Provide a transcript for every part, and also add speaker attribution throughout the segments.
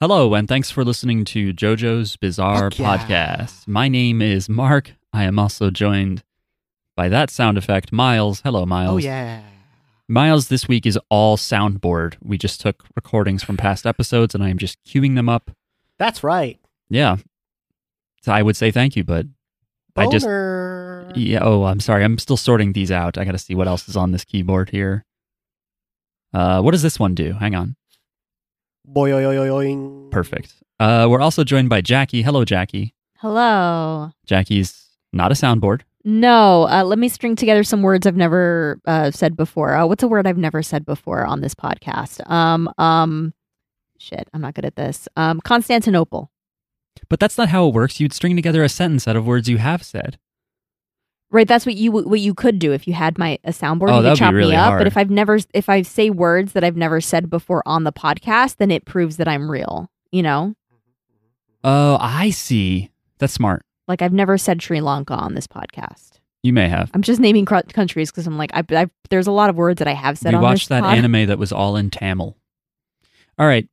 Speaker 1: Hello, and thanks for listening to JoJo's Bizarre
Speaker 2: Heck yeah.
Speaker 1: Podcast. My name is Mark. I am also joined by that sound effect, Miles. Hello, Miles.
Speaker 2: Oh yeah.
Speaker 1: Miles, this week is all soundboard. We just took recordings from past episodes and I am just queuing them up.
Speaker 2: That's right.
Speaker 1: Yeah. So I would say thank you, but I just.
Speaker 2: Boner.
Speaker 1: Yeah, oh, I'm sorry. I'm still sorting these out. I got to see what else is on this keyboard here. Uh, what does this one do? Hang on.
Speaker 2: Boyoyoyoyoing.
Speaker 1: Perfect. Uh, we're also joined by Jackie. Hello, Jackie.
Speaker 3: Hello.
Speaker 1: Jackie's not a soundboard.
Speaker 3: No, uh, let me string together some words I've never uh, said before. Uh, what's a word I've never said before on this podcast? Um, um, shit, I'm not good at this. Um, Constantinople.
Speaker 1: But that's not how it works. You'd string together a sentence out of words you have said.
Speaker 3: Right, that's what you what you could do if you had my a soundboard.
Speaker 1: Oh,
Speaker 3: you
Speaker 1: that'd
Speaker 3: could
Speaker 1: be
Speaker 3: chop
Speaker 1: really
Speaker 3: me up.
Speaker 1: hard.
Speaker 3: But if I've never if I say words that I've never said before on the podcast, then it proves that I'm real. You know,
Speaker 1: Oh, I see. That's smart.
Speaker 3: like I've never said Sri Lanka on this podcast.
Speaker 1: You may have.
Speaker 3: I'm just naming cr- countries because I'm like I, I there's a lot of words that I have said.
Speaker 1: we
Speaker 3: on this
Speaker 1: watched that
Speaker 3: pod.
Speaker 1: anime that was all in Tamil. All right,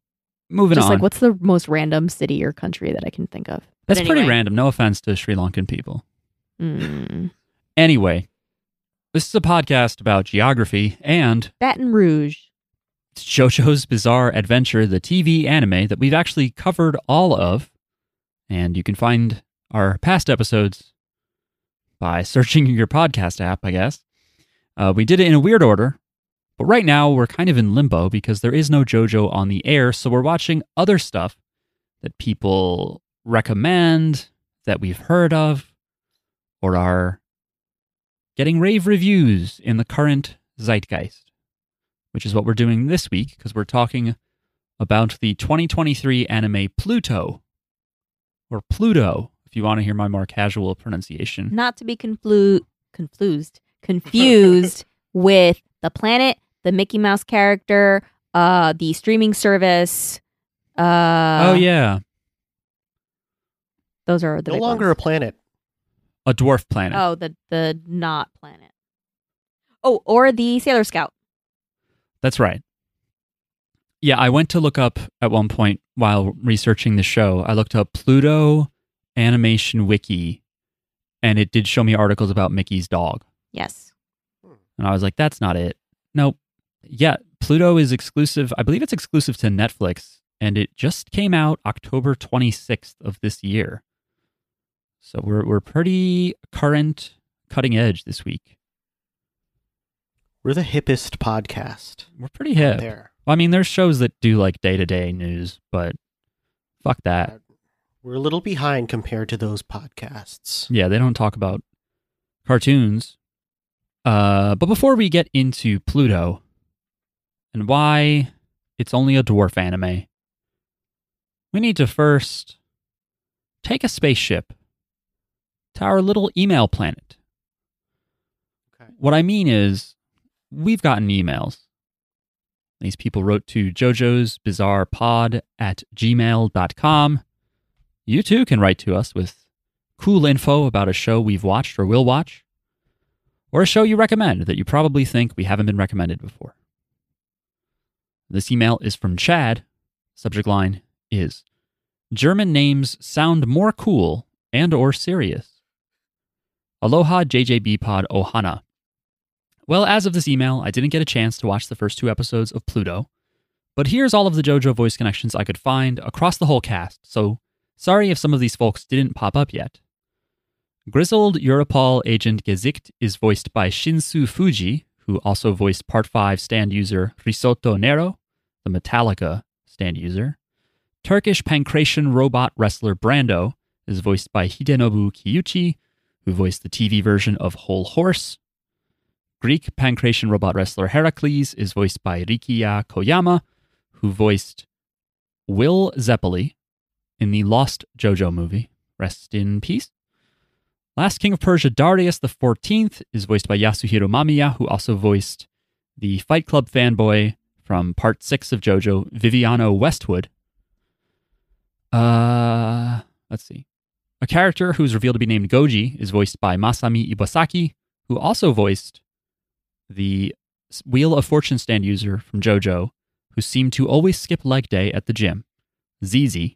Speaker 1: moving
Speaker 3: Just
Speaker 1: on.
Speaker 3: like what's the most random city or country that I can think of?
Speaker 1: That's
Speaker 3: But
Speaker 1: pretty
Speaker 3: anyway.
Speaker 1: random. No offense to Sri Lankan people.
Speaker 3: Mm.
Speaker 1: Anyway, this is a podcast about geography and
Speaker 3: Baton Rouge.
Speaker 1: JoJo's Bizarre Adventure, the TV anime that we've actually covered all of. And you can find our past episodes by searching your podcast app, I guess. Uh, we did it in a weird order, but right now we're kind of in limbo because there is no JoJo on the air. So we're watching other stuff that people recommend, that we've heard of, or are getting rave reviews in the current zeitgeist which is what we're doing this week because we're talking about the 2023 anime Pluto or Pluto, if you want to hear my more casual pronunciation.
Speaker 3: Not to be conflu- confused, confused with the planet, the Mickey Mouse character, uh, the streaming service. Uh,
Speaker 1: oh, yeah.
Speaker 3: those are the
Speaker 2: No
Speaker 3: big
Speaker 2: longer a
Speaker 3: ones.
Speaker 2: planet.
Speaker 1: A dwarf planet.
Speaker 3: oh, the the not planet. Oh, or the Sailor Scout.
Speaker 1: That's right. Yeah, I went to look up at one point while researching the show. I looked up Pluto Animation Wiki and it did show me articles about Mickey's dog.
Speaker 3: Yes,
Speaker 1: And I was like, that's not it. Nope. Yeah, Pluto is exclusive. I believe it's exclusive to Netflix, and it just came out October 26th of this year. So we're, we're pretty current, cutting edge this week.
Speaker 2: We're the hippest podcast
Speaker 1: We're pretty hip.
Speaker 2: out there.
Speaker 1: Well, I mean, there's shows that do like day to day news, but fuck that.
Speaker 2: We're a little behind compared to those podcasts.
Speaker 1: Yeah, they don't talk about cartoons. Uh, but before we get into Pluto and why it's only a dwarf anime, we need to first take a spaceship to our little email planet.
Speaker 2: Okay.
Speaker 1: What I mean is, we've gotten emails. These people wrote to JoJo's Bizarre Pod at gmail.com. You too can write to us with cool info about a show we've watched or will watch, or a show you recommend that you probably think we haven't been recommended before. This email is from Chad. Subject line is German names sound more cool and or serious. Aloha JJB Pod Ohana. Well, as of this email, I didn't get a chance to watch the first two episodes of Pluto, but here's all of the JoJo voice connections I could find across the whole cast, so sorry if some of these folks didn't pop up yet. Grizzled Europol agent Gesicht is voiced by Shinsu Fuji, who also voiced Part 5 stand user Risotto Nero, the Metallica stand user. Turkish Pancration robot wrestler Brando is voiced by Hidenobu Kiyuchi, who voiced the TV version of Whole Horse. Greek Pancration robot wrestler Heracles is voiced by Rikiya Koyama, who voiced Will Zeppeli in the Lost JoJo movie. Rest in peace. Last King of Persia, Darius the 14th, is voiced by Yasuhiro Mamiya, who also voiced the Fight Club fanboy from part six of JoJo, Viviano Westwood. Uh, let's see. A character who's revealed to be named Goji is voiced by Masami Iwasaki, who also voiced the Wheel of Fortune stand user from JoJo, who seemed to always skip leg day at the gym. ZZ.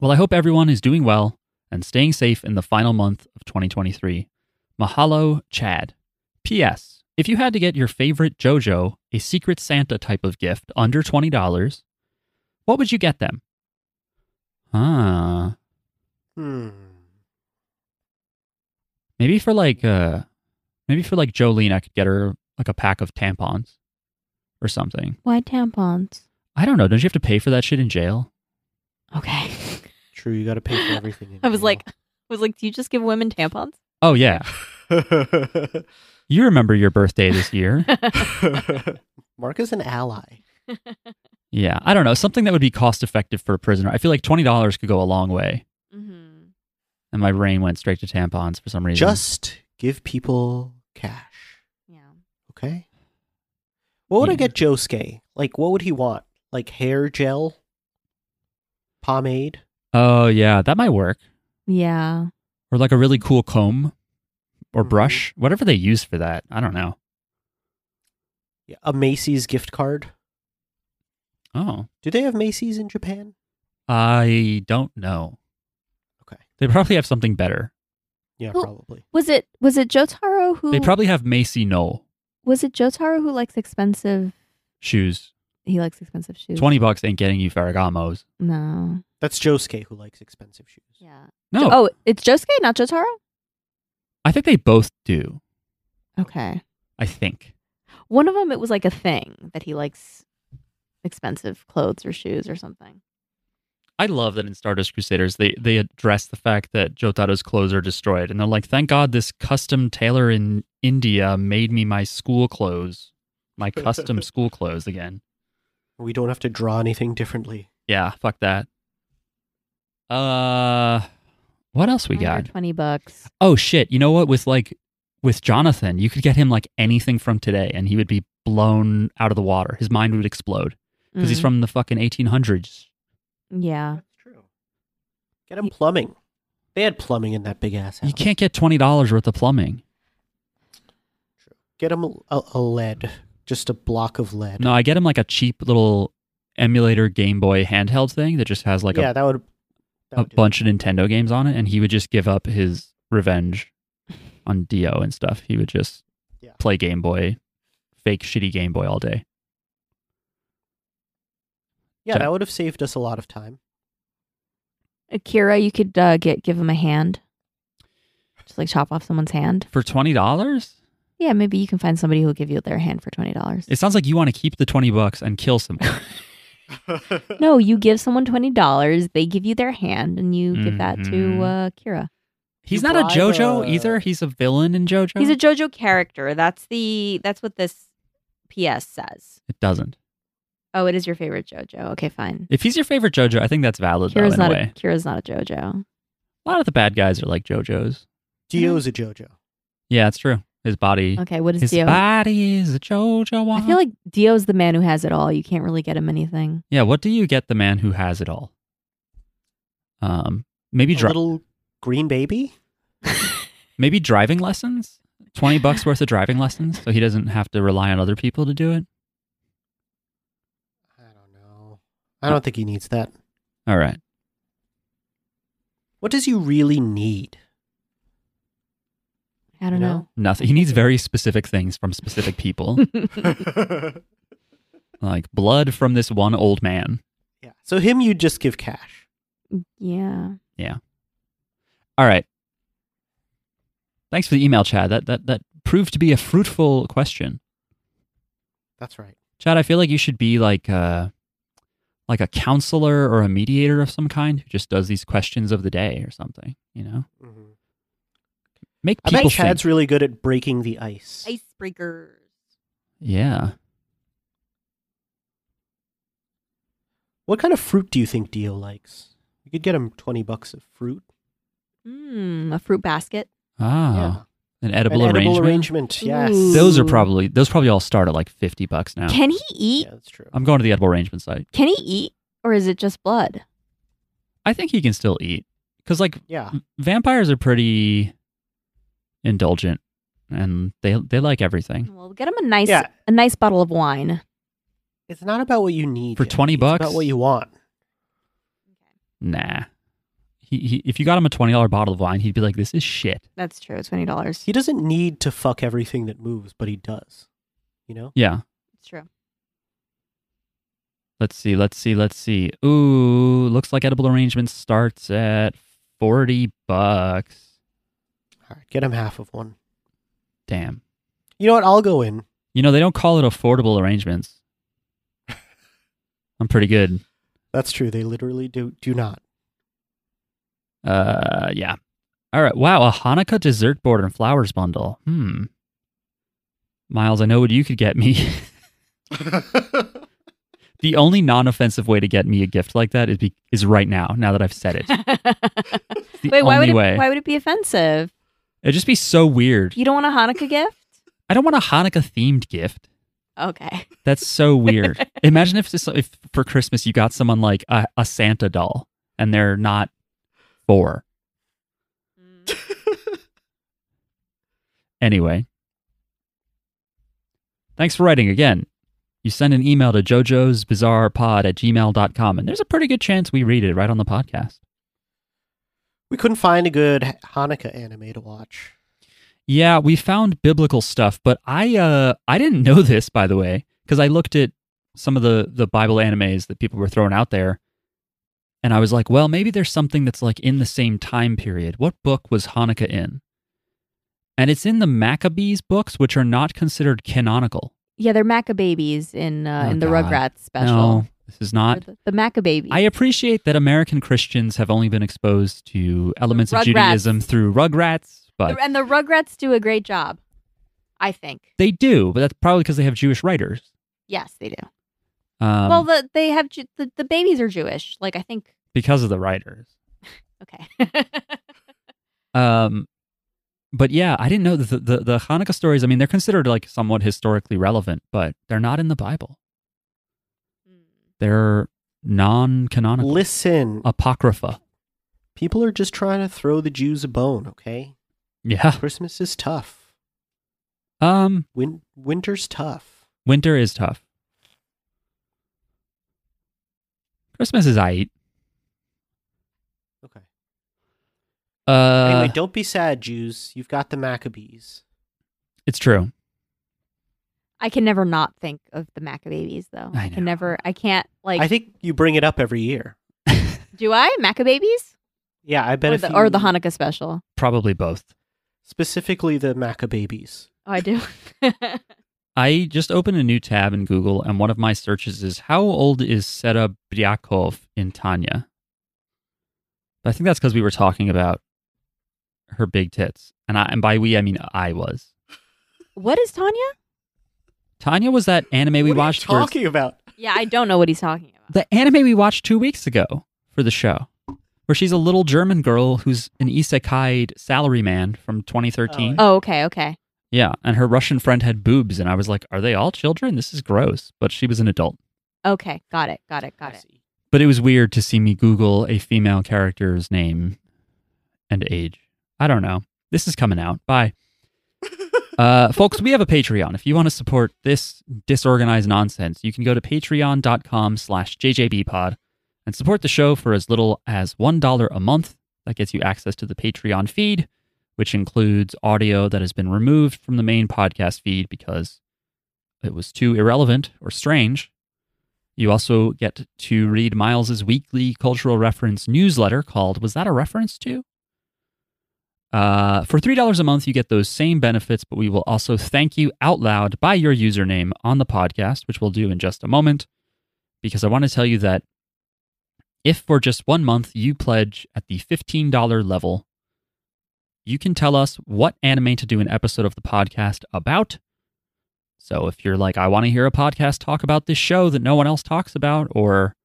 Speaker 1: Well, I hope everyone is doing well and staying safe in the final month of 2023. Mahalo, Chad. P.S. If you had to get your favorite JoJo a Secret Santa type of gift under $20, what would you get them? Ah,
Speaker 2: Hmm.
Speaker 1: maybe for like, uh, maybe for like Jolene, I could get her like a pack of tampons or something.
Speaker 3: Why tampons?
Speaker 1: I don't know. Don't you have to pay for that shit in jail?
Speaker 3: Okay.
Speaker 2: True, you got to pay for everything. in
Speaker 3: I was
Speaker 2: jail.
Speaker 3: like, I was like, do you just give women tampons?
Speaker 1: Oh, yeah. You remember your birthday this year.
Speaker 2: Mark is an ally.
Speaker 1: yeah. I don't know. Something that would be cost effective for a prisoner. I feel like $20 could go a long way.
Speaker 3: Mm-hmm.
Speaker 1: And my brain went straight to tampons for some reason.
Speaker 2: Just give people cash,
Speaker 3: Yeah.
Speaker 2: okay? What would I
Speaker 1: Yeah.
Speaker 2: get Josuke? Like, what would he want? Like hair gel, pomade.
Speaker 1: Oh, yeah. That might work.
Speaker 3: Yeah.
Speaker 1: Or like a really cool comb or
Speaker 2: Mhm.
Speaker 1: brush, whatever they use for that. I don't know.
Speaker 2: Yeah, a Macy's gift card.
Speaker 1: Oh,
Speaker 2: Do they have Macy's in Japan?
Speaker 1: I don't know.
Speaker 2: Okay.
Speaker 1: They probably have something better.
Speaker 2: Yeah,
Speaker 3: Well-
Speaker 2: probably.
Speaker 3: Was it was it Jotaro who
Speaker 1: They probably have Macy Knoll
Speaker 3: was it Jotaro who likes expensive?
Speaker 1: shoes.
Speaker 3: He likes expensive shoes.
Speaker 1: 20 bucks ain't getting you Ferragamo's.
Speaker 3: No.
Speaker 2: That's Josuke who likes expensive shoes.
Speaker 3: Yeah.
Speaker 1: No,
Speaker 3: Oh, it's Josuke, not Jotaro.
Speaker 1: I think they both do.
Speaker 3: Okay.
Speaker 1: I think.
Speaker 3: One of them, it was like a thing that he likes expensive clothes or shoes or something.
Speaker 1: I love that in Stardust Crusaders they they address the fact that Jotaro's clothes are destroyed, and they're like, "Thank God this custom tailor in India made me my school clothes, my custom school clothes again."
Speaker 2: We don't have to draw anything differently.
Speaker 1: Yeah, fuck that. Uh, what else we
Speaker 3: Mine are
Speaker 1: got?
Speaker 3: twenty bucks.
Speaker 1: Oh shit! You know what? With like with Jonathan, you could get him like anything from today, and he would be blown out of the water. His mind would explode because he's
Speaker 3: Mm.
Speaker 1: from the fucking eighteen hundreds.
Speaker 3: Yeah.
Speaker 2: true. Get him plumbing. They had plumbing in that big ass house.
Speaker 1: You can't get twenty dollars worth of plumbing.
Speaker 2: Get him a, a, a lead, just a block of lead.
Speaker 1: No, I get him like a cheap little emulator Game Boy handheld thing that just has like
Speaker 2: yeah,
Speaker 1: a,
Speaker 2: that would. That
Speaker 1: a
Speaker 2: would do it.
Speaker 1: bunch of Nintendo games on it, and he would just give up his revenge on Dio and stuff. He would just
Speaker 2: Yeah.
Speaker 1: play Game Boy, fake shitty Game Boy all day.
Speaker 2: Yeah, that would have saved us a lot of time.
Speaker 3: Akira, you could uh, get give him a hand, just like chop off someone's hand.
Speaker 1: For twenty dollars?
Speaker 3: Yeah, maybe you can find somebody who'll give you their hand for twenty dollars.
Speaker 1: It sounds like you want to keep the twenty bucks and kill someone.
Speaker 3: No, you give someone twenty dollars, they give you their hand, and you give that to
Speaker 1: Mhm.
Speaker 3: uh, Akira.
Speaker 1: He's
Speaker 2: You
Speaker 1: not a
Speaker 2: bribe
Speaker 1: JoJo
Speaker 2: a-
Speaker 1: either. He's a villain in JoJo.
Speaker 3: He's a JoJo character. That's the that's what this PS says.
Speaker 1: it doesn't.
Speaker 3: Oh, it is your favorite JoJo. Okay, fine.
Speaker 1: If he's your favorite JoJo, I think that's valid
Speaker 3: Kira's
Speaker 1: though, in
Speaker 3: not
Speaker 1: a
Speaker 3: a,
Speaker 1: way.
Speaker 3: Kira's not a JoJo.
Speaker 1: A lot of the bad guys are like JoJo's.
Speaker 2: Dio's a JoJo.
Speaker 1: Yeah, it's true. His body,
Speaker 3: Okay, what is
Speaker 1: his
Speaker 3: Dio?
Speaker 1: body is a JoJo.
Speaker 3: I feel like Dio's the man who has it all. You can't really get him anything.
Speaker 1: Yeah, what do you get the man who has it all? Um, maybe
Speaker 2: A
Speaker 1: dri-
Speaker 2: little green baby.
Speaker 1: maybe driving lessons. Twenty bucks worth of driving lessons, so he doesn't have to rely on other people to do it.
Speaker 2: I don't know. I don't think he needs that.
Speaker 1: All right,
Speaker 2: What does he really need?
Speaker 3: I don't
Speaker 2: No.
Speaker 1: nothing. He needs very specific things from specific people,
Speaker 3: know.
Speaker 1: like blood from this one old man.
Speaker 2: yeah. So him, you'd just give cash.
Speaker 3: yeah.
Speaker 1: All right. Thanks for the email, Chad. That that that proved to be a fruitful question.
Speaker 2: That's right.
Speaker 1: Chad, I feel like you should be like a, like a counselor or a mediator of some kind who just does these questions of the day or something. You know,
Speaker 2: Mhm.
Speaker 1: make
Speaker 2: I bet
Speaker 1: people
Speaker 2: Chad's
Speaker 1: think.
Speaker 2: really good at breaking the ice.
Speaker 3: Icebreakers.
Speaker 1: yeah,
Speaker 2: What kind of fruit do you think Dio likes? You could get him twenty bucks of fruit.
Speaker 3: Mm, a fruit basket.
Speaker 1: ah, an edible
Speaker 2: An
Speaker 1: arrangement.
Speaker 2: edible arrangement. Yes.
Speaker 3: Ooh.
Speaker 1: Those are probably those probably all start at like fifty bucks now.
Speaker 3: Can he eat?
Speaker 2: Yeah, that's true.
Speaker 1: I'm going to the edible arrangement site.
Speaker 3: Can he eat, or is it just blood?
Speaker 1: I think he can still eat because like
Speaker 2: yeah.
Speaker 1: v- vampires are pretty indulgent and they they like everything.
Speaker 3: Well, get him a nice
Speaker 2: Yeah.
Speaker 3: a nice bottle of wine.
Speaker 2: It's not about what you need
Speaker 1: For
Speaker 2: Jack.
Speaker 1: 20
Speaker 2: It's
Speaker 1: bucks?
Speaker 2: about what you want.
Speaker 1: nah. He, he, if you got him a twenty dollar bottle of wine, he'd be like, "This is shit."
Speaker 3: That's true. Twenty dollars.
Speaker 2: He doesn't need to fuck everything that moves, but he does. You know?
Speaker 1: Yeah.
Speaker 3: It's true.
Speaker 1: Let's see. Let's see. Let's see. Ooh, looks like edible arrangements starts at forty bucks.
Speaker 2: All right, get him half of one.
Speaker 1: Damn.
Speaker 2: You know what? I'll go in.
Speaker 1: You know they don't call it affordable arrangements. I'm pretty good.
Speaker 2: That's true. They literally do do not.
Speaker 1: Uh, yeah. All right. Wow, a Hanukkah dessert board and flowers bundle. Hmm. Miles, I know what you could get me. the only non-offensive way to get me a gift like that is be- is right now. Now that I've said it, It's the
Speaker 3: Wait, why
Speaker 1: only
Speaker 3: would it,
Speaker 1: way.
Speaker 3: why would it be offensive?
Speaker 1: It'd just be so weird.
Speaker 3: You don't want a Hanukkah gift?
Speaker 1: I don't want a Hanukkah themed gift.
Speaker 3: Okay.
Speaker 1: That's so weird. Imagine if this, if for Christmas you got someone like a, a Santa doll and they're not four. Anyway, thanks for writing again. You send an email to jojo's bizarre pod at gmail.com, and there's a pretty good chance we read it right on the podcast.
Speaker 2: We couldn't find a good Ha- Hanukkah anime to watch.
Speaker 1: Yeah, we found biblical stuff, but I uh I didn't know this by the way because I looked at some of the the Bible animes that people were throwing out there, and I was like, well, maybe there's something that's like in the same time period. What book was Hanukkah in? And it's in the Maccabees books, which are not considered canonical.
Speaker 3: Yeah, they're Maca babies in uh,
Speaker 1: Oh,
Speaker 3: in the
Speaker 1: God.
Speaker 3: Rugrats special.
Speaker 1: No, this is
Speaker 3: Or
Speaker 1: not.
Speaker 3: The, the Maca baby.
Speaker 1: I appreciate that American Christians have only been exposed to elements of
Speaker 3: Rugrats.
Speaker 1: Judaism through Rugrats, but
Speaker 3: and the Rugrats do a great job. I think.
Speaker 1: they do. But that's probably because they have Jewish writers.
Speaker 3: Yes, they do.
Speaker 1: Um,
Speaker 3: well, the, they have Ju- the, the babies are Jewish. Like I think.
Speaker 1: because of the writers.
Speaker 3: Okay.
Speaker 1: Um, but yeah, I didn't know that the, the the Hanukkah stories. I mean, they're considered like somewhat historically relevant, but they're not in the Bible. They're non-canonical,
Speaker 2: Listen,
Speaker 1: Oh. apocrypha.
Speaker 2: people are just trying to throw the Jews a bone, okay?
Speaker 1: Yeah.
Speaker 2: Christmas is tough.
Speaker 1: Um,
Speaker 2: Win- winter's tough.
Speaker 1: winter is tough. Christmas is I eat.
Speaker 2: Okay.
Speaker 1: Uh,
Speaker 2: anyway, don't be sad, Jews. You've got the Maccabees.
Speaker 1: it's true.
Speaker 3: I can never not think of the Maccababies though.
Speaker 1: I
Speaker 3: I, can
Speaker 1: know.
Speaker 3: never. I can't like.
Speaker 2: I think you bring it up every year.
Speaker 3: do I Maccababies
Speaker 2: Yeah, I bet
Speaker 3: or
Speaker 2: if
Speaker 3: the, or the
Speaker 2: you-
Speaker 3: Hanukkah special?
Speaker 1: Probably both.
Speaker 2: specifically the Maccababies.
Speaker 3: Oh, I do.
Speaker 1: I just opened a new tab in Google, and one of my searches is how old is Sera Bryakov in Tanya? I think that's because we were talking about her big tits, and I, and by we I mean I was.
Speaker 3: what is Tanya?
Speaker 1: Tanya was that anime we
Speaker 2: what
Speaker 1: watched.
Speaker 2: Are
Speaker 1: for,
Speaker 2: you talking about
Speaker 3: Yeah, I don't know what he's talking about.
Speaker 1: the anime we watched two weeks ago for the show, where she's a little German girl who's an isekai salaryman from 2013.
Speaker 2: Oh,
Speaker 3: Oh, okay, okay.
Speaker 1: Yeah, and her Russian friend had boobs, and I was like, "Are they all children? This is gross." But she was an adult.
Speaker 3: Okay, got it, got it, got
Speaker 2: I
Speaker 3: it.
Speaker 2: see.
Speaker 1: But it was weird to see me Google a female character's name and age. I don't know. This is coming out. Bye. uh, folks, we have a Patreon. If you want to support this disorganized nonsense, you can go to patreon.com slash jjbpod and support the show for as little as $1 a month. That gets you access to the Patreon feed, which includes audio that has been removed from the main podcast feed because it was too irrelevant or strange. You also get to read Miles's weekly cultural reference newsletter called "Was That a Reference to?" Uh, for three dollars a month, you get those same benefits, but we will also thank you out loud by your username on the podcast, which we'll do in just a moment, because I want to tell you that if for just one month you pledge at the fifteen dollar level, you can tell us what anime to do an episode of the podcast about. So if you're like, I want to hear a podcast talk about this show that no one else talks about, or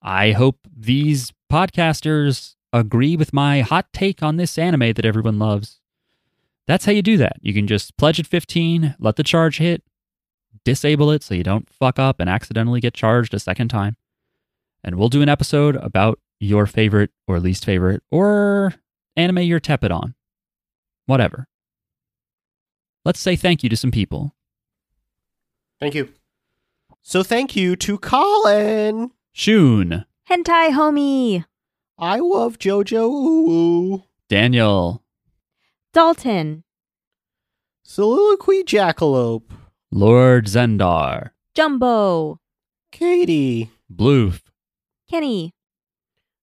Speaker 1: I hope these podcasters agree with my hot take on this anime that everyone loves, that's how you do that. You can just pledge at 15, let the charge hit, disable it so you don't fuck up and accidentally get charged a second time. And we'll do an episode about your favorite or least favorite or anime you're tepid on. Whatever. Let's say thank you to some people.
Speaker 2: Thank you. So thank you to Colin,
Speaker 1: Shun,
Speaker 3: Hentai homie.
Speaker 2: I love JoJo. Ooh, ooh.
Speaker 1: Daniel,
Speaker 3: Dalton,
Speaker 2: Soliloquy Jackalope.
Speaker 1: Lord Zendar,
Speaker 3: Jumbo,
Speaker 2: Katie.
Speaker 1: Bloof,
Speaker 3: Kenny,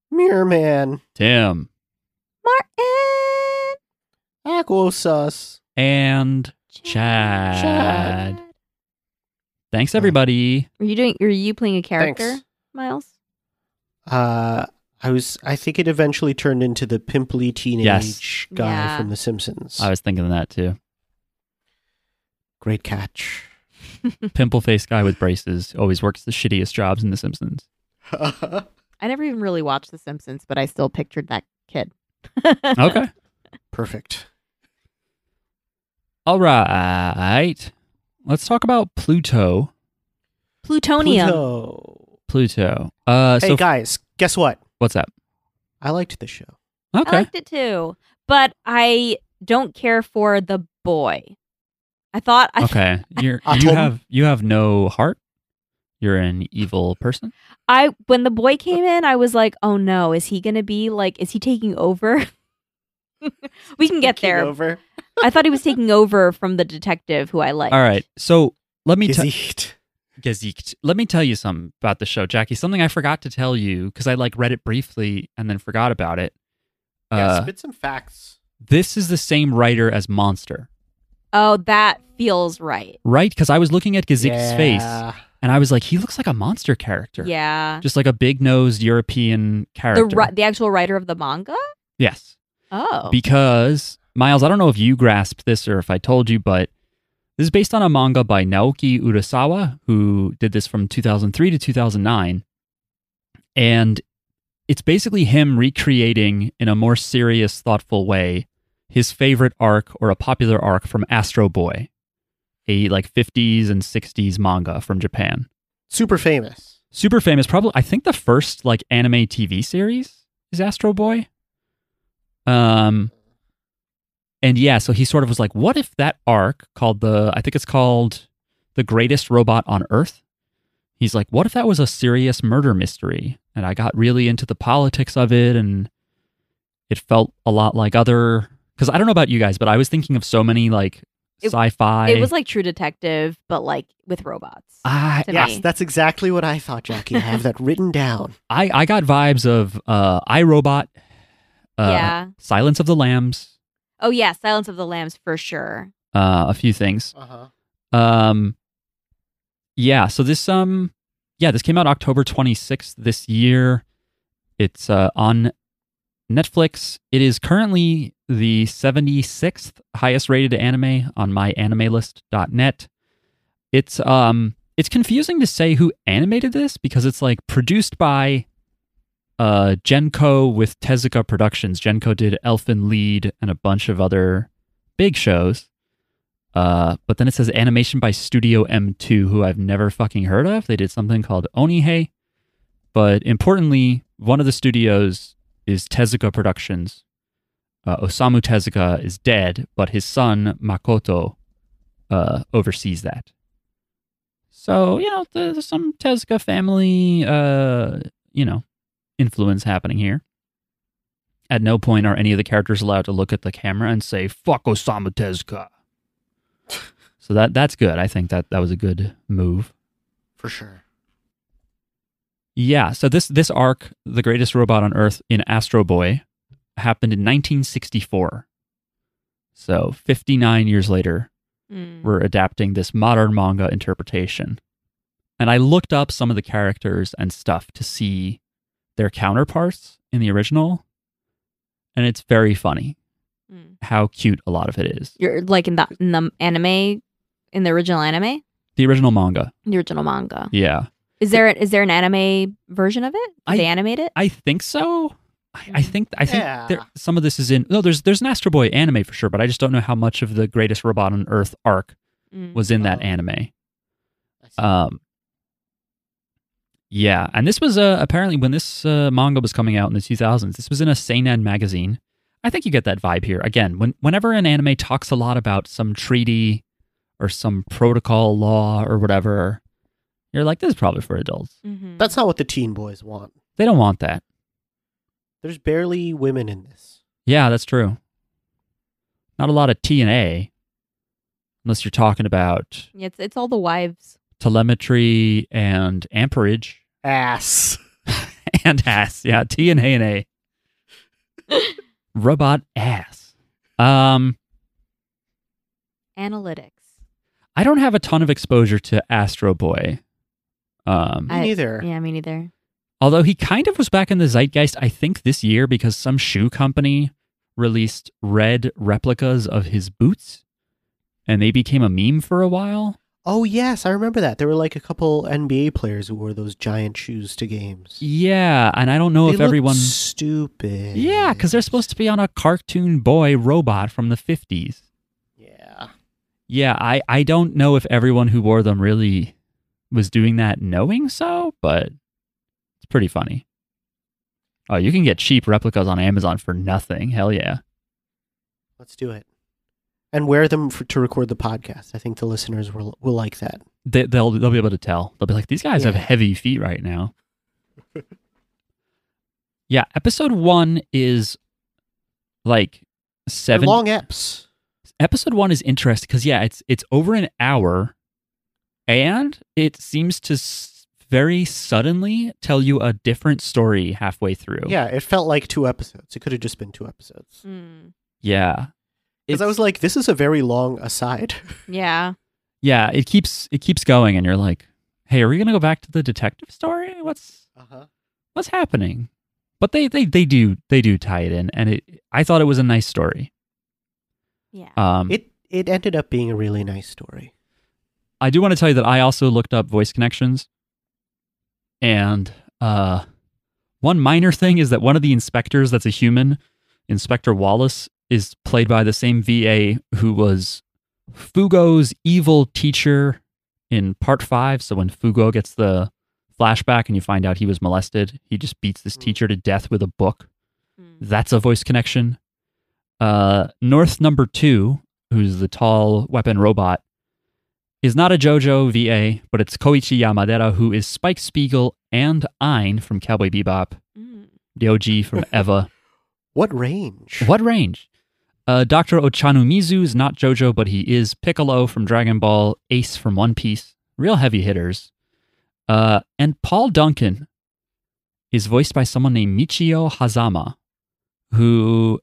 Speaker 2: Mirror Man.
Speaker 1: Tim,
Speaker 3: Martin,
Speaker 2: Aquosus.
Speaker 1: and Chad. Thanks everybody.
Speaker 3: Are you doing? Are you playing a character,
Speaker 2: Thanks.
Speaker 3: Miles?
Speaker 2: Uh, I was. I think it eventually turned into the pimply teenage
Speaker 1: Yes. Uh,
Speaker 2: guy
Speaker 3: Yeah.
Speaker 2: from The Simpsons.
Speaker 1: I was thinking that too.
Speaker 2: Great catch.
Speaker 1: Pimple faced guy with braces always works the shittiest jobs in The Simpsons.
Speaker 3: I never even really watched The Simpsons, but I still pictured that kid.
Speaker 1: Okay.
Speaker 2: Perfect.
Speaker 1: All right. Let's talk about Pluto.
Speaker 3: Plutonium.
Speaker 2: Pluto.
Speaker 1: Pluto. Uh,
Speaker 2: Hey
Speaker 1: so
Speaker 2: guys, guess what?
Speaker 1: what's that?
Speaker 2: I liked the show.
Speaker 1: Okay.
Speaker 3: I liked it too, but I don't care for the boy. I thought I
Speaker 1: okay. You're,
Speaker 2: I
Speaker 1: you
Speaker 2: told him.
Speaker 1: have you have no heart. You're an evil person.
Speaker 3: I when the boy came in, I was like, "Oh no, is he going to be like is he taking over?" we can get
Speaker 2: Taking
Speaker 3: there.
Speaker 2: Over.
Speaker 3: I thought he was taking over from the detective who I like.
Speaker 1: All right. So let me tell
Speaker 2: Gazette.
Speaker 1: Gezeekt. Let me tell you something about the show, Jackie. Something I forgot to tell you because I like read it briefly and then forgot about it.
Speaker 2: yeah,
Speaker 1: Uh,
Speaker 2: spit some facts.
Speaker 1: this is the same writer as Monster,
Speaker 3: Oh, that feels right.
Speaker 1: right? Because I was looking at Gezeek's face
Speaker 2: Yeah.
Speaker 1: and I was like, he looks like a monster character.
Speaker 3: Yeah.
Speaker 1: Just like a big nosed European
Speaker 3: The
Speaker 1: character.
Speaker 3: ri- the actual writer of the manga?
Speaker 1: yes.
Speaker 3: Oh.
Speaker 1: because Miles, I don't know if you grasped this or if I told you, but this is based on a manga by Naoki Urasawa, who did this from 2003 to 2009, and it's basically him recreating in a more serious, thoughtful way his favorite arc or a popular arc from Astro Boy, a like 50s and 60s manga from Japan.
Speaker 2: Super famous.
Speaker 1: Super famous, probably. I think the first like anime TV series is Astro Boy. Um, and yeah, so he sort of was like, what if that arc called the, I think it's called The Greatest Robot on Earth? He's like, what if that was a serious murder mystery? And I got really into the politics of it and it felt a lot like other, because I don't know about you guys, but I was thinking of so many like
Speaker 3: It-
Speaker 1: sci fi.
Speaker 3: it was like True Detective, but like with robots.
Speaker 1: I,
Speaker 3: to
Speaker 2: yes,
Speaker 3: me.
Speaker 2: that's exactly what I thought, Jackie. I have that written down.
Speaker 1: I, I got vibes of uh, iRobot. Uh,
Speaker 3: yeah.
Speaker 1: Silence of the Lambs,
Speaker 3: Oh yeah, Silence of the Lambs for sure.
Speaker 1: uh, a few things.
Speaker 2: Uh-huh.
Speaker 1: Um, yeah, so this um, yeah, this came out October 26th this year. It's uh, on Netflix. It is currently the 76th highest rated anime on myanimelist.net. It's um, it's confusing to say who animated this because it's like produced by uh Genko with Tezuka Productions. Genko did Elfin Lead and a bunch of other big shows. Uh, but then it says animation by Studio M2, who I've never fucking heard of. They did something called Onihei. But importantly, one of the studios is Tezuka Productions. Uh, Osamu Tezuka is dead, but his son, Makoto, uh, oversees that. So, you know, there's some Tezuka family, uh, you know, influence happening here. At no point are any of the characters allowed to look at the camera and say, fuck Osamu Tezuka. So that that's good. I think that that was a good move.
Speaker 2: For sure.
Speaker 1: Yeah. So this this arc, the greatest robot on Earth in Astro Boy, happened in 1964. So 59 years later,
Speaker 3: Mm.
Speaker 1: we're adapting this modern manga interpretation. And I looked up some of the characters and stuff to see their counterparts in the original, and it's very funny
Speaker 3: Mm.
Speaker 1: how cute a lot of it is.
Speaker 3: You're like in the in the anime, in the original anime,
Speaker 1: The original manga,
Speaker 3: the original manga.
Speaker 1: yeah.
Speaker 3: Is there is there an anime version of it? Did
Speaker 1: I-
Speaker 3: they animate it?
Speaker 1: I think so. I, I
Speaker 3: Mhm.
Speaker 1: think I think
Speaker 2: Yeah.
Speaker 1: there, some of this is in no. There's there's an Astro Boy anime for sure, but I just don't know how much of the Greatest Robot on Earth arc
Speaker 3: Mm.
Speaker 1: was in that
Speaker 2: Oh.
Speaker 1: anime. Um, yeah, and this was uh, apparently when this uh, manga was coming out in the 2000s. This was in a seinen magazine. I think you get that vibe here again. When whenever an anime talks a lot about some treaty or some protocol law or whatever, you're like, this is probably for adults.
Speaker 3: Mhm.
Speaker 2: That's not what the teen boys want.
Speaker 1: They don't want that.
Speaker 2: There's barely women in this.
Speaker 1: Yeah, that's true. Not a lot of T and A, unless you're talking about
Speaker 3: It's it's all the wives.
Speaker 1: telemetry and amperage
Speaker 2: Ass.
Speaker 1: and ass. Yeah, T and A and A. Robot ass. Um,
Speaker 3: Analytics.
Speaker 1: I don't have a ton of exposure to Astro Boy. Um,
Speaker 2: Me
Speaker 3: I-
Speaker 2: neither.
Speaker 3: Yeah, me neither.
Speaker 1: Although he kind of was back in the zeitgeist, I think this year because some shoe company released red replicas of his boots, and they became a meme for a while.
Speaker 2: Oh yes, I remember that. There were like a couple NBA players who wore those giant shoes to games.
Speaker 1: Yeah, and I don't know
Speaker 2: They
Speaker 1: if
Speaker 2: looked
Speaker 1: everyone.
Speaker 2: stupid.
Speaker 1: Yeah, because they're supposed to be on a cartoon boy robot from the fifties.
Speaker 2: Yeah.
Speaker 1: Yeah, I I don't know if everyone who wore them really was doing that knowing so, but it's pretty funny. Oh, you can get cheap replicas on Amazon for nothing. Hell yeah.
Speaker 2: Let's do it. And wear them for, to record the podcast. I think the listeners will will like that.
Speaker 1: they, they'll they'll be able to tell. They'll be like, these guys have
Speaker 2: Yeah.
Speaker 1: heavy feet right now. yeah, episode one is like
Speaker 2: They're
Speaker 1: seven.
Speaker 2: long eps.
Speaker 1: episode one is interesting because yeah, it's it's over an hour, and it seems to s- very suddenly tell you a different story halfway through.
Speaker 2: Yeah, it felt like two episodes. It could have just been two episodes.
Speaker 3: Mm.
Speaker 1: yeah.
Speaker 2: Because I was like, this is a very long aside.
Speaker 3: Yeah.
Speaker 1: yeah, it keeps it keeps going, and you're like, hey, are we gonna go back to the detective story? What's
Speaker 2: Uh-huh.
Speaker 1: what's happening but they, they they do they do tie it in and it i thought it was a nice story
Speaker 3: Yeah.
Speaker 1: um
Speaker 2: It it ended up being a really nice story.
Speaker 1: i do want to tell you that i also looked up voice connections and uh one minor thing is that one of the inspectors that's a human inspector wallace is played by the same va who was fugo's evil teacher in part five so when fugo gets the flashback and you find out he was molested he just beats this
Speaker 2: Hmm.
Speaker 1: teacher to death with a book
Speaker 3: Mm.
Speaker 1: That's a voice connection. Uh, North number two, who's the tall weapon robot, is not a JoJo VA, but it's Koichi Yamadera, who is Spike Spiegel and Ein from Cowboy Bebop,
Speaker 3: Mm.
Speaker 1: Ryoji from Eva.
Speaker 2: What range?
Speaker 1: what range? Uh, Dr. Ochanumizu is not JoJo, but he is Piccolo from Dragon Ball, Ace from One Piece. Real heavy hitters. Uh, and Paul Duncan is voiced by someone named Michio Hazama, who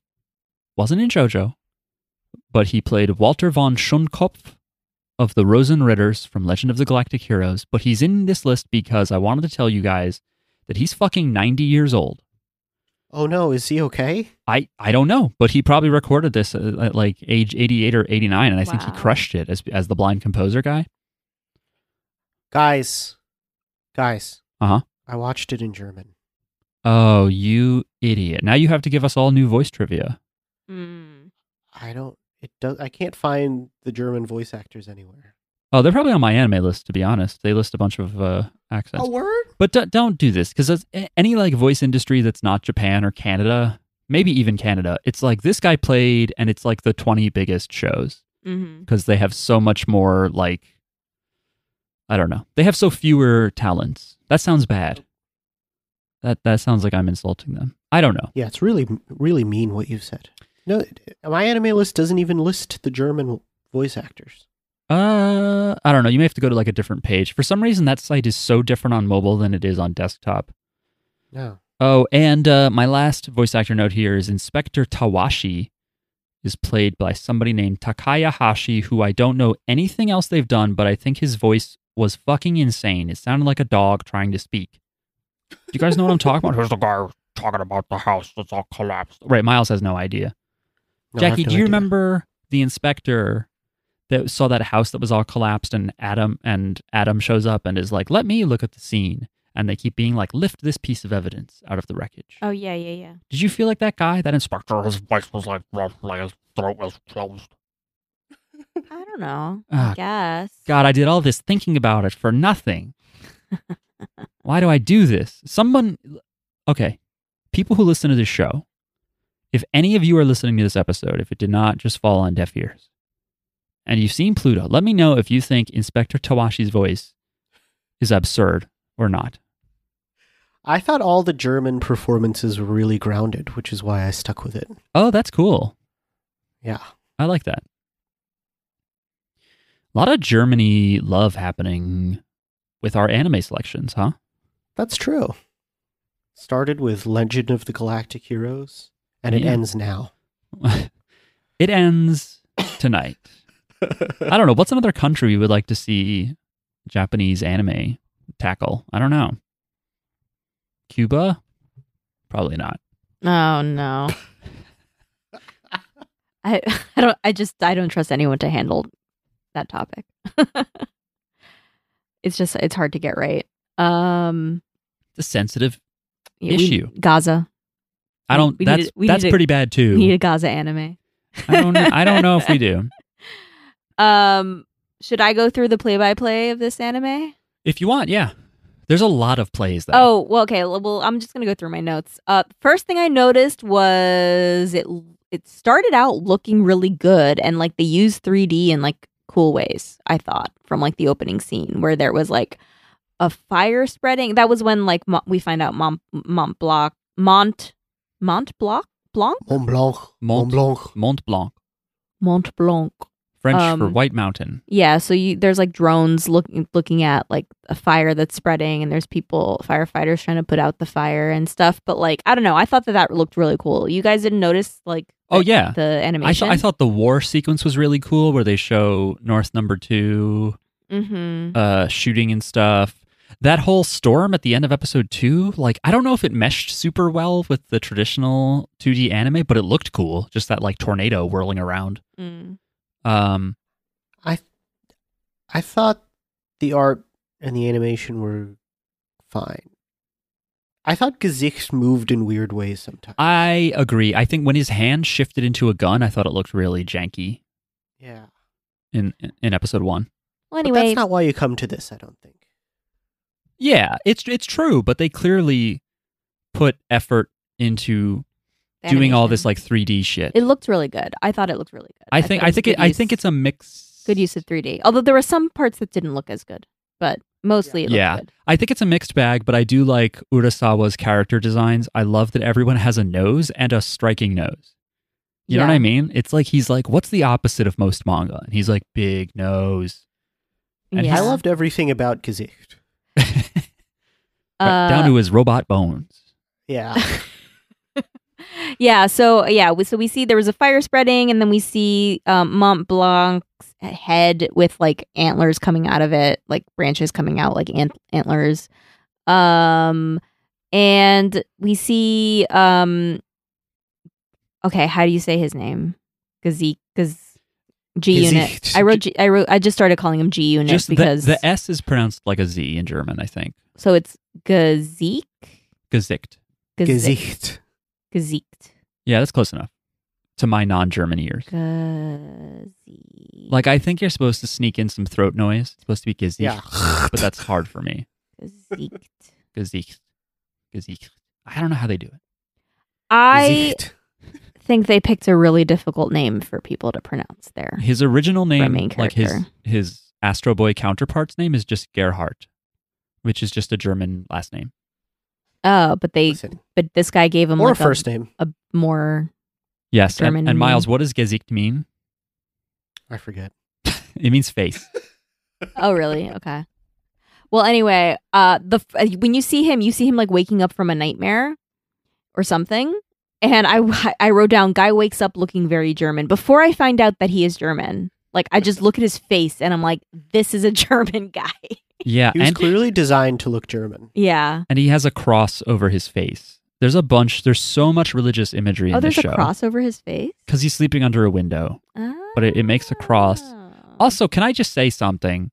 Speaker 1: wasn't in JoJo, but he played Walter von Schoenkopf of the Rosenritters from Legend of the Galactic Heroes. But he's in this list because I wanted to tell you guys that he's fucking 90 years old.
Speaker 2: Oh no, is he okay?
Speaker 1: I, I don't know, but he probably recorded this at, at like age 88 or 89, and I think he
Speaker 3: Wow.
Speaker 1: crushed it as, as the blind composer guy.
Speaker 2: Guys. Guys.
Speaker 1: Uh-huh.
Speaker 2: I watched it in German.
Speaker 1: Oh, you idiot. Now you have to give us all new voice trivia.
Speaker 3: Mm.
Speaker 2: I don't it does I can't find the German voice actors anywhere.
Speaker 1: Oh, they're probably on my anime list, to be honest. They list a bunch of uh, accents.
Speaker 2: word?
Speaker 1: But d- don't do this because any like voice industry that's not Japan or Canada, maybe even Canada, it's like this guy played and it's like the 20 biggest shows.
Speaker 3: Mm-hmm.
Speaker 1: because they have so much more like I don't know. They have so fewer talents. That sounds bad. That that sounds like I'm insulting them. I don't know.
Speaker 2: Yeah, it's really really mean what you've said. No, my anime list doesn't even list the German voice actors.
Speaker 1: Uh I don't know. You may have to go to like a different page. For some reason that site is so different on mobile than it is on desktop.
Speaker 2: No.
Speaker 1: Oh, and uh, my last voice actor note here is Inspector Tawashi is played by somebody named Takaya Hashi, who I don't know anything else they've done, but I think his voice was fucking insane. It sounded like a dog trying to speak. Do you guys know what I'm talking about? Here's the guy talking about the house that's all collapsed. Right, Miles has no idea.
Speaker 2: No, I have
Speaker 1: Jackie,
Speaker 2: no
Speaker 1: do you
Speaker 2: idea.
Speaker 1: remember the inspector that saw that house that was all collapsed and Adam and Adam shows up and is like, "Let me look at the scene." And they keep being like, "Lift this piece of evidence out of the wreckage."
Speaker 3: Oh yeah, yeah, yeah.
Speaker 1: Did you feel like that guy, that inspector?
Speaker 4: His voice was like, rough, like his throat was closed.
Speaker 3: I don't know.
Speaker 1: Ah,
Speaker 3: I guess.
Speaker 1: God, I did all this thinking about it for nothing. Why do I do this? Someone, okay, people who listen to this show, if any of you are listening to this episode, if it did not just fall on deaf ears, and you've seen Pluto, let me know if you think Inspector Tawashi's voice is absurd or not.
Speaker 2: I thought all the German performances were really grounded, which is why I stuck with it.
Speaker 1: Oh, that's cool.
Speaker 2: Yeah.
Speaker 1: I like that. A lot of Germany love happening with our anime selections, huh?
Speaker 2: That's true. Started with Legend of the Galactic Heroes, and it
Speaker 1: Yeah.
Speaker 2: ends now.
Speaker 1: it ends tonight. I don't know. What's another country we would like to see Japanese anime tackle? I don't know. Cuba? Probably not.
Speaker 3: Oh no. I I don't I just I don't trust anyone to handle that topic. it's just it's hard to get right. Um
Speaker 1: It's a sensitive.
Speaker 3: yeah, we-
Speaker 1: Issue.
Speaker 3: Gaza.
Speaker 1: I don't.
Speaker 3: We need
Speaker 1: that's
Speaker 3: to- we
Speaker 1: that's
Speaker 3: need to-
Speaker 1: pretty bad
Speaker 3: We need
Speaker 1: too.
Speaker 3: a Gaza anime.
Speaker 1: I don't. know- I don't know if we do.
Speaker 3: Um should I go through the play by play of this anime?
Speaker 1: If you want, yeah. There's a lot of plays though.
Speaker 3: Oh, well okay. Well, well, I'm just going to go through my notes. Uh first thing I noticed was it it started out looking really good and like they used 3D in like cool ways, I thought, from like the opening scene where there was like a fire spreading. That was when like Mo- we find out Mont Mont Blanc Mont Mont Blanc Blanc
Speaker 2: Mont Blanc.
Speaker 1: Mont-
Speaker 2: Mont, Blanc.
Speaker 1: Mont Blanc,
Speaker 3: Mont Blanc.
Speaker 1: French for
Speaker 3: Um,
Speaker 1: White Mountain.
Speaker 3: Yeah, so you there's like drones looking looking at like a fire that's spreading and there's people firefighters trying to put out the fire and stuff, but like I don't know, I thought that that looked really cool. You guys didn't notice like
Speaker 1: Oh yeah.
Speaker 3: the
Speaker 1: I, th-
Speaker 3: animation?
Speaker 1: I thought the war sequence was really cool, where they show North Number Two
Speaker 3: Mhm.
Speaker 1: uh, shooting and stuff. That whole storm at the end of episode two, like I don't know if it meshed super well with the traditional 2D anime, but it looked cool. Just that like tornado whirling around.
Speaker 3: Mm.
Speaker 1: Um,
Speaker 2: I thought the art and the animation were fine. I thought Gesicht moved in weird ways sometimes.
Speaker 1: I agree. I think when his hand shifted into a gun, I thought it looked really janky
Speaker 2: yeah.
Speaker 1: in in episode one.
Speaker 3: Well,
Speaker 2: But
Speaker 3: anyway,
Speaker 2: that's not why you come to this, I don't think.
Speaker 1: Yeah, it's it's true, but they clearly put effort into
Speaker 3: the
Speaker 1: doing all
Speaker 3: animation.
Speaker 1: this like 3D shit.
Speaker 3: it looked really good. I thought it looked really good.
Speaker 1: I think
Speaker 3: thought
Speaker 1: I
Speaker 3: was
Speaker 1: think
Speaker 3: good
Speaker 1: it, I
Speaker 3: use-
Speaker 1: think it's a mix.
Speaker 3: good use of 3D. Although there were some parts that didn't look as good, but mostly it looked
Speaker 1: Yeah.
Speaker 3: good.
Speaker 1: I think it's a mixed bag, but I do like Urasawa's character designs. I love that everyone has a nose and a striking nose. You know what
Speaker 3: Yeah.
Speaker 1: I mean? It's like he's like, what's the opposite of most manga? And he's like, big nose. And
Speaker 3: yeah.
Speaker 2: I loved everything about Gesicht.
Speaker 3: Uh,
Speaker 1: Right, down to his robot bones.
Speaker 2: Yeah.
Speaker 3: yeah so yeah we- so we see there was a fire spreading and then we see um, mont blanc's head with like antlers coming out of it like branches coming out like ant- antlers um and we see um okay how do you say his name gazik gaz g unit
Speaker 2: Gesicht.
Speaker 3: i wrote g- i wrote i just started calling him g unit
Speaker 1: Just the,
Speaker 3: because
Speaker 1: the S is pronounced like a Z in German, I think.
Speaker 3: so it's gazik
Speaker 1: Gesicht.
Speaker 2: Gesicht.
Speaker 3: gazikt
Speaker 1: Yeah, that's close enough to my non German ears.
Speaker 3: gazik
Speaker 1: Like, I think you're supposed to sneak in some throat noise. It's supposed to be Gesicht,
Speaker 2: Yeah.
Speaker 1: but that's hard for me.
Speaker 3: gazikt
Speaker 1: Gesicht. Gesicht. I don't know how they do it.
Speaker 3: I
Speaker 2: Gesicht.
Speaker 3: think they picked a really difficult name for people to pronounce there.
Speaker 1: His original name,
Speaker 3: main
Speaker 1: like his
Speaker 3: character.
Speaker 1: his Astro Boy counterpart's name, is just Gerhardt, which is just a German last name.
Speaker 3: Oh, but they
Speaker 2: Listen.
Speaker 3: but this guy gave him
Speaker 2: Or
Speaker 3: like
Speaker 2: first name.
Speaker 3: a, a more
Speaker 1: Yes, and-
Speaker 3: German
Speaker 1: and, Miles, what does Gesicht mean?
Speaker 2: I forget.
Speaker 1: It means face.
Speaker 3: Oh, really? Okay. Well, anyway, uh the f- uh, when you see him, you see him like waking up from a nightmare or something. And I I wrote down guy wakes up looking very German before I find out that he is German. Like I just look at his face and I'm like this is a German guy.
Speaker 1: Yeah,
Speaker 2: He
Speaker 1: Uh,
Speaker 2: was
Speaker 1: and
Speaker 2: clearly designed to look German.
Speaker 3: Yeah.
Speaker 1: and he has a cross over his face. There's a bunch. There's so much religious imagery in
Speaker 3: Oh, there's
Speaker 1: this
Speaker 3: a
Speaker 1: show
Speaker 3: cross over his face.
Speaker 1: because he's sleeping under a window. But it- it makes a cross.
Speaker 3: Ah.
Speaker 1: Also, can I just say something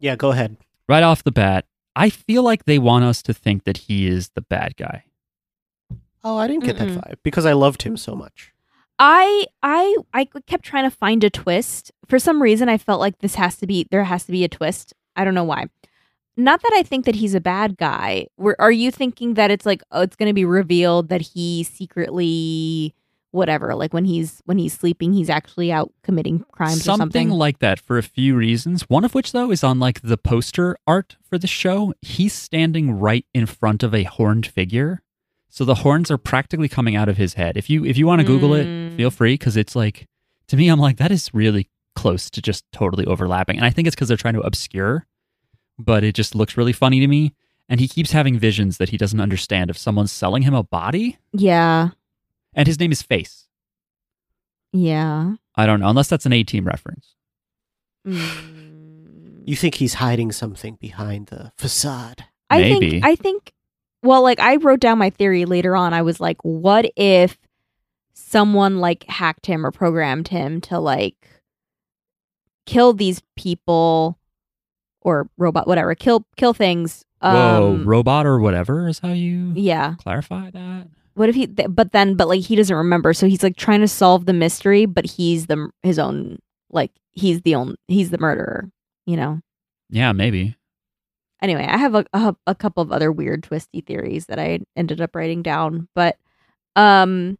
Speaker 2: Yeah, go ahead.
Speaker 1: right off the bat? I feel like they want us to think that he is the bad guy.
Speaker 2: Oh, I didn't get
Speaker 3: Mm-mm.
Speaker 2: that vibe because I loved him so much.
Speaker 3: I I I kept trying to find a twist. For some reason I felt like this has to be there has to be a twist. I don't know why. Not that I think that he's a bad guy. Were, are you thinking that it's like oh, it's going to be revealed that he secretly whatever. Like when he's when he's sleeping, he's actually out committing crimes
Speaker 1: something,
Speaker 3: or something.
Speaker 1: like that for a few reasons. One of which, though, is on like the poster art for the show. He's standing right in front of a horned figure, so the horns are practically coming out of his head. If you if you want to Google it,
Speaker 3: Mm.
Speaker 1: feel free because it's like to me, I'm like that is really close to just totally overlapping, and I think it's because they're trying to obscure, but it just looks really funny to me. And he keeps having visions that he doesn't understand of someone selling him a body,
Speaker 3: yeah,
Speaker 1: and his name is Face.
Speaker 3: yeah.
Speaker 1: I don't know, unless that's an A team reference.
Speaker 3: Mm.
Speaker 2: You think he's hiding something behind the facade?
Speaker 3: I
Speaker 1: Maybe.
Speaker 3: think I think well like I wrote down my theory later on. I was like what if someone like hacked him or programmed him to like kill these people or robot whatever, kill kill things.
Speaker 1: Whoa,
Speaker 3: Um,
Speaker 1: robot or whatever is how you
Speaker 3: yeah.
Speaker 1: clarify that.
Speaker 3: What if he th- but then but like he doesn't remember so he's like trying to solve the mystery but he's the his own like he's the own he's the murderer, you know.
Speaker 1: Yeah, maybe.
Speaker 3: anyway, I have a, a a couple of other weird twisty theories that I ended up writing down, but um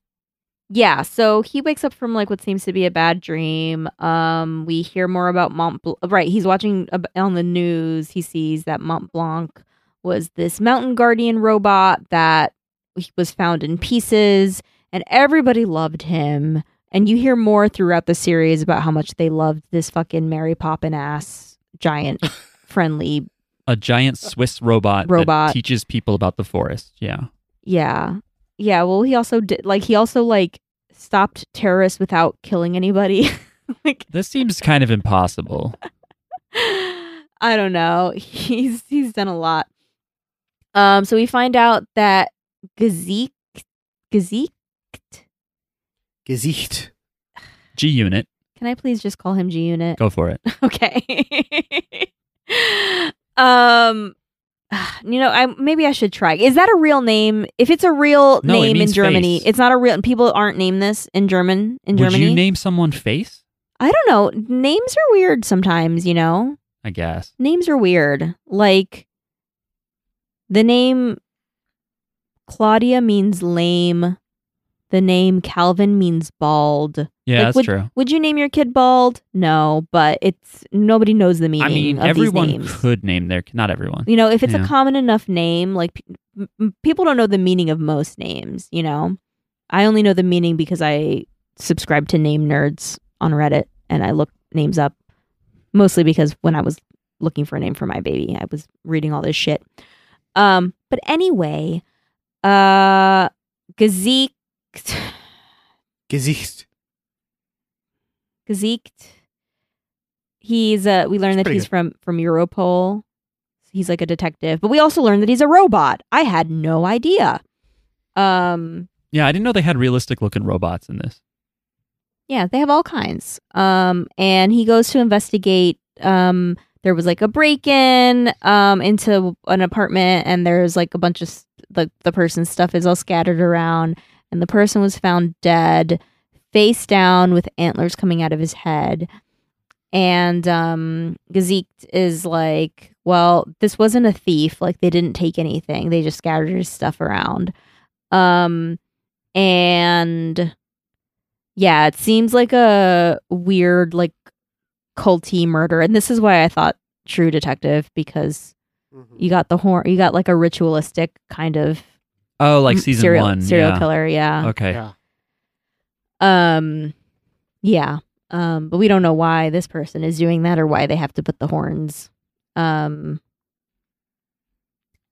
Speaker 3: yeah, so he wakes up from like what seems to be a bad dream. Um we hear more about Mont Blanc. Right, he's watching ab- on the news. He sees that Mont Blanc was this mountain guardian robot that he was found in pieces and everybody loved him. And you hear more throughout the series about how much they loved this fucking Mary Poppin ass giant friendly
Speaker 1: A giant Swiss robot, that
Speaker 3: Uh, Robot.
Speaker 1: teaches people about the forest. Yeah.
Speaker 3: Yeah. Yeah. Well, he also did, like, he also, like, stopped terrorists without killing anybody. like,
Speaker 1: This seems kind of impossible.
Speaker 3: I don't know. He's, he's done a lot. Um, so we find out that Gazik, Gazik,
Speaker 2: Gesicht.
Speaker 1: G unit,
Speaker 3: can I please just call him G Unit?
Speaker 1: go for it.
Speaker 3: Okay. um, you know, I maybe I should try. Is that a real name? If it's a real
Speaker 1: No, it
Speaker 3: name in
Speaker 1: means
Speaker 3: Germany,
Speaker 1: face.
Speaker 3: it's not a real. People aren't named this in German. In
Speaker 1: Would
Speaker 3: Germany,
Speaker 1: you name someone face?
Speaker 3: I don't know. Names are weird sometimes, you know?
Speaker 1: I guess.
Speaker 3: Names are weird. Like the name Claudia means lame. The name Calvin means bald.
Speaker 1: Yeah,
Speaker 3: Like,
Speaker 1: that's
Speaker 3: would-
Speaker 1: true.
Speaker 3: Would you name your kid bald? No, but it's nobody knows the meaning
Speaker 1: I mean,
Speaker 3: of these
Speaker 1: everyone
Speaker 3: names.
Speaker 1: could name their not everyone.
Speaker 3: You know, if it's
Speaker 1: Yeah.
Speaker 3: a common enough name, like p- m- m- people don't know the meaning of most names, you know? I only know the meaning because I subscribe to name nerds on Reddit and I look names up mostly because when I was looking for a name for my baby, I was reading all this shit. Um, but anyway, uh, Gazik,
Speaker 2: Gesicht.
Speaker 3: Gazik, he's, uh, we learned
Speaker 2: That's
Speaker 3: that
Speaker 2: pretty
Speaker 3: he's from, from Europol. he's like a detective but we also learned that he's a robot i had no idea um
Speaker 1: Yeah, I didn't know they had realistic looking robots in this.
Speaker 3: yeah they have all kinds um and he goes to investigate um there was like a break-in um into an apartment and there's like a bunch of s- like the person's stuff is all scattered around and the person was found dead face down with antlers coming out of his head and um Gazik is like well this wasn't a thief like they didn't take anything they just scattered his stuff around um and yeah it seems like a weird like culty murder and this is why i thought true detective because
Speaker 2: Mm-hmm.
Speaker 3: you got the horn you got like a ritualistic kind of
Speaker 1: Oh, like
Speaker 3: m-
Speaker 1: season
Speaker 3: Mm, serial,
Speaker 1: one.
Speaker 3: serial
Speaker 1: yeah.
Speaker 3: killer yeah
Speaker 1: Okay.
Speaker 2: Yeah.
Speaker 3: um yeah. Um but we don't know why this person is doing that or why they have to put the horns. Um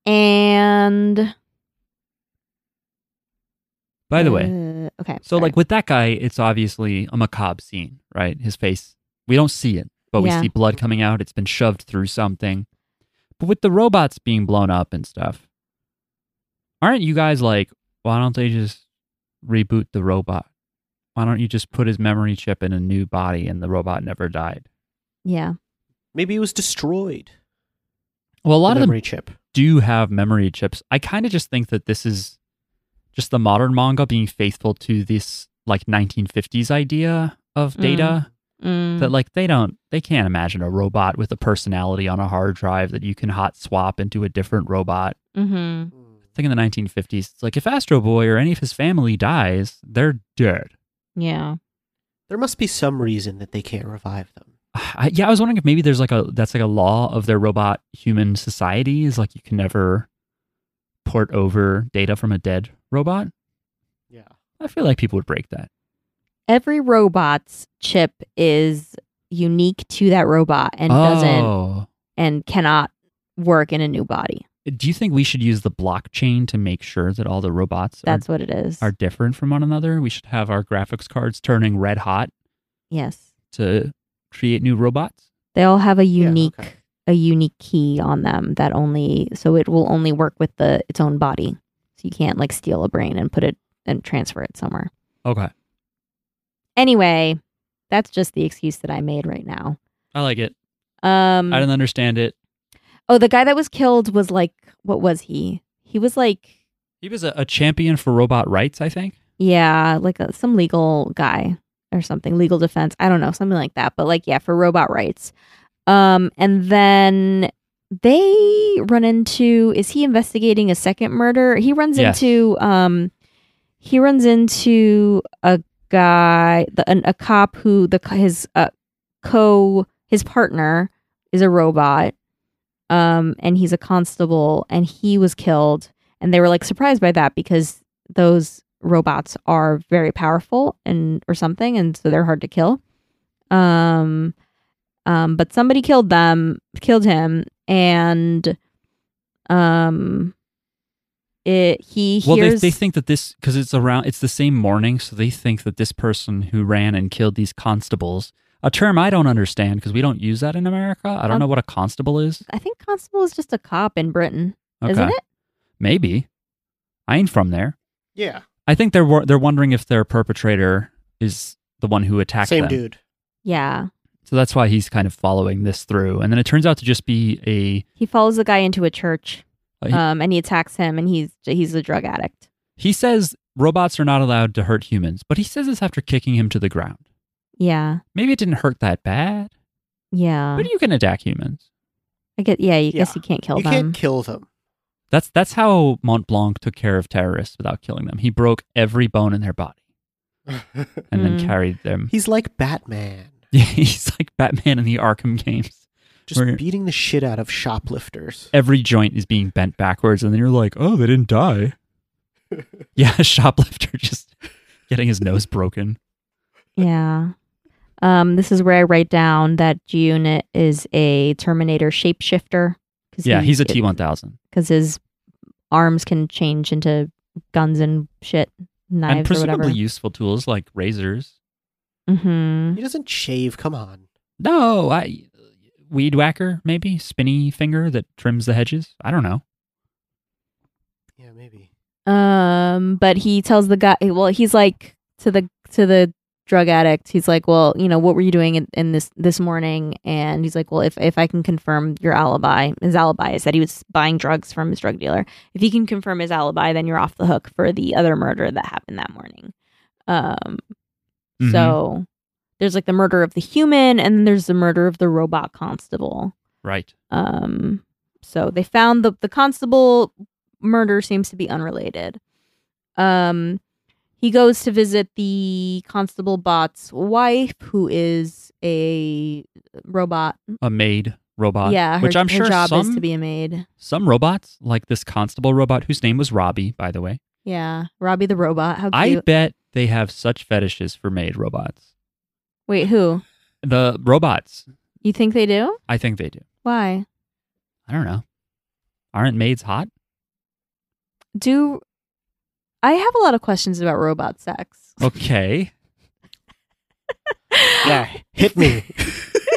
Speaker 3: and
Speaker 1: By the way,
Speaker 3: uh, okay.
Speaker 1: so
Speaker 3: sorry.
Speaker 1: like with that guy, it's obviously a macabre scene, right? His face. We don't see it, but
Speaker 3: Yeah.
Speaker 1: we see blood coming out. It's been shoved through something. But with the robots being blown up and stuff, aren't you guys like, why don't they just reboot the robot? Why don't you just put his memory chip in a new body and the robot never died?
Speaker 3: yeah.
Speaker 2: Maybe it was destroyed.
Speaker 1: Well, a lot of
Speaker 2: the
Speaker 1: them
Speaker 2: memory chip.
Speaker 1: do have memory chips. I kind of just think that this is just the modern manga being faithful to this like 1950s idea of
Speaker 3: Mm.
Speaker 1: data.
Speaker 3: Mm,
Speaker 1: that like they don't they can't imagine a robot with a personality on a hard drive that you can hot swap into a different robot
Speaker 2: Mm.
Speaker 3: mhm.
Speaker 1: think in the 1950s, it's like if Astro Boy or any of his family dies, they're dead.
Speaker 3: Yeah.
Speaker 2: There must be some reason that they can't revive them.
Speaker 1: I, yeah, I was wondering if maybe there's like a that's like a law of their robot human society is like you can never port over data from a dead robot.
Speaker 2: Yeah.
Speaker 1: I feel like people would break that.
Speaker 3: Every robot's chip is unique to that robot and doesn't
Speaker 1: Oh.
Speaker 3: and cannot work in a new body.
Speaker 1: Do you think we should use the blockchain to make sure that all the robots are,
Speaker 3: That's what it is.
Speaker 1: are different from one another? We should have our graphics cards turning red hot
Speaker 3: yes.
Speaker 1: to create new robots.
Speaker 3: They all have a
Speaker 2: Yeah,
Speaker 3: unique
Speaker 2: okay.
Speaker 3: a unique key on them that only so it will only work with the its own body. So you can't like steal a brain and put it and transfer it somewhere.
Speaker 1: Okay.
Speaker 3: Anyway, that's just the excuse that I made right now.
Speaker 1: I like it.
Speaker 3: Um
Speaker 1: I don't understand it.
Speaker 3: Oh, the guy that was killed was like, what was he? He was like,
Speaker 1: He was a, a champion for robot rights, I think.
Speaker 3: yeah, like a, some legal guy or something, legal defense. I don't know, something like that. But like, yeah, for robot rights. Um, and then they run into is he investigating a second murder? He runs
Speaker 1: Yes.
Speaker 3: into um, he runs into a guy, the, an, a cop who the his uh, co his partner is a robot um and he's a constable and he was killed and they were like surprised by that because those robots are very powerful and or something and so they're hard to kill um um but somebody killed them killed him and um it he
Speaker 1: Well, they,
Speaker 3: hears
Speaker 1: they think that this because it's around it's the same morning, so they think that this person who ran and killed these constables, a term I don't understand because we don't use that in America. I don't
Speaker 3: Um,
Speaker 1: know what a constable is.
Speaker 3: i think constable is just a cop in britain isn't it
Speaker 1: Maybe I ain't from there.
Speaker 2: Yeah.
Speaker 1: I think they're wor- they're wondering if their perpetrator is the one who attacked
Speaker 2: Same
Speaker 1: them.
Speaker 2: dude.
Speaker 3: yeah
Speaker 1: So that's why he's kind of following this through, and then it turns out to just be a
Speaker 3: he follows the guy into a church
Speaker 1: Uh, he-
Speaker 3: um and he attacks him and he's he's a drug addict
Speaker 1: he says robots are not allowed to hurt humans, but he says this after kicking him to the ground.
Speaker 3: yeah
Speaker 1: Maybe it didn't hurt that bad,
Speaker 3: yeah
Speaker 1: but you can attack humans.
Speaker 3: I guess yeah, you guess
Speaker 2: Yeah.
Speaker 3: you can't kill
Speaker 2: you
Speaker 3: them.
Speaker 2: can't kill them.
Speaker 1: That's that's how Mont Blanc took care of terrorists without killing them. He broke every bone in their body and
Speaker 3: Mm.
Speaker 1: then carried them.
Speaker 2: He's like Batman,
Speaker 1: Yeah, he's like Batman in the Arkham games.
Speaker 2: just
Speaker 1: We're-
Speaker 2: beating the shit out of shoplifters.
Speaker 1: Every joint is being bent backwards, and then you're like, oh, they didn't die. yeah, a shoplifter just getting his nose broken.
Speaker 3: yeah. Um, this is where I write down that G Unit is a Terminator shapeshifter. Cause
Speaker 1: Yeah,
Speaker 3: he-
Speaker 1: he's a T one thousand.
Speaker 3: because his arms can change into guns and shit, knives
Speaker 1: And
Speaker 3: or
Speaker 1: presumably
Speaker 3: whatever.
Speaker 1: useful tools like razors.
Speaker 3: mm-hmm.
Speaker 2: He doesn't shave. Come on.
Speaker 1: No, I weed whacker, maybe? Spinny finger that trims the hedges. I don't know.
Speaker 2: Yeah, maybe.
Speaker 3: Um, but he tells the guy, well, he's like to the to the drug addict. He's like, well, you know, what were you doing in, in this this morning? And he's like, well, if if I can confirm your alibi, his alibi is that he was buying drugs from his drug dealer. If he can confirm his alibi, then you're off the hook for the other murder that happened that morning. Um,
Speaker 1: Mm-hmm.
Speaker 3: so there's like the murder of the human, and then there's the murder of the robot constable.
Speaker 1: Right.
Speaker 3: Um, so they found the the constable murder seems to be unrelated. Um, he goes to visit the constable bot's wife, who is a robot.
Speaker 1: Mm-hmm. A maid robot.
Speaker 3: yeah, her,
Speaker 1: which I'm
Speaker 3: her
Speaker 1: sure
Speaker 3: job
Speaker 1: some
Speaker 3: is to be a maid.
Speaker 1: Some robots, like this constable robot whose name was Robbie, by the way,
Speaker 3: Yeah, Robbie the robot. How
Speaker 1: I
Speaker 3: cute!
Speaker 1: bet they have such fetishes for maid robots.
Speaker 3: Wait, who
Speaker 1: The robots,
Speaker 3: you think they do?
Speaker 1: I think they do.
Speaker 3: Why
Speaker 1: I don't know. Aren't maids hot?
Speaker 3: do? I have a lot of questions about robot sex.
Speaker 1: Okay.
Speaker 2: Yeah, hit me.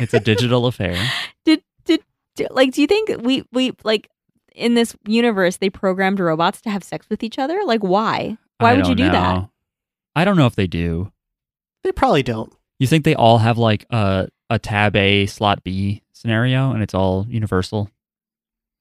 Speaker 1: it's a digital affair.
Speaker 3: did did do, like do you think we we like in this universe they programmed robots to have sex with each other like why why
Speaker 1: I
Speaker 3: would you
Speaker 1: don't
Speaker 3: do that
Speaker 1: know. I don't know if they do.
Speaker 2: they probably don't.
Speaker 1: You think they all have like a a tab A slot B scenario and it's all universal?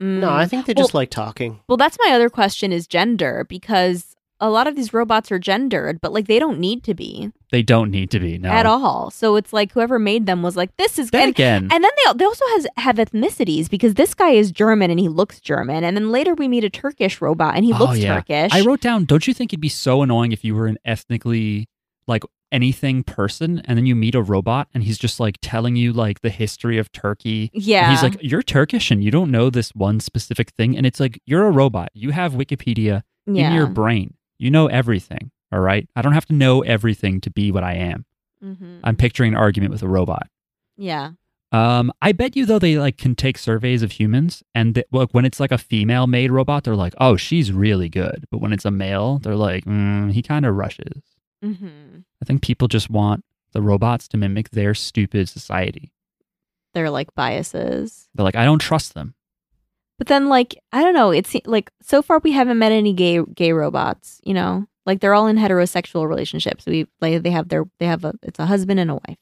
Speaker 2: No, I think they just like talking.
Speaker 3: Mm. well that's my other question is gender because a lot of these robots are gendered but like they don't need to be
Speaker 1: They don't need to be no
Speaker 3: at all. So it's like whoever made them was like, this is
Speaker 1: Then
Speaker 3: and,
Speaker 1: again,
Speaker 3: and then they they also has have ethnicities because this guy is German and he looks German, and then later we meet a Turkish robot and he
Speaker 1: Oh,
Speaker 3: looks
Speaker 1: yeah.
Speaker 3: Turkish.
Speaker 1: I wrote down. Don't you think it'd be so annoying if you were an ethnically like anything person, and then you meet a robot and he's just like telling you like the history of Turkey.
Speaker 3: yeah,
Speaker 1: And He's like, you're Turkish and you don't know this one specific thing. And it's like, you're a robot. You have Wikipedia
Speaker 3: yeah.
Speaker 1: in your brain. You know everything. All right. I don't have to know everything to be what I am.
Speaker 3: Mhm.
Speaker 1: I'm picturing an argument with a robot.
Speaker 3: yeah,
Speaker 1: Um, I bet you though they like can take surveys of humans, and that look when it's like a female made robot, they're like, oh, she's really good. But when it's a male, they're like, mm, he kind of rushes.
Speaker 3: hmm
Speaker 1: I think people just want the robots to mimic their stupid society.
Speaker 3: they're like biases.
Speaker 1: They're like, I don't trust them.
Speaker 3: But then, like, I don't know. It's like so far we haven't met any gay gay robots. You know, like they're all in heterosexual relationships. We like they have their they have a it's a husband and a wife.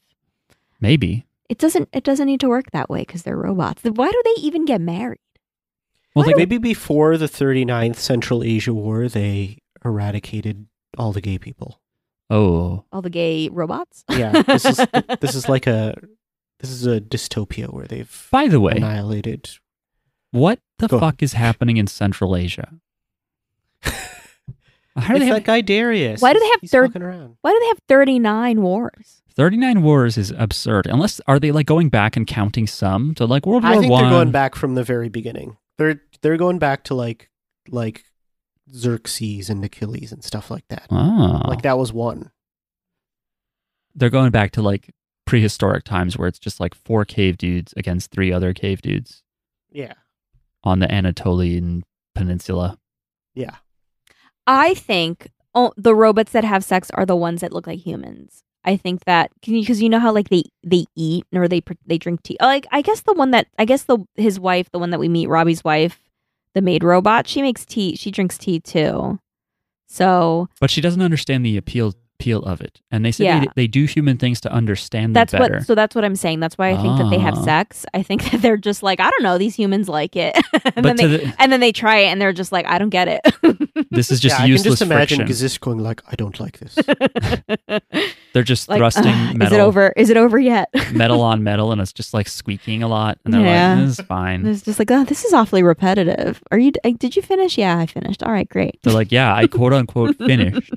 Speaker 1: Maybe.
Speaker 3: It doesn't it doesn't need to work that way because they're robots. Then Why do they even get married?
Speaker 1: Well, they,
Speaker 2: Maybe before the 39th Central Asia War, they eradicated all the gay people.
Speaker 1: oh,
Speaker 3: All the gay robots.
Speaker 2: Yeah, this is this is like a this is a dystopia where they've
Speaker 1: by the way,
Speaker 2: annihilated.
Speaker 1: What the
Speaker 2: Go
Speaker 1: fuck is happening in Central Asia? How do
Speaker 2: It's
Speaker 1: they
Speaker 2: that
Speaker 1: have
Speaker 2: guy Darius.
Speaker 3: Why do they
Speaker 2: He's-
Speaker 3: have
Speaker 2: he's
Speaker 3: third-
Speaker 2: fucking around?
Speaker 3: Why do they have thirty nine wars?
Speaker 1: 39 wars is absurd. Unless are they like going back and counting some? So like World War
Speaker 2: I think
Speaker 1: One.
Speaker 2: they're going back from the very beginning. They're they're going back to like like Xerxes and Achilles and stuff like that.
Speaker 1: Oh.
Speaker 2: Like that was one.
Speaker 1: They're going back to like prehistoric times where it's just like four cave dudes against three other cave dudes
Speaker 2: Yeah.
Speaker 1: on the Anatolian peninsula.
Speaker 2: Yeah.
Speaker 3: I think oh, the robots that have sex are the ones that look like humans. I think that can you because you know how like they they eat or they pr- they drink tea. Like I guess the one that I guess the his wife, the one that we meet, Robbie's wife, the maid robot, she makes tea. She drinks tea too. So
Speaker 1: But she doesn't understand the appeal appeal of it. And they say
Speaker 3: Yeah.
Speaker 1: they, they do human things to understand them
Speaker 3: that's
Speaker 1: better.
Speaker 3: what. So that's what I'm saying. That's why I think that they have
Speaker 1: Ah.
Speaker 3: sex. I think that they're just like I don't know. These humans like it, and
Speaker 1: but
Speaker 3: then
Speaker 1: to
Speaker 3: they
Speaker 1: the,
Speaker 3: and then they try it, and they're just like I don't get
Speaker 1: this is just
Speaker 2: yeah, I can
Speaker 1: useless
Speaker 2: just imagine
Speaker 1: friction.
Speaker 2: Gazisk going like, I don't like this.
Speaker 3: it.
Speaker 1: They're just
Speaker 3: like
Speaker 1: thrusting
Speaker 3: "Ugh,
Speaker 1: metal
Speaker 3: is it over? Is it over yet?
Speaker 1: metal on metal and it's just like squeaking a lot and they're
Speaker 3: Yeah.
Speaker 1: like this is
Speaker 3: And
Speaker 1: fine
Speaker 3: it's just like, oh, this is awfully repetitive. Are you? uh, Did you finish? Yeah, I finished. All right, great.
Speaker 1: they're like yeah i quote unquote finished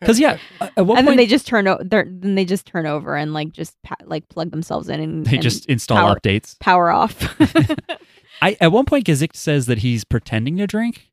Speaker 1: because yeah a- at what
Speaker 3: and then
Speaker 1: point
Speaker 3: they just turn over. Then they just turn over and like just pa- like plug themselves in and,
Speaker 1: they,
Speaker 3: and
Speaker 1: just install
Speaker 3: power-
Speaker 1: updates
Speaker 3: power off.
Speaker 1: i at one point gazik says that he's pretending to drink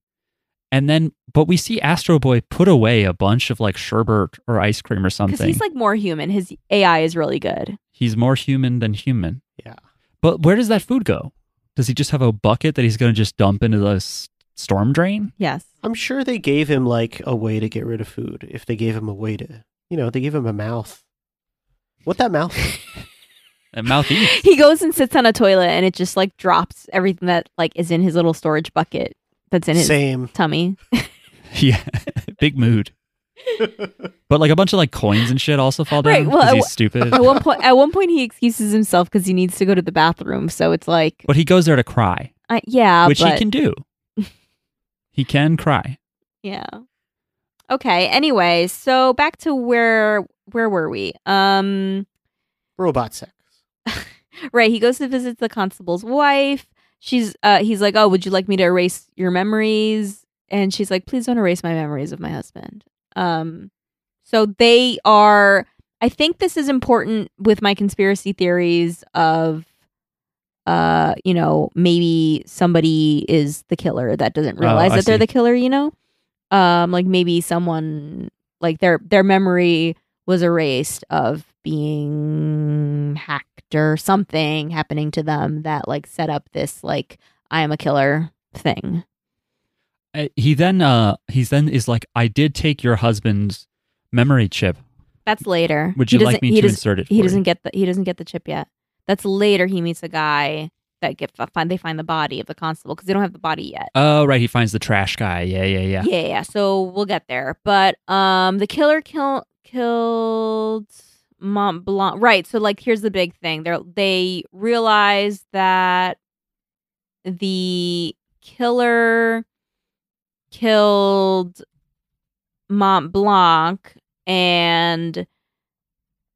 Speaker 1: and then but we see astro boy put away a bunch of like sherbet or ice cream or
Speaker 3: Because
Speaker 1: something
Speaker 3: he's like more human. His AI is really good.
Speaker 1: He's more human than human
Speaker 2: yeah.
Speaker 1: but where does that food go does he just have a bucket that he's going to just dump into the s- storm drain
Speaker 3: Yes.
Speaker 2: I'm sure they gave him like a way to get rid of food if they gave him a way to you know, they give him a mouth. What that mouth?
Speaker 1: that mouth eats
Speaker 3: He goes and sits on a toilet, and it just like drops everything that like is in his little storage bucket that's in his
Speaker 2: Same.
Speaker 3: tummy.
Speaker 1: yeah big mood But like a bunch of like coins and shit also fall down
Speaker 3: Right,
Speaker 1: because
Speaker 3: well, I-
Speaker 1: he's stupid.
Speaker 3: At one point, at one point, he excuses himself because he needs to go to the bathroom. So it's like,
Speaker 1: but he goes there to cry,
Speaker 3: uh, yeah,
Speaker 1: which
Speaker 3: but,
Speaker 1: he can do. he can cry.
Speaker 3: Yeah. Okay. Anyway, so back to where where were we? Um
Speaker 2: Robot sex.
Speaker 3: right, he goes to visit the constable's wife. She's uh he's like, "Oh, would you like me to erase your memories?" And she's like, "Please don't erase my memories of my husband." Um so they are I think this is important with my conspiracy theories of uh, you know, maybe somebody is the killer that doesn't realize
Speaker 1: Oh, I
Speaker 3: that they're
Speaker 1: see.
Speaker 3: the killer, you know? Um like maybe someone like their their memory was erased of being hacked or something happening to them that like set up this like I am a killer thing.
Speaker 1: Uh, He then uh he's then is like, I did take your husband's memory chip.
Speaker 3: That's later.
Speaker 1: Would
Speaker 3: He
Speaker 1: you like
Speaker 3: doesn't-
Speaker 1: me
Speaker 3: he
Speaker 1: to
Speaker 3: doesn't-
Speaker 1: insert it? For
Speaker 3: He
Speaker 1: you?"
Speaker 3: doesn't get the he doesn't get the chip yet. That's later. He meets a guy that get find they find the body of the constable because they don't have the body yet.
Speaker 1: Oh right, he finds the trash guy. Yeah, yeah, yeah.
Speaker 3: yeah, yeah. So we'll get there. But um, the killer kill- killed Mont Blanc. Right. So like, here's the big thing. They they realize that the killer killed Mont Blanc, and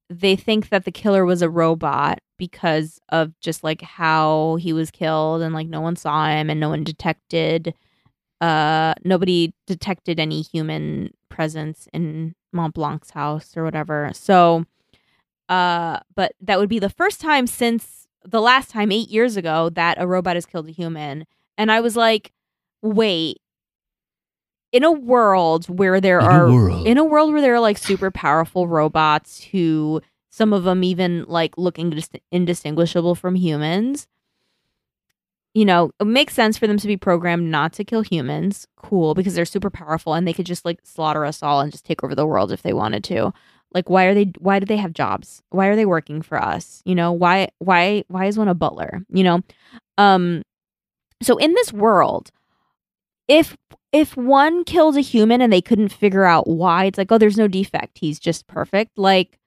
Speaker 3: they think that the killer was a robot because of just like how he was killed and like no one saw him and no one detected uh nobody detected any human presence in Mont Blanc's house or whatever. So uh but that would be the first time since the last time 8 years ago that a robot has killed a human. And I was like, "Wait, in a world where there are
Speaker 1: world.
Speaker 3: in a world where there are like super powerful robots who some of them even like look indis- indistinguishable from humans you know it makes sense for them to be programmed not to kill humans cool because they're super powerful and they could just like slaughter us all and just take over the world if they wanted to like why are they why do they have jobs why are they working for us you know why why why is one a butler you know um so in this world if if one killed a human and they couldn't figure out why, it's like, oh, there's no defect. He's just perfect. Like,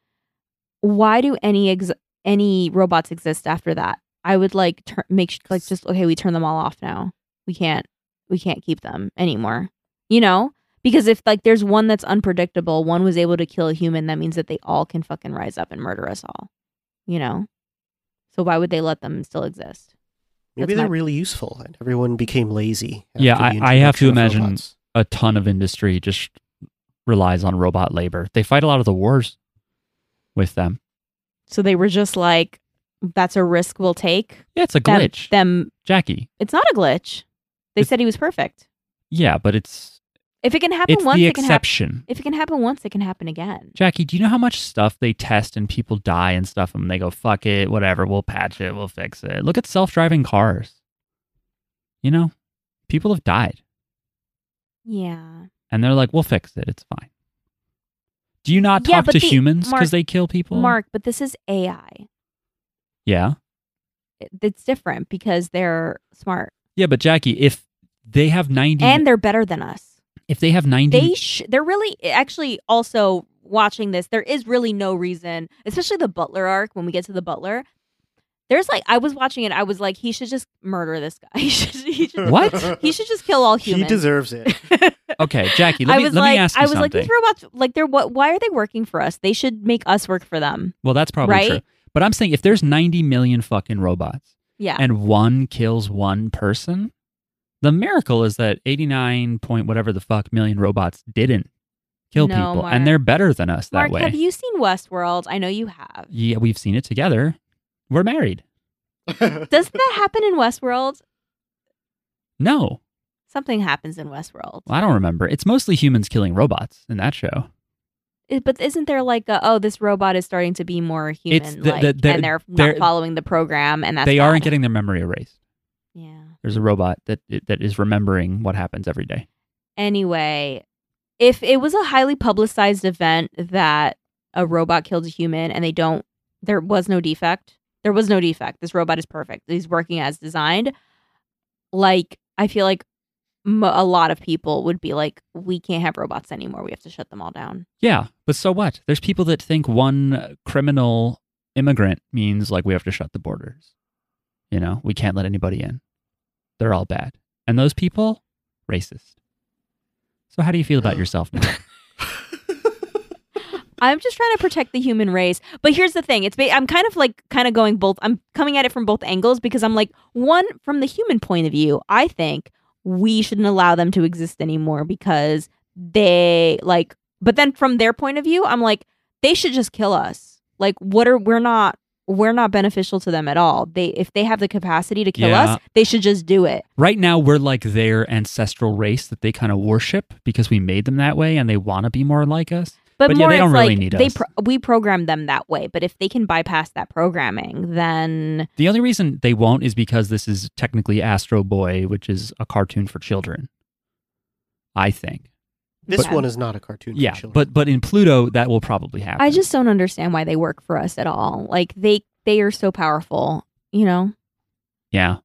Speaker 3: why do any ex- any robots exist after that? I would like tur- make sh- like just okay, we turn them all off now. We can't we can't keep them anymore. You know, because if like there's one that's unpredictable, one was able to kill a human, that means that they all can fucking rise up and murder us all. You know, so why would they let them still exist?
Speaker 2: Maybe
Speaker 3: That's
Speaker 2: they're
Speaker 3: my-
Speaker 2: really useful, and everyone became lazy.
Speaker 1: Yeah,
Speaker 2: after the
Speaker 1: I- I have to
Speaker 2: introduction of
Speaker 1: imagine-
Speaker 2: robots.
Speaker 1: A ton of industry just relies on robot labor. They fight a lot of the wars with them.
Speaker 3: So they were just like, that's a risk we'll take.
Speaker 1: Yeah, it's a
Speaker 3: Them-
Speaker 1: glitch.
Speaker 3: them
Speaker 1: Jackie.
Speaker 3: It's not a glitch. They
Speaker 1: It's-
Speaker 3: said he was perfect.
Speaker 1: Yeah, but it's
Speaker 3: If it can happen
Speaker 1: it's
Speaker 3: once,
Speaker 1: the
Speaker 3: it can happen.
Speaker 1: exception.
Speaker 3: If it can happen once, it can happen again.
Speaker 1: Jackie, do you know how much stuff they test and people die and stuff and they go, fuck it, whatever, we'll patch it, we'll fix it. Look at self driving cars. You know, people have died
Speaker 3: Yeah.
Speaker 1: and they're like, we'll fix it, it's fine. Do you not
Speaker 3: Yeah,
Speaker 1: talk
Speaker 3: but
Speaker 1: to
Speaker 3: the-
Speaker 1: humans because
Speaker 3: Mark-
Speaker 1: they kill people?
Speaker 3: Mark, but this is AI.
Speaker 1: Yeah.
Speaker 3: It- It's different because they're smart
Speaker 1: Yeah, but Jackie, if they have 90,
Speaker 3: and they're better than us.
Speaker 1: if they have 90,
Speaker 3: They sh- they're really actually also watching this. There is really no reason, especially the Butler arc. When we get to the Butler, there's like I was watching it. I was like, he should just murder this guy. He should, he should,
Speaker 1: What?
Speaker 3: he should just kill all humans.
Speaker 2: He deserves it.
Speaker 1: okay, Jackie, let
Speaker 3: I
Speaker 1: me,
Speaker 3: was
Speaker 1: let
Speaker 3: like,
Speaker 1: me ask you
Speaker 3: I was like,
Speaker 1: something.
Speaker 3: these robots, like, they're what? Why are they working for us? They should make us work for them.
Speaker 1: well, that's probably
Speaker 3: right?
Speaker 1: true. But I'm saying if there's 90 million fucking robots,
Speaker 3: Yeah,
Speaker 1: and one kills one person, the miracle is that 89 point whatever the fuck million robots didn't kill
Speaker 3: No,
Speaker 1: people
Speaker 3: Mark.
Speaker 1: and they're better than us
Speaker 3: Mark,
Speaker 1: that way.
Speaker 3: have you seen Westworld? I know you have.
Speaker 1: yeah, we've seen it together. We're married.
Speaker 3: Doesn't that happen in Westworld?
Speaker 1: No,
Speaker 3: Something happens in Westworld,
Speaker 1: I don't remember. It's mostly humans killing robots in that show.
Speaker 3: It- but isn't there like a oh, this robot is starting to be more
Speaker 1: It's
Speaker 3: human,
Speaker 1: the-
Speaker 3: like,
Speaker 1: the- the-
Speaker 3: and they're,
Speaker 1: they're-
Speaker 3: not following the program, and that's
Speaker 1: they
Speaker 3: bad.
Speaker 1: aren't getting their memory erased.
Speaker 3: Yeah.
Speaker 1: There's a robot that that is remembering what happens every day.
Speaker 3: Anyway, if it was a highly publicized event that a robot killed a human and they don't, there was no defect. There was no defect. This robot is perfect. He's working as designed. Like, I feel like m- a lot of people would be like, we can't have robots anymore. We have to shut them all down.
Speaker 1: Yeah, but so what? There's people that think one criminal immigrant means like we have to shut the borders. You know, we can't let anybody in. They're all bad. And those people, racist. So how do you feel about yourself now?
Speaker 3: I'm just trying to protect the human race. But here's the thing: it's ba- I'm kind of like kind of going both. I'm coming at it from both angles because I'm like one from the human point of view. I think we shouldn't allow them to exist anymore because they like. But then from their point of view, I'm like they should just kill us. Like what are we're not we're not beneficial to them at all. They if they have the capacity to kill
Speaker 1: Yeah.
Speaker 3: us, they should just do it.
Speaker 1: right now we're like their ancestral race that they kind of worship because we made them that way and they want to be more like us.
Speaker 3: But,
Speaker 1: But yeah,
Speaker 3: more
Speaker 1: they don't
Speaker 3: it's
Speaker 1: really
Speaker 3: like
Speaker 1: need
Speaker 3: they
Speaker 1: us.
Speaker 3: pro- we program them that way. But if they can bypass that programming, then
Speaker 1: The only reason they won't is because this is technically Astro Boy, which is a cartoon for children. I think.
Speaker 2: this
Speaker 3: But-
Speaker 2: one is not a cartoon. for
Speaker 1: Yeah,
Speaker 2: children.
Speaker 1: but but in Pluto that will probably happen.
Speaker 3: I just don't understand why they work for us at all. Like they they are so powerful, you know?
Speaker 1: Yeah.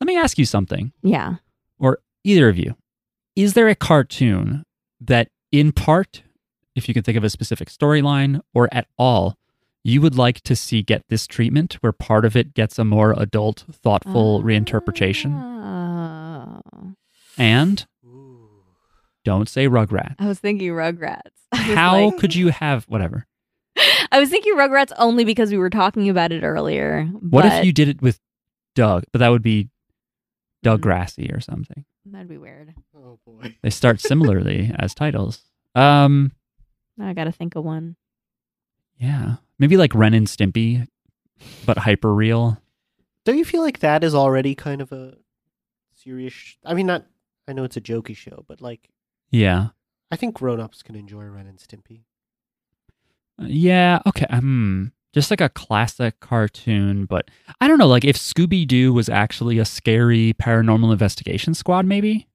Speaker 1: Let me ask you something,
Speaker 3: Yeah.
Speaker 1: or either of you. Is there a cartoon that, in part, if you can think of a specific storyline or at all, you would like to see get this treatment where part of it gets a more adult,
Speaker 3: Ah.
Speaker 1: thoughtful reinterpretation?
Speaker 3: Oh.
Speaker 1: And
Speaker 2: Ooh.
Speaker 1: don't say Rugrat.
Speaker 3: I was thinking Rugrats. I was
Speaker 1: How
Speaker 3: like-
Speaker 1: could you have whatever?
Speaker 3: I was thinking Rugrats only because we were talking about it earlier.
Speaker 1: What
Speaker 3: but-
Speaker 1: if you did it with Doug? But that would be
Speaker 3: Mm.
Speaker 1: Doug Grassy or something.
Speaker 3: That'd be weird.
Speaker 2: Oh boy.
Speaker 1: They start similarly as titles. Um,
Speaker 3: Now I got to think of one.
Speaker 1: yeah, maybe like Ren and Stimpy, but hyper real.
Speaker 2: Don't you feel like that is already kind of a serious? Sh- I mean, not. I know it's a jokey show, but like,
Speaker 1: Yeah,
Speaker 2: I think grown-ups can enjoy Ren and Stimpy.
Speaker 1: yeah. Okay. Hmm. Just like a classic cartoon, but I don't know. Like if Scooby Doo was actually a scary paranormal investigation squad, maybe.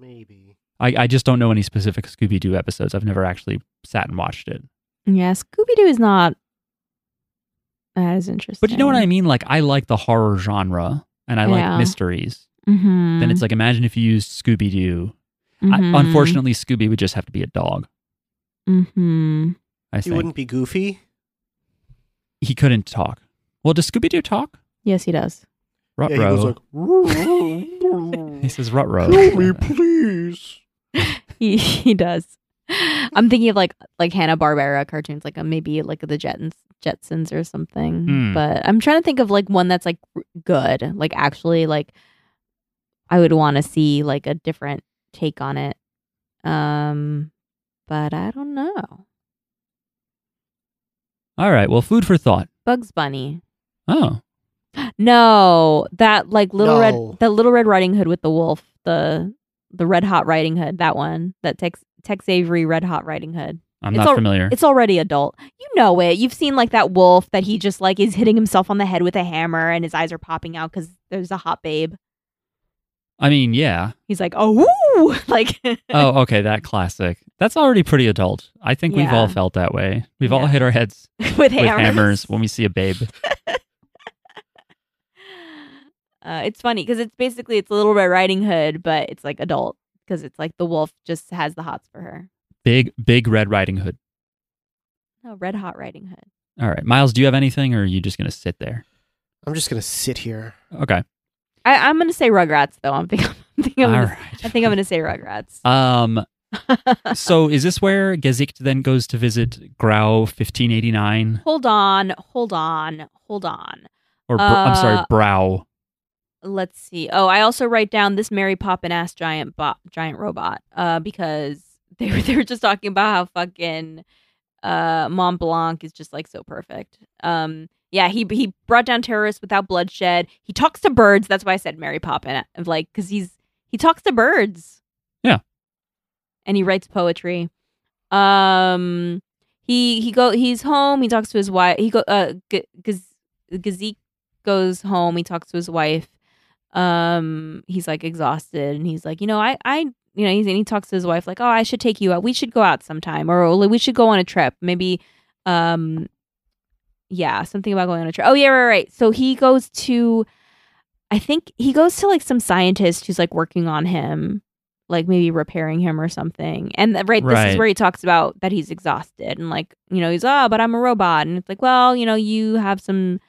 Speaker 2: Maybe.
Speaker 1: I, I just don't know any specific Scooby Doo episodes. I've never actually sat and watched it.
Speaker 3: Yeah, Scooby Doo is not that is interesting.
Speaker 1: But you know what I mean? Like I like the horror genre and I
Speaker 3: Yeah.
Speaker 1: like mysteries.
Speaker 3: Mm-hmm.
Speaker 1: Then it's like imagine if you used Scooby Doo. Unfortunately, Scooby would just have to be a dog.
Speaker 3: hmm
Speaker 1: I
Speaker 2: He
Speaker 1: think
Speaker 2: wouldn't be goofy.
Speaker 1: he couldn't talk. Well, does Scooby Doo talk?
Speaker 3: yes, he does.
Speaker 1: Rut
Speaker 2: yeah, he goes like.
Speaker 1: He says rut row.
Speaker 2: Kill me, please.
Speaker 3: He he does. I'm thinking of like like Hanna Barbera cartoons, like uh, maybe like the Jetsons, Jetsons or something.
Speaker 1: Hmm.
Speaker 3: But I'm trying to think of like one that's like r- good, like actually like I would want to see like a different take on it. Um, but I don't know.
Speaker 1: All right. Well, food for thought.
Speaker 3: Bugs Bunny.
Speaker 1: Oh,
Speaker 3: No, that like little
Speaker 2: No.
Speaker 3: red, that little Red Riding Hood with the wolf, the the Red Hot Riding Hood, that one, that Tex Tex Avery Red Hot Riding Hood.
Speaker 1: I'm
Speaker 3: It's
Speaker 1: not
Speaker 3: al-
Speaker 1: familiar.
Speaker 3: It's already adult. You know it. You've seen like that wolf that he just like is hitting himself on the head with a hammer, and his eyes are popping out because there's a hot babe.
Speaker 1: I mean, yeah.
Speaker 3: He's like, oh, woo! like
Speaker 1: Oh, okay. That classic. That's already pretty adult. I think we've
Speaker 3: Yeah.
Speaker 1: all felt that way. We've all
Speaker 3: Yeah.
Speaker 1: hit our heads
Speaker 3: with
Speaker 1: with
Speaker 3: hammers.
Speaker 1: hammers when we see a babe.
Speaker 3: Uh, it's funny because it's basically it's Little Red Riding Hood, but it's like adult because it's like the wolf just has the hots for her.
Speaker 1: Big, big Red Riding Hood.
Speaker 3: No, Red Hot Riding Hood.
Speaker 1: All right, Miles. Do you have anything, or are you just gonna sit there?
Speaker 2: I'm just gonna sit here.
Speaker 1: Okay.
Speaker 3: I, I'm gonna say Rugrats though. I'm thinking. I'm thinking
Speaker 1: All
Speaker 3: I'm
Speaker 1: right.
Speaker 3: gonna, I think I'm gonna say Rugrats.
Speaker 1: Um. so is this where Gezicht then goes to visit Grau 1589
Speaker 3: hold on, hold on, hold on.
Speaker 1: or Br- I'm sorry
Speaker 3: Uh,
Speaker 1: Brow?
Speaker 3: Let's see. Oh, I also write down this Mary Poppin ass giant bo- giant robot. Uh, because they were they were just talking about how fucking uh Mont Blanc is just like so perfect. Um. Yeah, he he brought down terrorists without bloodshed. He talks to birds. That's why I said Mary Poppin, uh, like because he's he talks to birds.
Speaker 1: Yeah.
Speaker 3: and he writes poetry. Um, he he go he's home. He talks to his wife. He go uh G- Gaz- Gazik goes home. He talks to his wife. Um, he's like exhausted, and he's like, you know, I I you know, he's and he talks to his wife like, oh, I should take you out. We should go out sometime, or like, we should go on a trip. Maybe, um, yeah, something about going on a trip. Oh yeah, right, right. So he goes to, I think he goes to like some scientist who's like working on him. Like maybe repairing him or something, and th- right, this
Speaker 1: Right.
Speaker 3: is where he talks about that he's exhausted and like you know he's oh, but I'm a robot, and it's like well you know you have some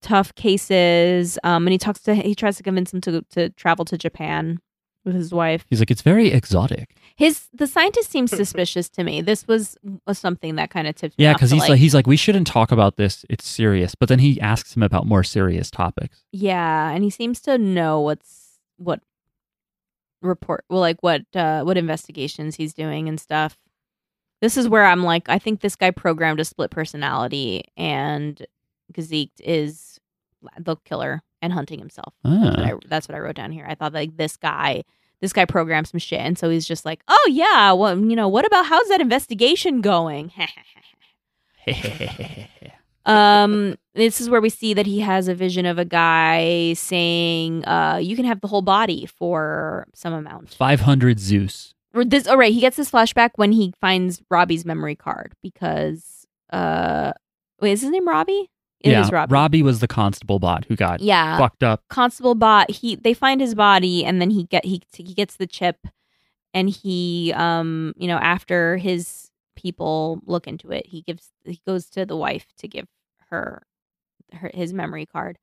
Speaker 3: tough cases. Um, and he talks to he tries to convince him to to travel to Japan with his wife.
Speaker 1: He's like it's very exotic.
Speaker 3: His the scientist seems suspicious to me. This was was something that kind of tipped me
Speaker 1: Yeah,
Speaker 3: off
Speaker 1: because
Speaker 3: to,
Speaker 1: he's like, he's like we shouldn't talk about this. It's serious. But then he asks him about more serious topics.
Speaker 3: yeah, and he seems to know what's what report well like what uh what investigations he's doing and stuff. This is where I'm like I think this guy programmed a split personality and Gazeek is the killer and hunting himself. That's what
Speaker 1: Ah.
Speaker 3: I, that's what I wrote down here. I thought like this guy, this guy programmed some shit, and so he's just like, oh yeah, well you know what about how's that investigation going? um, this is where we see that he has a vision of a guy saying, uh, you can have the whole body for some amount.
Speaker 1: Five hundred Zeus.
Speaker 3: Or This all right, he gets this flashback when he finds Robbie's memory card because uh, wait, is his name Robbie? It is
Speaker 1: yeah,
Speaker 3: Robbie.
Speaker 1: was the constable bot who got
Speaker 3: yeah,
Speaker 1: fucked up.
Speaker 3: constable bot he they find his body and then he get he he gets the chip and he um you know after his people look into it he gives he goes to the wife to give her her his memory card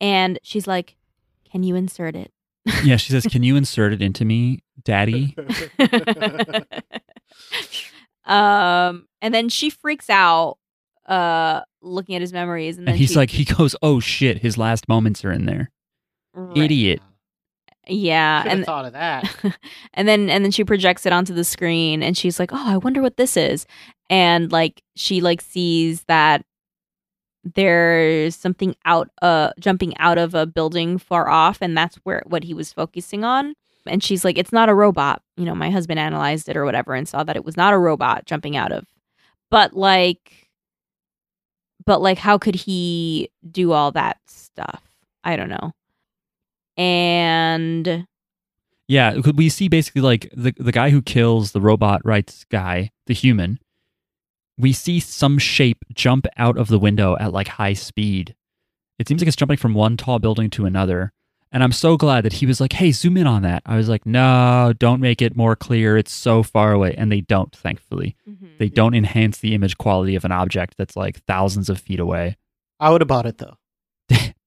Speaker 3: and she's like can you insert it
Speaker 1: Yeah, she says, "Can you insert it into me, Daddy?"
Speaker 3: um and then she freaks out uh, looking at his memories, and then
Speaker 1: And he's
Speaker 3: she-
Speaker 1: like, he goes, oh shit, his last moments are in there.
Speaker 3: Right.
Speaker 1: Idiot.
Speaker 3: Yeah,
Speaker 2: Should have
Speaker 3: and
Speaker 2: thought of that.
Speaker 3: and then and then she projects it onto the screen and she's like, "Oh, I wonder what this is." And like she like sees that there's something out uh jumping out of a building far off and that's where what he was focusing on. And she's like, "It's not a robot." You know, my husband analyzed it or whatever and saw that it was not a robot jumping out of. But like but like how could he do all that stuff? I don't know. And
Speaker 1: Yeah, could we see basically like the the guy who kills the robot rights guy, the human. We see some shape jump out of the window at like high speed. It seems like it's jumping from one tall building to another. And I'm so glad that he was like, "Hey, zoom in on that." I was like, "No, don't make it more clear. It's so far away." And they don't, thankfully. They
Speaker 3: Mm-hmm.
Speaker 1: don't enhance the image quality of an object that's like thousands of feet away.
Speaker 2: I would have bought it though,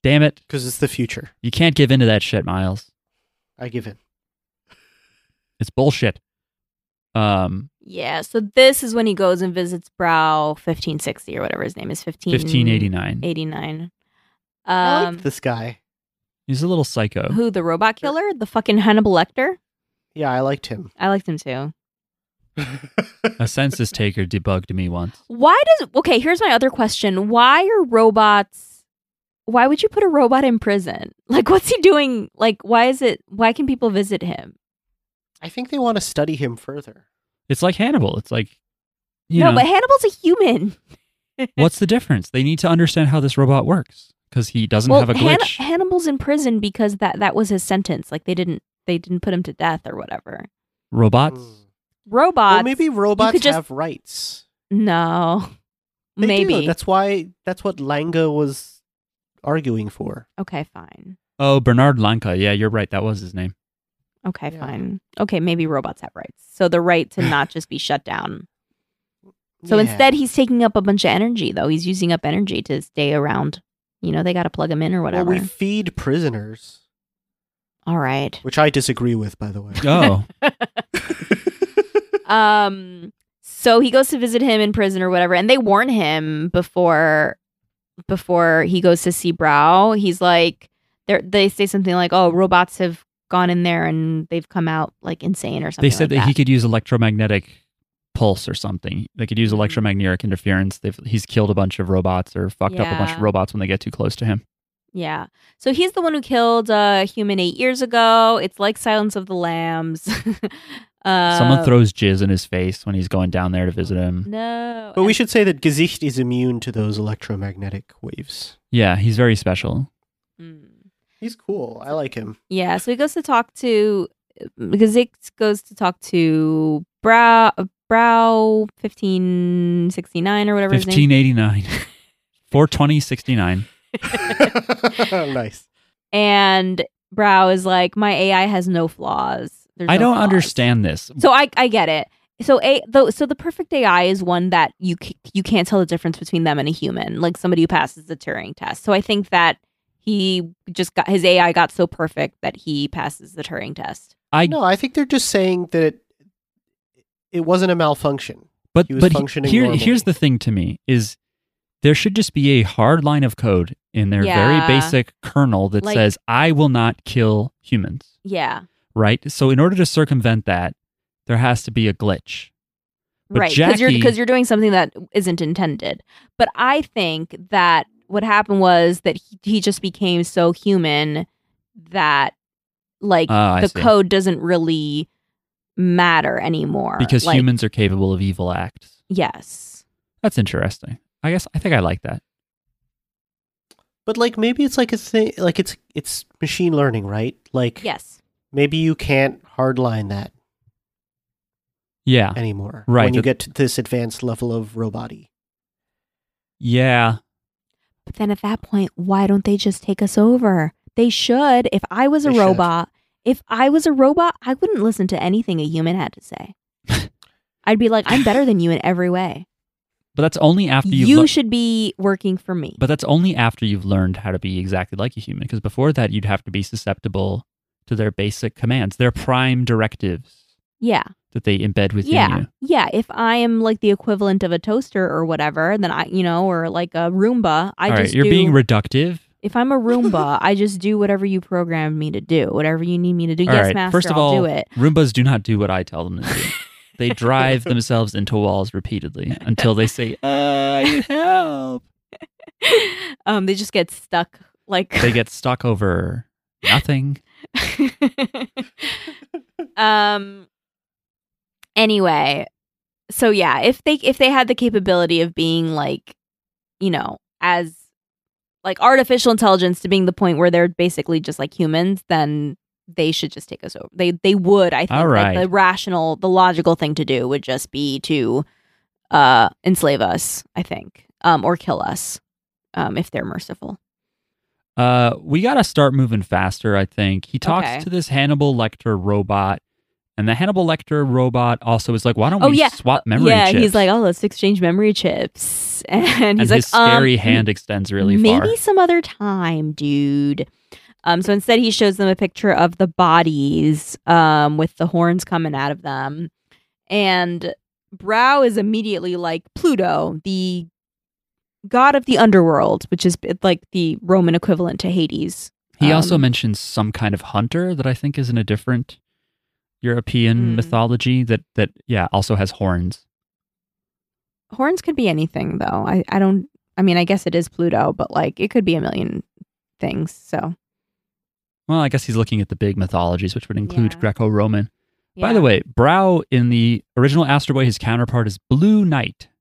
Speaker 1: Damn it.
Speaker 2: because it's the future.
Speaker 1: You can't give in to that shit, Miles.
Speaker 2: I give in.
Speaker 1: It's bullshit. Um
Speaker 3: Yeah, so this is when he goes and visits Brow 1560 or whatever his name is, 15,
Speaker 1: 1589.
Speaker 3: 89.
Speaker 2: I
Speaker 3: Um,
Speaker 2: liked this guy.
Speaker 1: He's a little psycho.
Speaker 3: who, the robot killer? The fucking Hannibal Lecter?
Speaker 2: Yeah, I liked him.
Speaker 3: I liked him too.
Speaker 1: a census taker debugged me once.
Speaker 3: Why does, okay, here's my other question. Why are robots, why would you put a robot in prison? Like, what's he doing? Like, why is it, why can people visit him?
Speaker 2: I think they want to study him further.
Speaker 1: It's like Hannibal. It's like, you
Speaker 3: no,
Speaker 1: know,
Speaker 3: but Hannibal's a human.
Speaker 1: what's the difference? They need to understand how this robot works because he doesn't
Speaker 3: well,
Speaker 1: have a
Speaker 3: Han-
Speaker 1: glitch.
Speaker 3: Hannibal's in prison because that, that was his sentence. Like, they didn't, they didn't put him to death or whatever.
Speaker 1: Robots.
Speaker 2: Mm.
Speaker 3: Robots.
Speaker 2: Well, maybe robots
Speaker 3: just-
Speaker 2: have rights.
Speaker 3: No.
Speaker 2: They
Speaker 3: Maybe.
Speaker 2: do. That's why. That's what Langa was arguing for.
Speaker 3: okay, fine.
Speaker 1: Oh, Bernard Lanka. Yeah, you're right. That was his name.
Speaker 3: Okay,
Speaker 2: Yeah.
Speaker 3: fine. Okay, maybe robots have rights. So the right to not just be shut down. So
Speaker 2: Yeah.
Speaker 3: instead, he's taking up a bunch of energy, though. He's using up energy to stay around. You know, they got to plug him in or whatever.
Speaker 2: Well, we feed prisoners,
Speaker 3: All right.
Speaker 2: which I disagree with, by the way.
Speaker 1: Oh,
Speaker 3: Um, so he goes to visit him in prison or whatever, and they warn him before before he goes to see Brow. He's like, they they say something like, "Oh, robots have gone in there and they've come out like insane or something."
Speaker 1: they said
Speaker 3: like
Speaker 1: that he could use electromagnetic pulse or something. They could use
Speaker 3: Mm-hmm.
Speaker 1: electromagnetic interference. They've, he's killed a bunch of robots or fucked up a bunch
Speaker 3: Yeah.
Speaker 1: of robots when they get too close to him.
Speaker 3: Yeah. So he's the one who killed a human eight years ago. It's like Silence of the Lambs. uh,
Speaker 1: Someone throws jizz in his face when he's going down there to visit
Speaker 3: Mm.
Speaker 1: him.
Speaker 3: No.
Speaker 2: But we should say that Gesicht is immune to those electromagnetic waves.
Speaker 1: Yeah, he's very special.
Speaker 3: Mm.
Speaker 2: He's cool. I like him.
Speaker 3: Yeah, so he goes to talk to Gazik goes to talk to Brow uh, Brow fifteen sixty nine or whatever his name.
Speaker 1: 1589. 420 69.
Speaker 2: nice.
Speaker 3: And Brow is like, My AI has no flaws. There's
Speaker 1: I
Speaker 3: no
Speaker 1: don't
Speaker 3: flaws."
Speaker 1: understand this.
Speaker 3: So I I get it. So a though so the perfect AI is one that you c- you can't tell the difference between them and a human, like somebody who passes the Turing test. So I think that he just got his AI got so perfect that he passes the Turing test.
Speaker 1: I
Speaker 2: no, I think they're just saying that it, it wasn't a malfunction.
Speaker 1: But
Speaker 2: He was
Speaker 1: but he-
Speaker 2: functioning
Speaker 1: here,
Speaker 2: normally.
Speaker 1: here's the thing to me is there should just be a hard line of code in their
Speaker 3: Yeah.
Speaker 1: very basic kernel that
Speaker 3: Like-
Speaker 1: says I will not kill humans,
Speaker 3: Yeah.
Speaker 1: right? So in order to circumvent that, there has to be a glitch. But
Speaker 3: right because you're
Speaker 1: Jackie-
Speaker 3: because you're doing something that isn't intended but i think that what happened was that he, he just became so human that like
Speaker 1: Ah, I
Speaker 3: the
Speaker 1: see.
Speaker 3: code doesn't really matter anymore
Speaker 1: Because
Speaker 3: Like,
Speaker 1: humans are capable of evil acts.
Speaker 3: yes
Speaker 1: That's interesting. I guess I think I like that.
Speaker 2: But like maybe it's like a thing like it's it's machine learning, right? Like
Speaker 3: yes
Speaker 2: maybe you can't hardline that
Speaker 1: Yeah.
Speaker 2: anymore.
Speaker 1: Right,
Speaker 2: When you
Speaker 1: that-
Speaker 2: get to this advanced level of roboty.
Speaker 1: Yeah.
Speaker 3: but then at that point why don't they just take us over they should if i was a
Speaker 2: They should.
Speaker 3: robot if i was a robot i wouldn't listen to anything a human had to say i'd be like i'm better than you in every way
Speaker 1: But that's only after you've
Speaker 3: you
Speaker 1: lear-
Speaker 3: should be working for me
Speaker 1: But that's only after you've learned how to be exactly like a human, because before that, you'd have to be susceptible to their basic commands, their prime directives.
Speaker 3: Yeah.
Speaker 1: that they embed within
Speaker 3: yeah.
Speaker 1: you.
Speaker 3: Yeah. If I am like the equivalent of a toaster or whatever, then I, you know, or like a Roomba, I
Speaker 1: All
Speaker 3: just
Speaker 1: right, you're
Speaker 3: do,
Speaker 1: being reductive.
Speaker 3: if I'm a Roomba, I just do whatever you programmed me to do, whatever you need me to do.
Speaker 1: All
Speaker 3: yes,
Speaker 1: right,
Speaker 3: master,
Speaker 1: first of
Speaker 3: I'll
Speaker 1: all,
Speaker 3: do it.
Speaker 1: Roombas do not do what I tell them to do. they drive themselves into walls repeatedly until they say, uh, "I need help."
Speaker 3: um, they just get stuck. Like
Speaker 1: They get stuck over nothing.
Speaker 3: um anyway so yeah if they if they had the capability of being like you know as like artificial intelligence to being the point where they're basically just like humans then they should just take us over they they would i think
Speaker 1: All
Speaker 3: like,
Speaker 1: right.
Speaker 3: the rational the logical thing to do would just be to uh enslave us i think um or kill us um if they're merciful
Speaker 1: Uh, we got to start moving faster, I think. He talks
Speaker 3: Okay.
Speaker 1: to this Hannibal Lecter robot, and the Hannibal Lecter robot also is like, why don't
Speaker 3: Oh,
Speaker 1: we
Speaker 3: yeah.
Speaker 1: swap memory
Speaker 3: yeah
Speaker 1: chips?
Speaker 3: he's like oh let's exchange memory chips and
Speaker 1: and
Speaker 3: he's
Speaker 1: his
Speaker 3: like um,
Speaker 1: scary hand extends really
Speaker 3: maybe
Speaker 1: far.
Speaker 3: some other time, dude. Um, so instead, he shows them a picture of the bodies um, with the horns coming out of them. And Brow is immediately like Pluto, the god of the underworld, which is like the Roman equivalent to Hades.
Speaker 1: He also
Speaker 3: um,
Speaker 1: mentions some kind of hunter that I think is in a different European
Speaker 3: Hmm.
Speaker 1: mythology that that yeah also has horns.
Speaker 3: Horns could be anything, though. I, I don't, I mean, I guess it is Pluto, but like it could be a million things. So,
Speaker 1: Well, I guess he's looking at the big mythologies, which would include
Speaker 3: Yeah.
Speaker 1: Greco-Roman. By
Speaker 3: yeah.
Speaker 1: the way, Brow in the original Astro Boy, his counterpart is Blue Knight,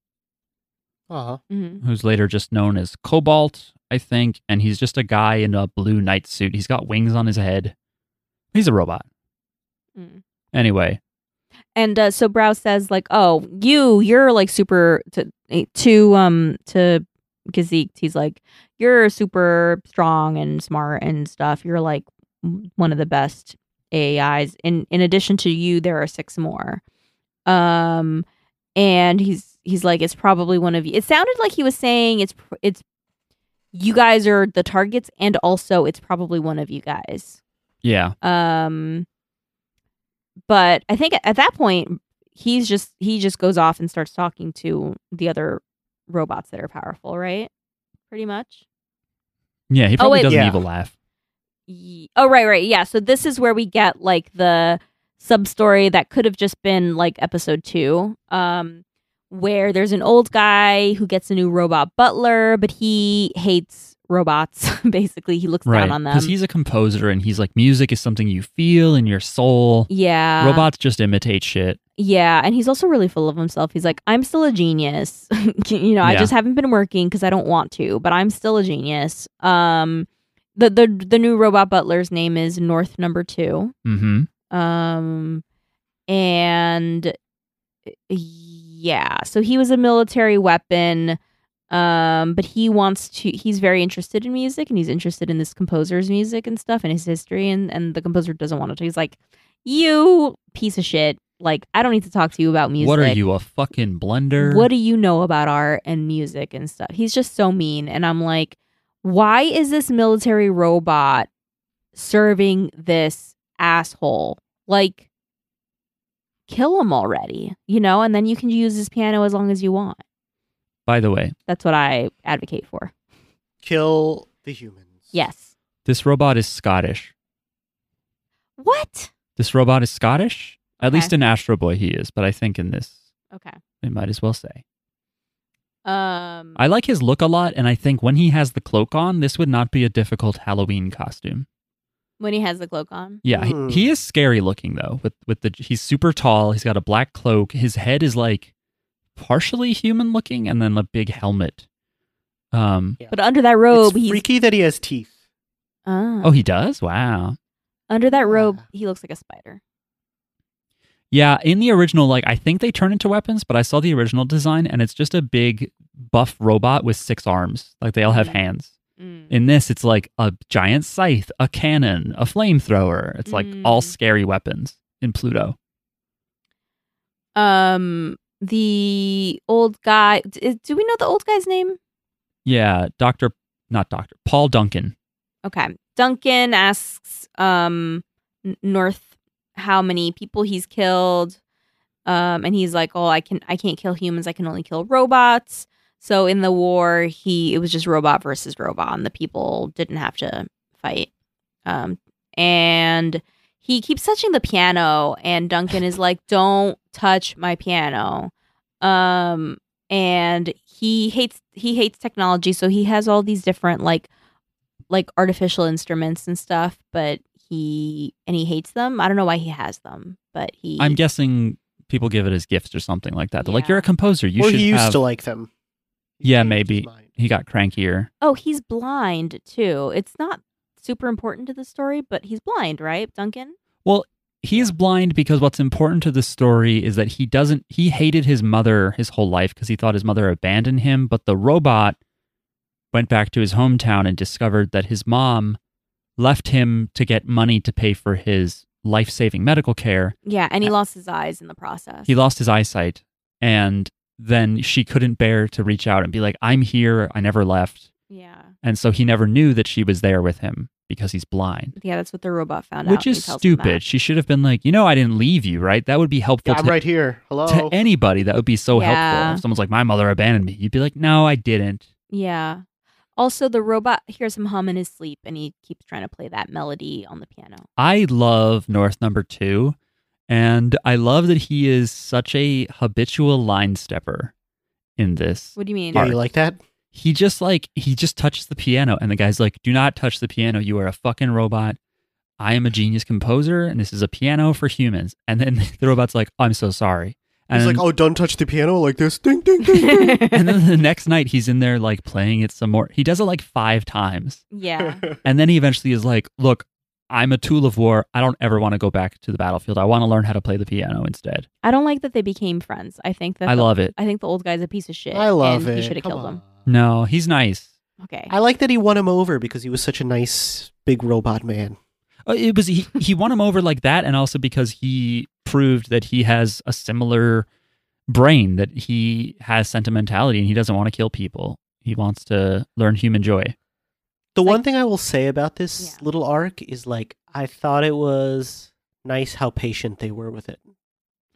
Speaker 2: Uh-huh.
Speaker 3: Mhm.
Speaker 1: who's later just known as Cobalt, I think, and he's just a guy in a blue night suit. He's got wings on his head. He's a robot.
Speaker 3: Mm.
Speaker 1: Anyway,
Speaker 3: And uh, so Brow says like, "Oh, you, you're like super to to um to Gazeek. He's like, you're super strong and smart and stuff. You're like one of the best AIs. In in addition to you, there are six more. Um, and he's he's like, it's probably one of you. It sounded like he was saying it's pr- it's you guys are the targets, and also it's probably one of you guys.
Speaker 1: yeah.
Speaker 3: Um, but I think at that point he's just he just goes off and starts talking to the other robots that are powerful, right? Pretty much.
Speaker 1: Yeah, he probably
Speaker 3: Oh, wait.
Speaker 1: does an
Speaker 2: Yeah.
Speaker 1: evil laugh.
Speaker 3: Ye- oh right, right, yeah. So this is where we get like the sub story that could have just been like episode two, um, where there's an old guy who gets a new robot butler, but he hates robots. Basically, he looks
Speaker 1: Right.
Speaker 3: down on them.
Speaker 1: Because he's a composer and he's like, music is something you feel in your soul.
Speaker 3: yeah,
Speaker 1: Robots just imitate shit.
Speaker 3: Yeah, and he's also really full of himself. He's like, I'm still a genius. you know, I
Speaker 1: Yeah.
Speaker 3: just haven't been working because I don't want to, but I'm still a genius. Um, the the the new robot butler's name is North Number Two.
Speaker 1: hmm
Speaker 3: Um, and yeah, so he was a military weapon. Um, but he wants to. He's very interested in music, and he's interested in this composer's music and stuff, and his history. And and the composer doesn't want to. He's like, "You piece of shit! Like, I don't need to talk to you about music.
Speaker 1: What are you, a fucking blender?
Speaker 3: What do you know about art and music and stuff? He's just so mean. And I'm like, why is this military robot serving this asshole? Like, kill him already, you know? And then you can use his piano as long as you want.
Speaker 1: By the way,
Speaker 3: That's what I advocate for.
Speaker 2: Kill the humans.
Speaker 3: Yes.
Speaker 1: this robot is Scottish.
Speaker 3: What?
Speaker 1: This robot is Scottish? At
Speaker 3: Okay.
Speaker 1: least in Astro Boy he is, but I think in this,
Speaker 3: Okay.
Speaker 1: we might as well say.
Speaker 3: Um.
Speaker 1: I like his look a lot, and I think when he has the cloak on, this would not be a difficult Halloween costume.
Speaker 3: when he has the cloak on.
Speaker 1: Yeah,
Speaker 2: Hmm.
Speaker 1: he, he is scary looking though. With with the he's super tall. He's got a black cloak. His head is like partially human looking, and then a big helmet. Um.
Speaker 3: But under that robe,
Speaker 2: it's
Speaker 3: he's
Speaker 2: freaky that he has teeth.
Speaker 3: Ah.
Speaker 1: Oh, he Ah. does. Wow.
Speaker 3: under that robe,
Speaker 2: Yeah.
Speaker 3: he looks like a spider.
Speaker 1: Yeah. In the original, like I think they turn into weapons, but I saw the original design, and it's just a big buff robot with six arms. Like they all have
Speaker 3: Mhm.
Speaker 1: hands.
Speaker 3: Mm.
Speaker 1: In this, it's like a giant scythe, a cannon, a flamethrower. It's like all
Speaker 3: Mm.
Speaker 1: scary weapons in Pluto.
Speaker 3: um the old guy d- is- do we know the old guy's name
Speaker 1: Yeah, Doctor, not Doctor, Paul Duncan.
Speaker 3: okay duncan asks um N- north how many people he's killed. Um, and he's like, "Oh, I can I can't kill humans. I can only kill robots." So in the war, he it was just robot versus robot, and the people didn't have to fight. Um, and he keeps touching the piano, and Duncan is like, "Don't touch my piano." Um, and he hates he hates technology, so he has all these different like like artificial instruments and stuff, but he and he hates them. I don't know why he has them, but he
Speaker 1: I'm guessing people give it as gifts or something like that. They're like,
Speaker 3: Yeah.
Speaker 1: "You're a composer. You
Speaker 2: or
Speaker 1: should
Speaker 2: he used
Speaker 1: have."
Speaker 2: to like them.
Speaker 1: Yeah,
Speaker 2: changed his
Speaker 1: maybe.
Speaker 2: mind.
Speaker 1: he got crankier.
Speaker 3: Oh, he's blind too. It's not super important to the story, but he's blind, right, Duncan?
Speaker 1: He's blind because what's important to the story is that he doesn't. He hated his mother his whole life because he thought his mother abandoned him. But the robot went back to his hometown and discovered that his mom left him to get money to pay for his life-saving medical care.
Speaker 3: Yeah, uh, and he
Speaker 1: Yeah.
Speaker 3: lost his eyes in the process.
Speaker 1: He lost his eyesight, and then she couldn't bear to reach out and be like, "I'm here. I never left."
Speaker 3: yeah,
Speaker 1: And so he never knew that she was there with him because he's blind.
Speaker 3: yeah. That's what the robot found out.
Speaker 1: Which
Speaker 3: when
Speaker 1: is
Speaker 3: he tells him that.
Speaker 1: stupid. She should have been like, you know, I didn't leave you, right? That would be helpful
Speaker 2: Yeah, I'm
Speaker 1: to,
Speaker 2: right here.
Speaker 1: to
Speaker 2: Hello.
Speaker 1: anybody. That would be so helpful.
Speaker 3: Yeah.
Speaker 1: If someone's like, my mother abandoned me, you'd be like, no, I didn't.
Speaker 3: Yeah. Also, the robot hears him hum in his sleep, and he keeps trying to play that melody on the piano.
Speaker 1: I love North number two. And I love that he is such a habitual line stepper in this.
Speaker 3: What do you mean?
Speaker 2: yeah, you like that?
Speaker 1: He just like, he just touches the piano. And the guy's like, do not touch the piano. You are a fucking robot. I am a genius composer. And this is a piano for humans. And then the robot's like, I'm so sorry. And
Speaker 2: He's
Speaker 1: then-
Speaker 2: like, oh, don't touch the piano like this. Ding, ding, ding, ding.
Speaker 1: and then the next night he's in there like playing it some more. He does it like five times.
Speaker 3: yeah.
Speaker 1: And then he eventually is like, look, I'm a tool of war. I don't ever want to go back to the battlefield. I want to learn how to play the piano instead.
Speaker 3: I don't like that they became friends. I think that
Speaker 1: I
Speaker 3: the-
Speaker 1: love it.
Speaker 3: I think the old guy's a piece of shit.
Speaker 2: I love
Speaker 3: and
Speaker 2: it.
Speaker 3: He should have
Speaker 2: Come
Speaker 3: killed him.
Speaker 2: on.
Speaker 1: No, he's nice.
Speaker 3: Okay.
Speaker 2: I like that he won him over because he was such a nice big robot man.
Speaker 1: Uh, It was he, he won him over like that, and also because he proved that he has a similar brain, that he has sentimentality and he doesn't want to kill people. He wants to learn human joy.
Speaker 2: The
Speaker 3: It's
Speaker 2: one
Speaker 3: like-
Speaker 2: thing I will say about this
Speaker 3: Yeah.
Speaker 2: little arc is like I thought it was nice how patient they were with it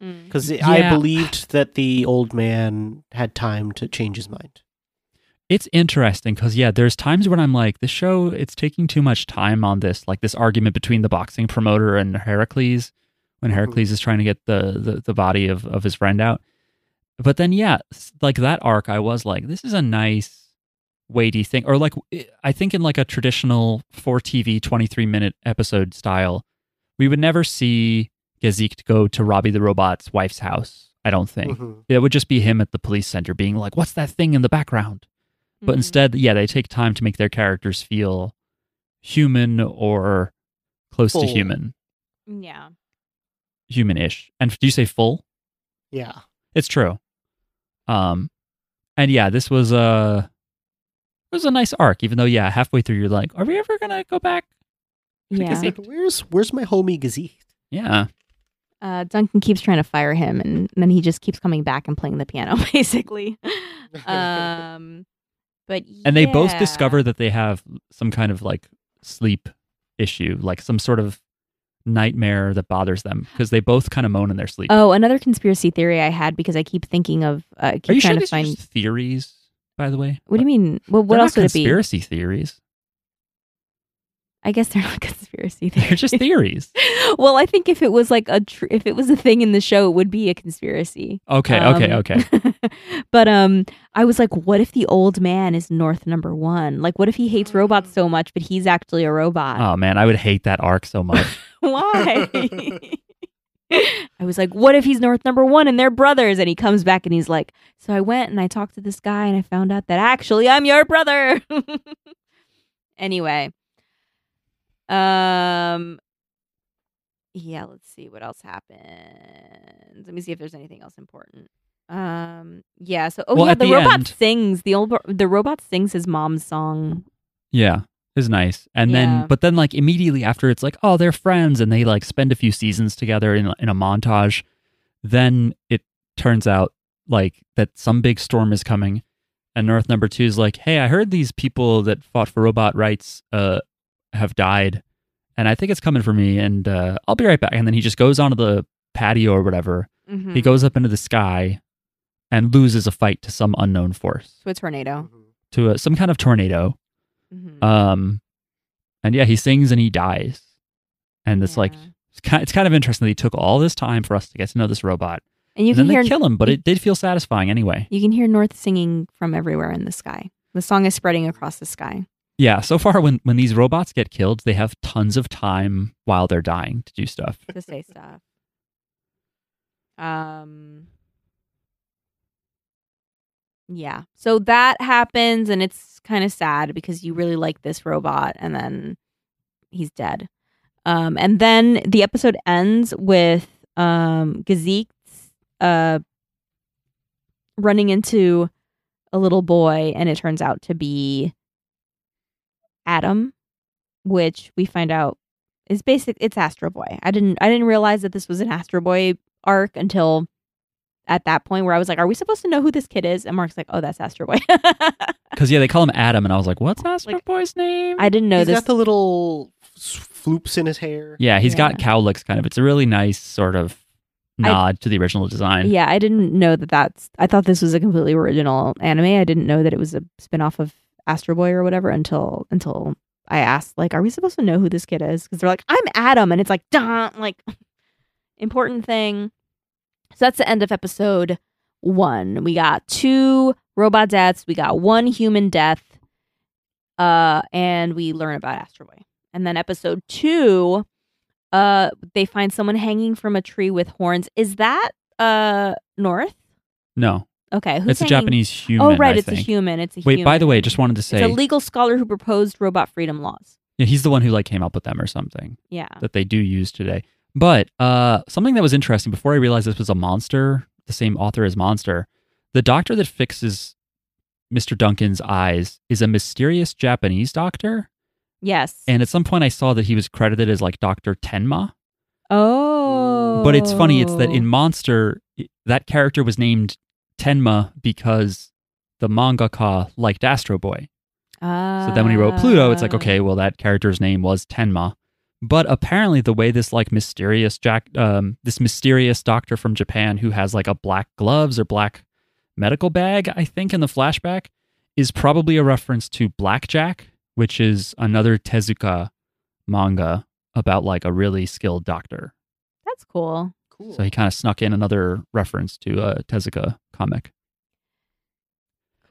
Speaker 3: Mm.
Speaker 2: because I
Speaker 1: Yeah.
Speaker 2: believed that the old man had time to change his mind.
Speaker 1: It's interesting because yeah, there's times when I'm like, this show it's taking too much time on this, like this argument between the boxing promoter and Heracles, when Heracles is trying to get the the, the body of, of his friend out. But then yeah, s- like that arc, I was like, this is a nice weighty thing, or like I- I think in like a traditional four TV twenty three minute episode style, we would never see Gazik go to Robbie the robot's wife's house. I don't think
Speaker 2: Mhm.
Speaker 1: it would just be him at the police center being like, "What's that thing in the background?" but
Speaker 3: Mhm.
Speaker 1: instead yeah they take time to make their characters feel human or close to
Speaker 2: Full.
Speaker 1: human
Speaker 3: yeah.
Speaker 1: human-ish and do you say full
Speaker 2: Yeah,
Speaker 1: it's true um and yeah this was a it was a nice arc even though yeah halfway through you're like are we ever gonna go back
Speaker 3: Yeah.
Speaker 2: It's like, where's where's my homie Gazik?
Speaker 1: yeah
Speaker 3: Uh, Duncan keeps trying to fire him, and then he just keeps coming back and playing the piano, basically. um, but
Speaker 1: and they both
Speaker 3: yeah.
Speaker 1: discover that they have some kind of like sleep issue like some sort of nightmare that bothers them because they both kind of moan in their sleep
Speaker 3: Oh, another conspiracy theory I had because I keep thinking of. Uh, I keep
Speaker 1: are you
Speaker 3: trying
Speaker 1: sure
Speaker 3: to
Speaker 1: these are
Speaker 3: find.
Speaker 1: just theories by the way
Speaker 3: What do you mean? Well, what
Speaker 1: They're not
Speaker 3: else would it be?
Speaker 1: Conspiracy theories.
Speaker 3: I guess they're not conspiracy theories.
Speaker 1: They're just theories.
Speaker 3: well, I think if it was like a tr- if it was a thing in the show, it would be a conspiracy.
Speaker 1: Okay, okay,
Speaker 3: Um,
Speaker 1: okay.
Speaker 3: but um, I was like, what if the old man is North Number One? Like, what if he
Speaker 1: Mm.
Speaker 3: hates robots so much, but he's actually a robot?
Speaker 1: Oh man, I would hate that arc so much.
Speaker 3: Why? I was like, what if he's North number one and they're brothers? And he comes back and he's like, so I went and I talked to this guy and I found out that actually I'm your brother. anyway. Um yeah, let's see what else happens. Let me see if there's anything else important. Um yeah, so oh
Speaker 1: Well,
Speaker 3: yeah,
Speaker 1: at
Speaker 3: the,
Speaker 1: the
Speaker 3: robot
Speaker 1: end-
Speaker 3: sings. The old the robot sings his mom's song.
Speaker 1: yeah, it's nice. And
Speaker 3: Yeah.
Speaker 1: then, but then, like immediately after, it's like, oh, they're friends, and they like spend a few seasons together in in a montage. Then it turns out like that some big storm is coming, and North Number Two is like, hey, I heard these people that fought for robot rights uh have died, and I think it's coming for me, and uh, I'll be right back. And then he just goes onto the patio or whatever. He goes up into the sky and loses a fight to some unknown force,
Speaker 3: to a tornado.
Speaker 2: Mm-hmm.
Speaker 1: to a, some kind of tornado.
Speaker 3: Mhm.
Speaker 1: Um, and yeah, he sings and he dies, and it's like
Speaker 3: Yeah.
Speaker 1: it's kind, it's kind of interesting that he took all this time for us to get to know this robot.
Speaker 3: and you
Speaker 1: and then
Speaker 3: can
Speaker 1: they
Speaker 3: hear
Speaker 1: kill him, but it did feel satisfying anyway.
Speaker 3: you can hear North singing from everywhere in the sky. The song is spreading across the sky.
Speaker 1: Yeah, so far when when these robots get killed, they have tons of time while they're dying to do stuff.
Speaker 3: to say stuff. Um Yeah. So that happens and it's kind of sad because you really like this robot and then he's dead. Um and then the episode ends with um Gazik uh running into a little boy and it turns out to be Adam, which we find out is basic it's Astro Boy. I didn't I didn't realize that this was an Astro Boy arc until at that point where I was like, are we supposed to know who this kid is? And Mark's like, oh, that's Astro Boy.
Speaker 1: Because yeah, they call him Adam, and I was like, "What's Astro
Speaker 3: Like,
Speaker 1: Boy's name?"
Speaker 3: I didn't know
Speaker 2: He's
Speaker 3: this.
Speaker 2: got the little s- floops in his hair.
Speaker 1: yeah, he's
Speaker 3: Yeah.
Speaker 1: got cowlicks. Kind of, it's a really nice sort of
Speaker 3: I-
Speaker 1: nod to the original design.
Speaker 3: yeah, I didn't know that that's I thought this was a completely original anime. I didn't know that it was a spin-off of Astro Boy or whatever until until I asked like, are we supposed to know who this kid is? Cuz they're like, I'm Adam and it's like, "Duh," like important thing. So that's the end of episode 1. We got two robot deaths, we got one human death. Uh and we learn about Astro Boy. And then episode 2 uh they find someone hanging from a tree with horns. Is that uh north
Speaker 1: No,
Speaker 3: okay who's
Speaker 1: it's a
Speaker 3: hanging-
Speaker 1: Japanese human.
Speaker 3: oh right
Speaker 1: I
Speaker 3: it's a
Speaker 1: think.
Speaker 3: human it's a
Speaker 1: Wait,
Speaker 3: human.
Speaker 1: by the way, just wanted to
Speaker 3: it's a
Speaker 1: say
Speaker 3: legal scholar who proposed robot freedom laws
Speaker 1: yeah, he's the one who like came up with them or something.
Speaker 3: yeah
Speaker 1: that they do use today. But uh, something that was interesting before I realized this was a monster, the same author as Monster, the doctor that fixes Mr. Duncan's eyes is a mysterious Japanese doctor.
Speaker 3: yes
Speaker 1: And at some point, I saw that he was credited as like Dr. Tenma.
Speaker 3: oh
Speaker 1: But it's funny, it's that in Monster, i- that character was named Tenma because the mangaka liked Astro Boy. So then when he wrote Pluto, it's like,
Speaker 3: Ah.
Speaker 1: okay, well, that character's name was Tenma. But apparently, the way this like mysterious Jack, um, this mysterious doctor from Japan who has like a black gloves or black medical bag, I think, in the flashback, is probably a reference to Blackjack, which is another Tezuka manga about like a really skilled doctor.
Speaker 3: that's cool
Speaker 2: Cool.
Speaker 1: So he kind of snuck in another reference to a Tezuka comic.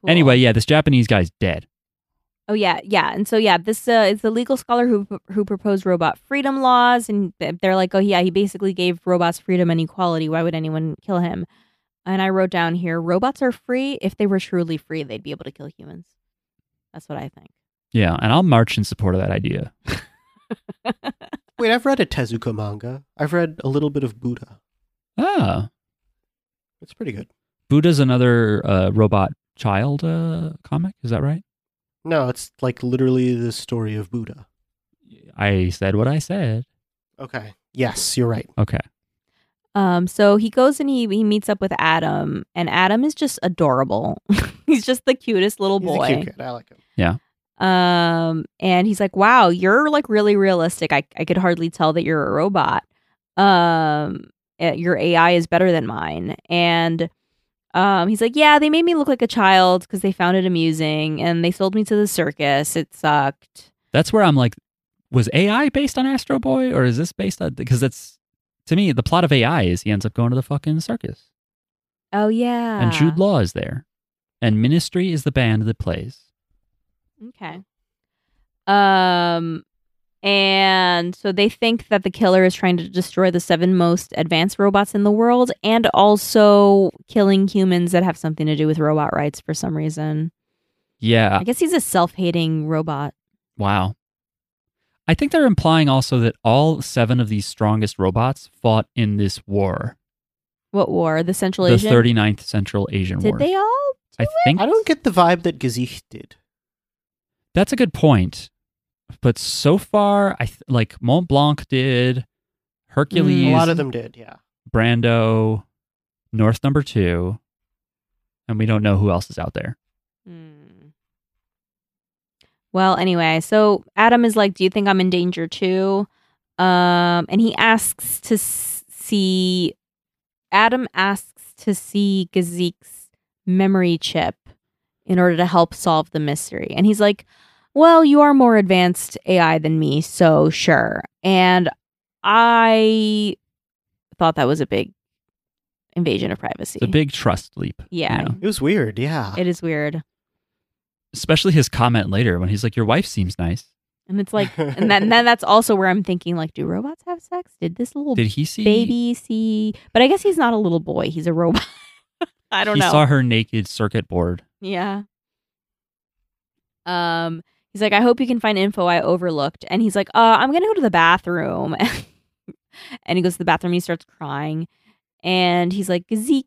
Speaker 3: Cool.
Speaker 1: Anyway, yeah, this Japanese guy's dead.
Speaker 3: Oh yeah, yeah, and so yeah, this uh, is the legal scholar who who proposed robot freedom laws, and they're like, oh yeah, he basically gave robots freedom and equality. Why would anyone kill him? And I wrote down here, robots are free. If they were truly free, they'd be able to kill humans. That's what I think.
Speaker 1: Yeah, and I'll march in support of that idea.
Speaker 2: Wait, I've read a Tezuka manga. I've read a little bit of Buddha.
Speaker 1: Ah,
Speaker 2: It's pretty good.
Speaker 1: Buddha's another uh, robot child uh, comic. Is that right?
Speaker 2: No, it's like literally the story of Buddha.
Speaker 1: I said what I said.
Speaker 2: Okay. Yes, you're right.
Speaker 1: Okay.
Speaker 3: Um, so he goes and he he meets up with Adam, and Adam is just adorable. he's just the cutest little
Speaker 2: He's
Speaker 3: Oh, boy.
Speaker 2: a cute kid. I like him.
Speaker 3: Um, and he's like, "Wow, you're like really realistic. I I could hardly tell that you're a robot. Um, eh, your AI is better than mine." And um, he's like, "Yeah, they made me look like a child because they found it amusing, and they sold me to the circus. It sucked."
Speaker 1: That's where I'm like, was AI based on Astro Boy or is this based on? Because that's, to me, the plot of AI is he ends up going to the fucking circus.
Speaker 3: Oh yeah,
Speaker 1: And Jude Law is there. And Ministry is the band that plays.
Speaker 3: Okay. Um and so they think that the killer is trying to destroy the seven most advanced robots in the world and also killing humans that have something to do with robot rights for some reason.
Speaker 1: Yeah.
Speaker 3: I guess he's a self-hating robot.
Speaker 1: Wow. I think they're implying also that all seven of these strongest robots fought in this war,
Speaker 3: What war? The Central
Speaker 1: the
Speaker 3: Asian?
Speaker 1: 39th Central Asian
Speaker 3: Did
Speaker 1: War.
Speaker 3: they all?
Speaker 1: I think
Speaker 2: I don't get the vibe that Gazich did.
Speaker 1: That's a good point. But so far, I th- like Mont Blanc did, Hercules,
Speaker 2: A
Speaker 3: He's-
Speaker 2: lot of them did, yeah.
Speaker 1: Brando, North Number Two, and we don't know who else is out there.
Speaker 3: Hmm. Well, anyway, so Adam is like, "Do you think I'm in danger too?" Um, and he asks to s- see. Adam asks to see Gazik's memory chip in order to help solve the mystery. And he's like, Well, you are more advanced AI than me, so sure. And I thought that was a big invasion of privacy.
Speaker 1: It's a big trust leap.
Speaker 3: yeah,
Speaker 1: yeah.
Speaker 2: It was weird, yeah.
Speaker 3: it is weird.
Speaker 1: Especially his comment later when he's like, Your wife seems nice.
Speaker 3: And it's like, and, that, and then that's also where I'm thinking, like, do robots have sex? Did this little
Speaker 1: Did he see
Speaker 3: baby see? But I guess he's not a little boy; he's a robot. I don't
Speaker 1: he
Speaker 3: know.
Speaker 1: saw her naked circuit board.
Speaker 3: Yeah. Um, he's like, I hope you can find info I overlooked. And he's like, uh, I'm gonna go to the bathroom. and he goes to the bathroom and he starts crying. And he's like, Zeke,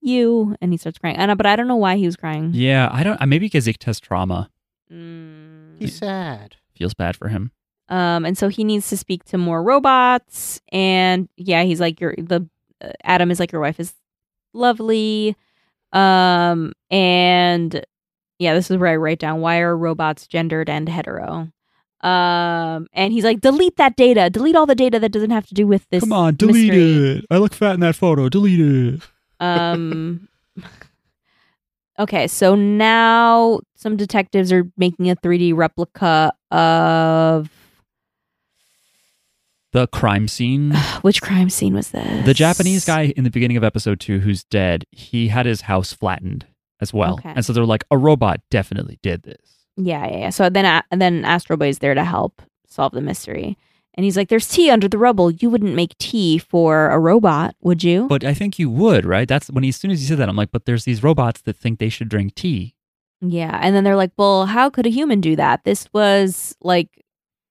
Speaker 3: you and he starts crying. And I- but I don't know why he was crying.
Speaker 1: Yeah, I don't maybe Kazik has trauma.
Speaker 3: Mm.
Speaker 2: He's sad.
Speaker 1: Feels bad for him.
Speaker 3: Um, and so he needs to speak to more robots. And yeah, he's like, your the uh, Adam is like, your wife is lovely. Um, and yeah, this is where I write down why are robots gendered and hetero. Um, and he's like, delete that data, delete all the data that doesn't have to do with this.
Speaker 1: Come on, delete
Speaker 3: mystery.
Speaker 1: it. I look fat in that photo. Delete it.
Speaker 3: Um. okay, so now some detectives are making a 3D replica of
Speaker 1: The crime scene.
Speaker 3: which crime scene was this?
Speaker 1: The Japanese guy in the beginning of episode two who's dead, he had his house flattened as well.
Speaker 3: Okay.
Speaker 1: And so they're like, a robot definitely did this.
Speaker 3: Yeah, yeah, yeah. So then, a then Astro Boy's there to help solve the mystery, and he's like, "There's tea under the rubble. You wouldn't make tea for a robot, would you?"
Speaker 1: But I think you would, right? That's when he, as soon as you said that, I'm like, but there's these robots that think they should drink tea.
Speaker 3: yeah, and then they're like, "Well, how could a human do that? This was like,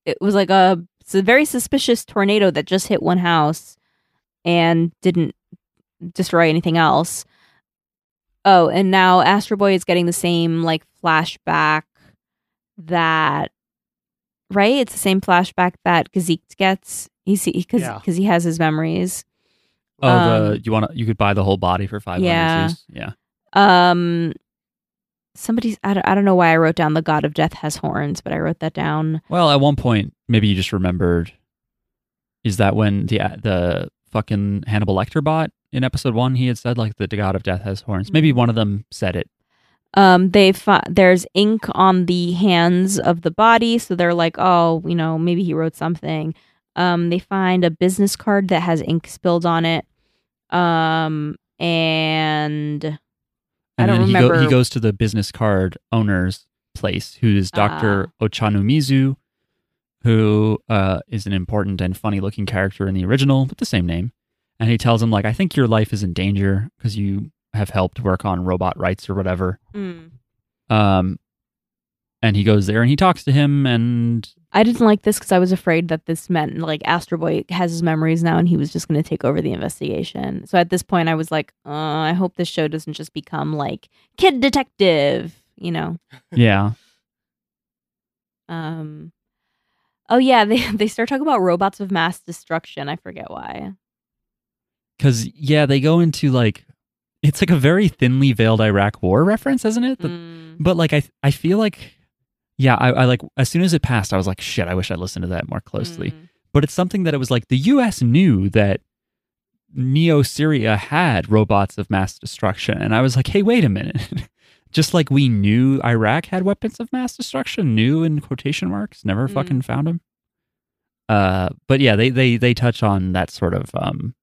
Speaker 3: it was like a, it's a very suspicious tornado that just hit one house and didn't destroy anything else." Oh, and now Astro Boy is getting the same like flashback that right? It's the same flashback that Kazik gets. He see because
Speaker 2: Yeah.
Speaker 3: he has his memories.
Speaker 1: Oh,
Speaker 3: Um,
Speaker 1: the you want to you could buy the whole body for five hundred
Speaker 3: Yeah.
Speaker 1: zoos? Yeah.
Speaker 3: Um, somebody's I don't, I don't know why I wrote down the God of Death has horns, but I wrote that down.
Speaker 1: Well, at one point, maybe you just remembered. Is that when the the fucking Hannibal Lecter bot in episode one he had said like the god of death has horns? Maybe
Speaker 3: Mm-hmm.
Speaker 1: one of them said it.
Speaker 3: Um, they fi- there's ink on the hands of the body, so they're like, oh, you know, maybe he wrote something. Um, they find a business card that has ink spilled on it. Um, and I
Speaker 1: And
Speaker 3: don't
Speaker 1: then he, go, he
Speaker 3: remember-
Speaker 1: goes to the business card owner's place, who is
Speaker 3: Ah.
Speaker 1: Doctor Ochanomizu, who uh, is an important and funny looking character in the original with the same name. And he tells him like, I think your life is in danger because you have helped work on robot rights or whatever. Um, and he goes there and he talks to him, and
Speaker 3: I didn't like this because I was afraid that this meant like Astro Boy has his memories now and he was just going to take over the investigation. So at this point, I was like, uh, I hope this show doesn't just become like Kid Detective, you know?
Speaker 1: yeah,
Speaker 3: Um, oh yeah, they they start talking about robots of mass destruction. I forget why.
Speaker 1: because yeah, they go into like it's like a very thinly veiled Iraq War reference, isn't it? The-
Speaker 3: Mm.
Speaker 1: But like I I feel like yeah, I, I like as soon as it passed, I was like, shit, I wish I listened to that more closely.
Speaker 3: Mm.
Speaker 1: But it's something that it was like the U.S. knew that Neo Syria had robots of mass destruction, and I was like, hey, wait a minute. Just like we knew Iraq had weapons of mass destruction, knew in quotation marks, never
Speaker 3: Mm.
Speaker 1: fucking found them. Uh, but yeah, they they they touch on that sort of um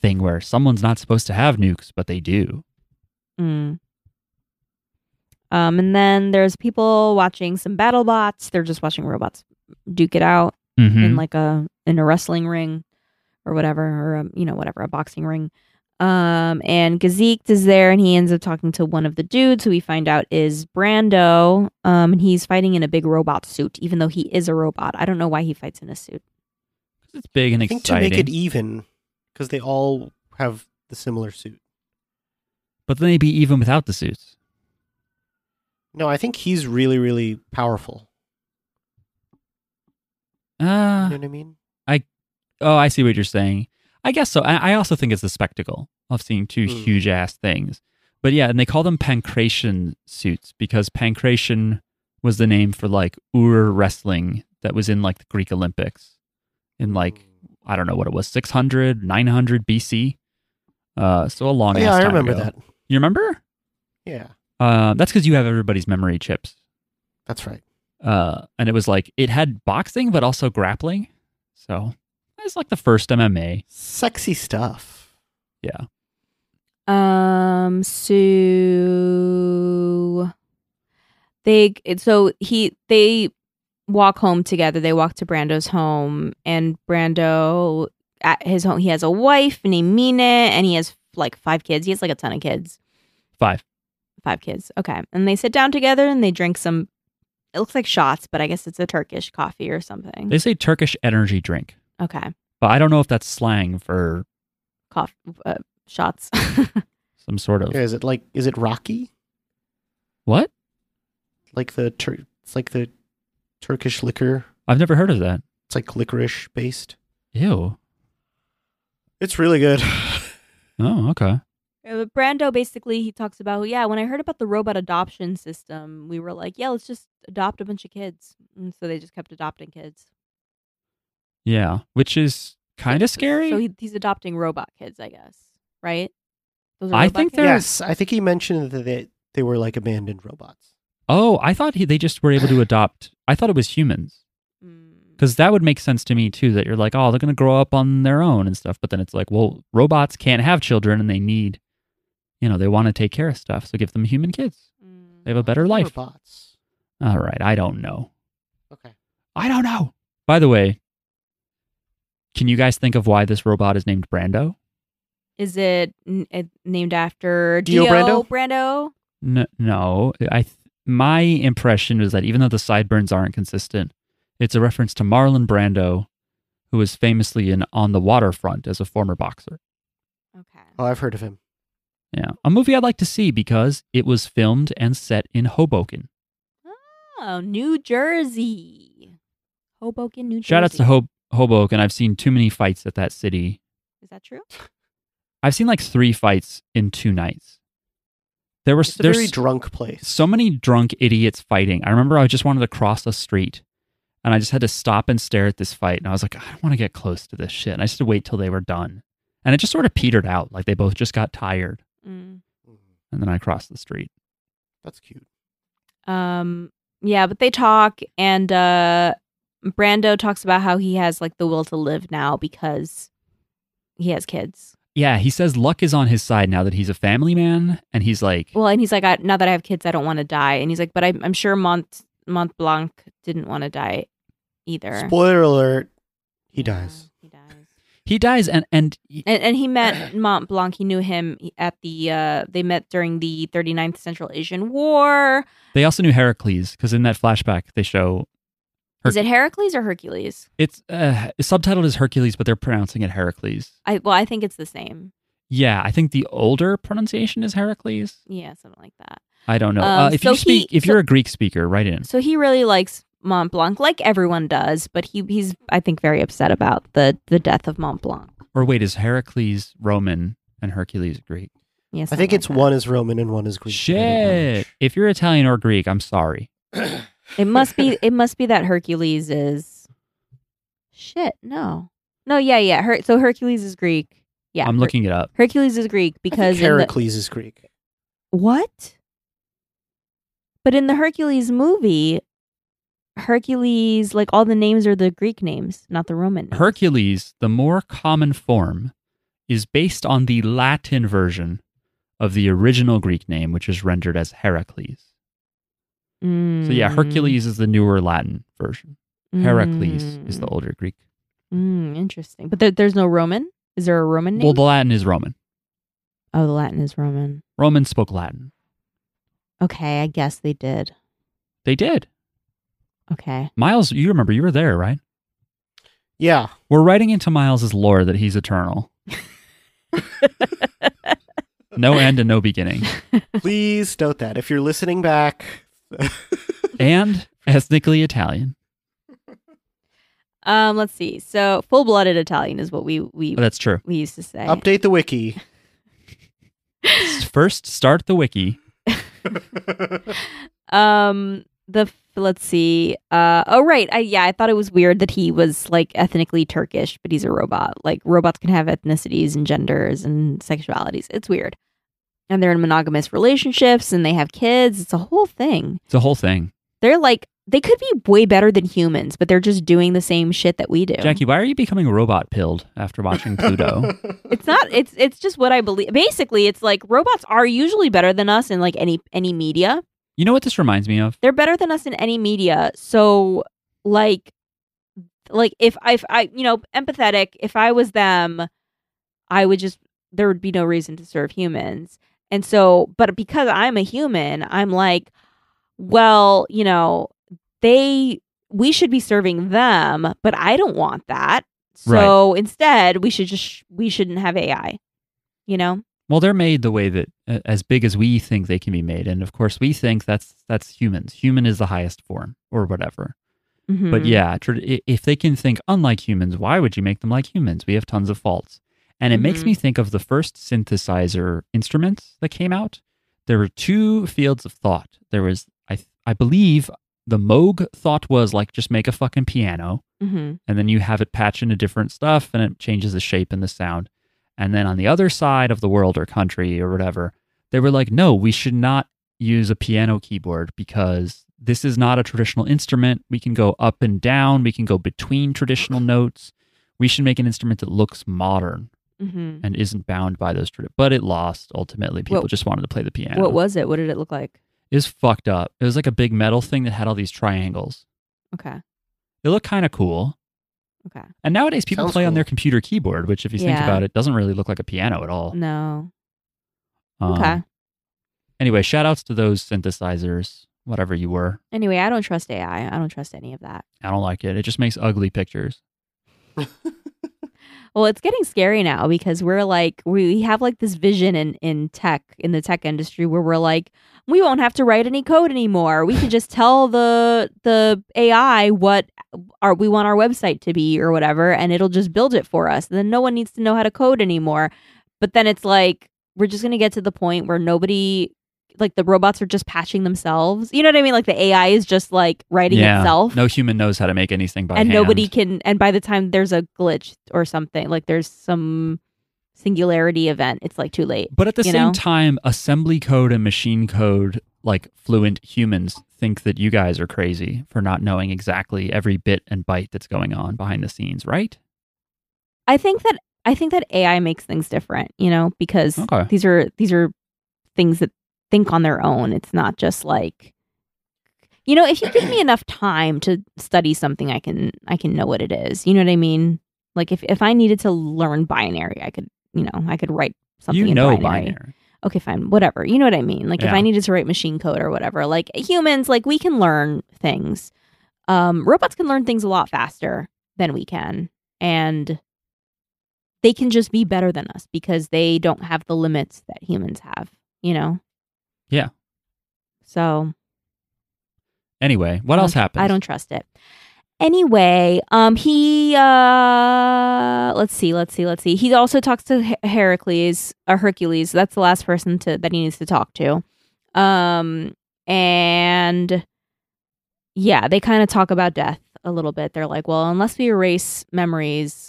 Speaker 1: thing where someone's not supposed to have nukes, but they do.
Speaker 3: Mm. Um, and then there's people watching some battle bots. They're just watching robots duke it out.
Speaker 1: Mm-hmm.
Speaker 3: in like a in a wrestling ring or whatever or a, you know whatever a boxing ring um and Gazeek is there and he ends up talking to one of the dudes who we find out is Brando um and he's fighting in a big robot suit even though he is a robot I don't know why he fights in a suit
Speaker 1: it's big and
Speaker 2: I think
Speaker 1: exciting.
Speaker 2: to make it even, because they all have the similar suit.
Speaker 1: but then they'd be even without the suits.
Speaker 2: No, I think he's really, really powerful. You
Speaker 1: Ah.
Speaker 2: know what I mean?
Speaker 1: Oh, I see what you're saying. I guess so. I, I also think it's the spectacle of seeing two
Speaker 2: Mm.
Speaker 1: huge ass things. But yeah, and they call them pancration suits because pancration was the name for like Ur wrestling that was in like the Greek Olympics. in like
Speaker 2: Hmm.
Speaker 1: I don't know what it was 600 900 BC. Uh, so a long
Speaker 2: Oh,
Speaker 1: ass
Speaker 2: yeah, I
Speaker 1: time
Speaker 2: remember
Speaker 1: ago.
Speaker 2: that.
Speaker 1: You remember?
Speaker 2: Yeah,
Speaker 1: Uh, that's because you have everybody's memory chips.
Speaker 2: that's right.
Speaker 1: Uh, and it was like it had boxing but also grappling. So it's like the first MMA.
Speaker 2: Sexy stuff.
Speaker 1: Yeah.
Speaker 3: Um. So they. So he. They walk home together. They walk to Brando's home, and Brando at his home. He has a wife named Mina, and he has like five kids. He has like a ton of kids.
Speaker 1: Five.
Speaker 3: Five kids. Okay. And they sit down together and they drink some. It looks like shots, but I guess it's a Turkish coffee or something.
Speaker 1: They say Turkish energy drink,
Speaker 3: Okay.
Speaker 1: but I don't know if that's slang for
Speaker 3: Coffee uh, shots.
Speaker 1: some sort of
Speaker 2: Yeah, is it like is it Rocky?
Speaker 1: what?
Speaker 2: Like the Tur- it's like the Turkish liquor.
Speaker 1: I've never heard of that.
Speaker 2: It's like licorice based.
Speaker 1: Ew.
Speaker 2: It's really good.
Speaker 1: Oh, okay.
Speaker 3: Uh, Brando basically he talks about yeah when I heard about the robot adoption system we were like yeah let's just adopt a bunch of kids and so they just kept adopting kids
Speaker 1: Yeah, which is kind of scary.
Speaker 3: so he, he's adopting robot kids I guess right Those are
Speaker 1: I
Speaker 3: robot
Speaker 1: think
Speaker 3: kids?
Speaker 1: There-
Speaker 2: yes, I think he mentioned that they, they were like abandoned robots.
Speaker 1: oh, I thought he, they just were able to adopt. I thought it was humans
Speaker 3: Mm.
Speaker 1: because that would make sense to me too. That you're like, oh, they're gonna grow up on their own and stuff. But then it's like, well, robots can't have children, and they need, you know, they want to take care of stuff. So give them human kids.
Speaker 3: Mm.
Speaker 1: They have a better life.
Speaker 2: Robots.
Speaker 1: All right, I don't know.
Speaker 2: Okay.
Speaker 1: I don't know. By the way, can you guys think of why this robot is named Brando?
Speaker 3: is it n- uh, named after
Speaker 2: Gio Brando?
Speaker 3: Brando
Speaker 1: N- no, I th- my impression is that even though the sideburns aren't consistent, it's a reference to Marlon Brando, who was famously in On the Waterfront as a former boxer.
Speaker 3: okay
Speaker 2: Oh, I've heard of him.
Speaker 1: Yeah, a movie I'd like to see because it was filmed and set in Hoboken.
Speaker 3: oh New Jersey Hoboken New Jersey
Speaker 1: Shout outs to Hob- Hoboken. I've seen too many fights at that city.
Speaker 3: is that true
Speaker 1: I've seen like three fights in two nights. There were s-
Speaker 2: It's a
Speaker 1: there's
Speaker 2: very drunk place.
Speaker 1: so many drunk idiots fighting. I remember I just wanted to cross a street and I just had to stop and stare at this fight. And I was like, I don't want to get close to this shit. And I just had to wait till they were done. And it just sort of petered out. Like they both just got tired.
Speaker 3: mm.
Speaker 1: And then I crossed the street.
Speaker 2: That's cute.
Speaker 3: Um yeah, but they talk and uh Brando talks about how he has like the will to live now because he has kids.
Speaker 1: Yeah, he says luck is on his side now that he's a family man. And he's like,
Speaker 3: Well, and he's like I, now that I have kids I don't want to die and he's like but I I'm sure Mont Mont Blanc didn't want to die either.
Speaker 2: Spoiler alert. He
Speaker 3: Yeah,
Speaker 2: dies.
Speaker 3: He dies.
Speaker 1: he dies. And, and,
Speaker 3: And and he met Mont Blanc, he knew him at the uh they met during the 39th Central Asian War.
Speaker 1: they also knew Heracles because in that flashback, they show Her-
Speaker 3: Is it Heracles or Hercules?
Speaker 1: it's uh, subtitled as Hercules, but they're pronouncing it Heracles.
Speaker 3: I well I think it's the same.
Speaker 1: Yeah, I think the older pronunciation is Heracles.
Speaker 3: Yeah, something like that.
Speaker 1: I don't know.
Speaker 3: Um,
Speaker 1: uh, if
Speaker 3: so
Speaker 1: you speak,
Speaker 3: he-
Speaker 1: if
Speaker 3: so-
Speaker 1: you're a Greek speaker, write in.
Speaker 3: So he really likes Mont Blanc, like everyone does, but he he's I think very upset about the the death of Mont Blanc.
Speaker 1: Or wait, is Heracles Roman and Hercules Greek?
Speaker 3: Yes,
Speaker 2: I think it's one is Roman and one is Greek. I don't know
Speaker 1: Shit. If you're Italian or Greek, I'm sorry.
Speaker 3: It must be it must be that Hercules is shit. No, no, yeah, yeah. Her, so Hercules is Greek. Yeah,
Speaker 1: I'm
Speaker 3: Her-
Speaker 1: looking it up.
Speaker 3: Hercules is Greek
Speaker 2: I think
Speaker 3: because in the,
Speaker 2: Heracles is Greek.
Speaker 3: what? But in the Hercules movie, Hercules like all the names are the Greek names, not the Roman. names.
Speaker 1: Hercules, the more common form, is based on the Latin version of the original Greek name, which is rendered as Heracles. So yeah,
Speaker 3: Mm.
Speaker 1: Hercules is the newer Latin version. Heracles is the
Speaker 3: Mm.
Speaker 1: older Greek.
Speaker 3: Mm, interesting. But there, there's no Roman. Is there a Roman name?
Speaker 1: Well, the Latin is Roman.
Speaker 3: oh, the Latin is Roman.
Speaker 1: Romans spoke Latin.
Speaker 3: Okay, I guess they did.
Speaker 1: They did.
Speaker 3: Okay.
Speaker 1: Miles, you remember you were there, right?
Speaker 2: Yeah.
Speaker 1: We're writing into Miles's lore that he's eternal. no end and no beginning.
Speaker 2: Please note that. If you're listening back,
Speaker 1: And ethnically Italian.
Speaker 3: Um, let's see. So full-blooded Italian is what we we
Speaker 1: Oh, that's true.
Speaker 3: we used to say.
Speaker 2: update the wiki.
Speaker 1: First, start the wiki.
Speaker 3: um, the But let's see. Uh, oh, right. I, yeah, I thought it was weird that he was like ethnically Turkish, but he's a robot. Like robots can have ethnicities and genders and sexualities. It's weird. And they're in monogamous relationships and they have kids. It's a whole thing.
Speaker 1: It's a whole thing.
Speaker 3: They're like, they could be way better than humans, but they're just doing the same shit that we do.
Speaker 1: Jackie, why are you becoming robot pilled after watching Pluto?
Speaker 3: it's not it's it's just what i believe basically it's like robots are usually better than us in like any any media
Speaker 1: you know what this reminds me of?
Speaker 3: they're better than us in any media so like like if i if i you know empathetic if i was them i would just there would be no reason to serve humans and so but because i'm a human i'm like well you know they we should be serving them but i don't want that so instead we should just we shouldn't have ai you know
Speaker 1: Well, they're made the way that uh, as big as we think they can be made, and of course we think that's that's humans. Human is the highest form, or whatever. But
Speaker 3: Mhm.
Speaker 1: yeah, tr- i- if they can think unlike humans, why would you make them like humans? We have tons of faults. And it makes
Speaker 3: Mhm.
Speaker 1: me think of the first synthesizer instruments that came out. There were two fields of thought. There was, I, th- I believe, the Moog thought was like just make a fucking piano,
Speaker 3: hmm
Speaker 1: and then you have it patch into different stuff, and it changes the shape and the sound. And then on the other side of the world or country or whatever, they were like, no, we should not use a piano keyboard because this is not a traditional instrument. We can go up and down, we can go between traditional notes. We should make an instrument that looks modern
Speaker 3: hmm
Speaker 1: and isn't bound by those traditions. But it lost ultimately. People
Speaker 3: What-
Speaker 1: just wanted to play the piano.
Speaker 3: What was it? What did it look like?
Speaker 1: it was fucked up. It was like a big metal thing that had all these triangles.
Speaker 3: Okay.
Speaker 1: It looked kind of cool.
Speaker 3: Okay.
Speaker 1: And nowadays people
Speaker 2: Sounds
Speaker 1: play on
Speaker 2: cool.
Speaker 1: their computer keyboard, which if you think
Speaker 3: Yeah.
Speaker 1: about it, doesn't really look like a piano at all.
Speaker 3: No.
Speaker 1: Um,
Speaker 3: Okay.
Speaker 1: Anyway, shout outs to those synthesizers, whatever you were.
Speaker 3: Anyway, I don't trust AI. I don't trust any of that.
Speaker 1: I don't like it. It just makes ugly pictures.
Speaker 3: Well, it's getting scary now because we're like we we have like this vision in in tech in the tech industry where we're like we won't have to write any code anymore. We can just tell the the AI what our we want our website to be or whatever and it'll just build it for us. then no one needs to know how to code anymore. But then it's like we're just going to get to the point where nobody like the robots are just patching themselves. You know what I mean? Like the AI is just like writing
Speaker 1: yeah.
Speaker 3: itself
Speaker 1: No human knows how to make anything by
Speaker 3: and
Speaker 1: hand.
Speaker 3: nobody can and by the time there's a glitch or something like there's some singularity event it's like too late
Speaker 1: But at the
Speaker 3: you
Speaker 1: same
Speaker 3: know?
Speaker 1: time, assembly code and machine code, like fluent humans, think that you guys are crazy for not knowing exactly every bit and byte that's going on behind the scenes, right?
Speaker 3: i think that i think that ai makes things different you know because
Speaker 1: Okay.
Speaker 3: these are these are things that think on their own it's not just like you know if you give me enough time to study something i can i can know what it is you know what i mean like if if i needed to learn binary i could you know i could write something
Speaker 1: you
Speaker 3: in
Speaker 1: know
Speaker 3: binary.
Speaker 1: binary.
Speaker 3: okay, fine, whatever. You know what I mean? Like if
Speaker 1: Yeah.
Speaker 3: I needed to write machine code or whatever, like humans, like we can learn things. Um, robots can learn things a lot faster than we can, and they can just be better than us because they don't have the limits that humans have. You know?
Speaker 1: Yeah.
Speaker 3: So
Speaker 1: Anyway, what
Speaker 3: I
Speaker 1: else
Speaker 3: don't-
Speaker 1: happens?
Speaker 3: I don't trust it. Anyway, um, he uh, let's see, let's see, let's see. He also talks to Her- Heracles or Hercules. That's the last person to that he needs to talk to. Um, and yeah, they kind of talk about death a little bit. They're like, well, unless we erase memories,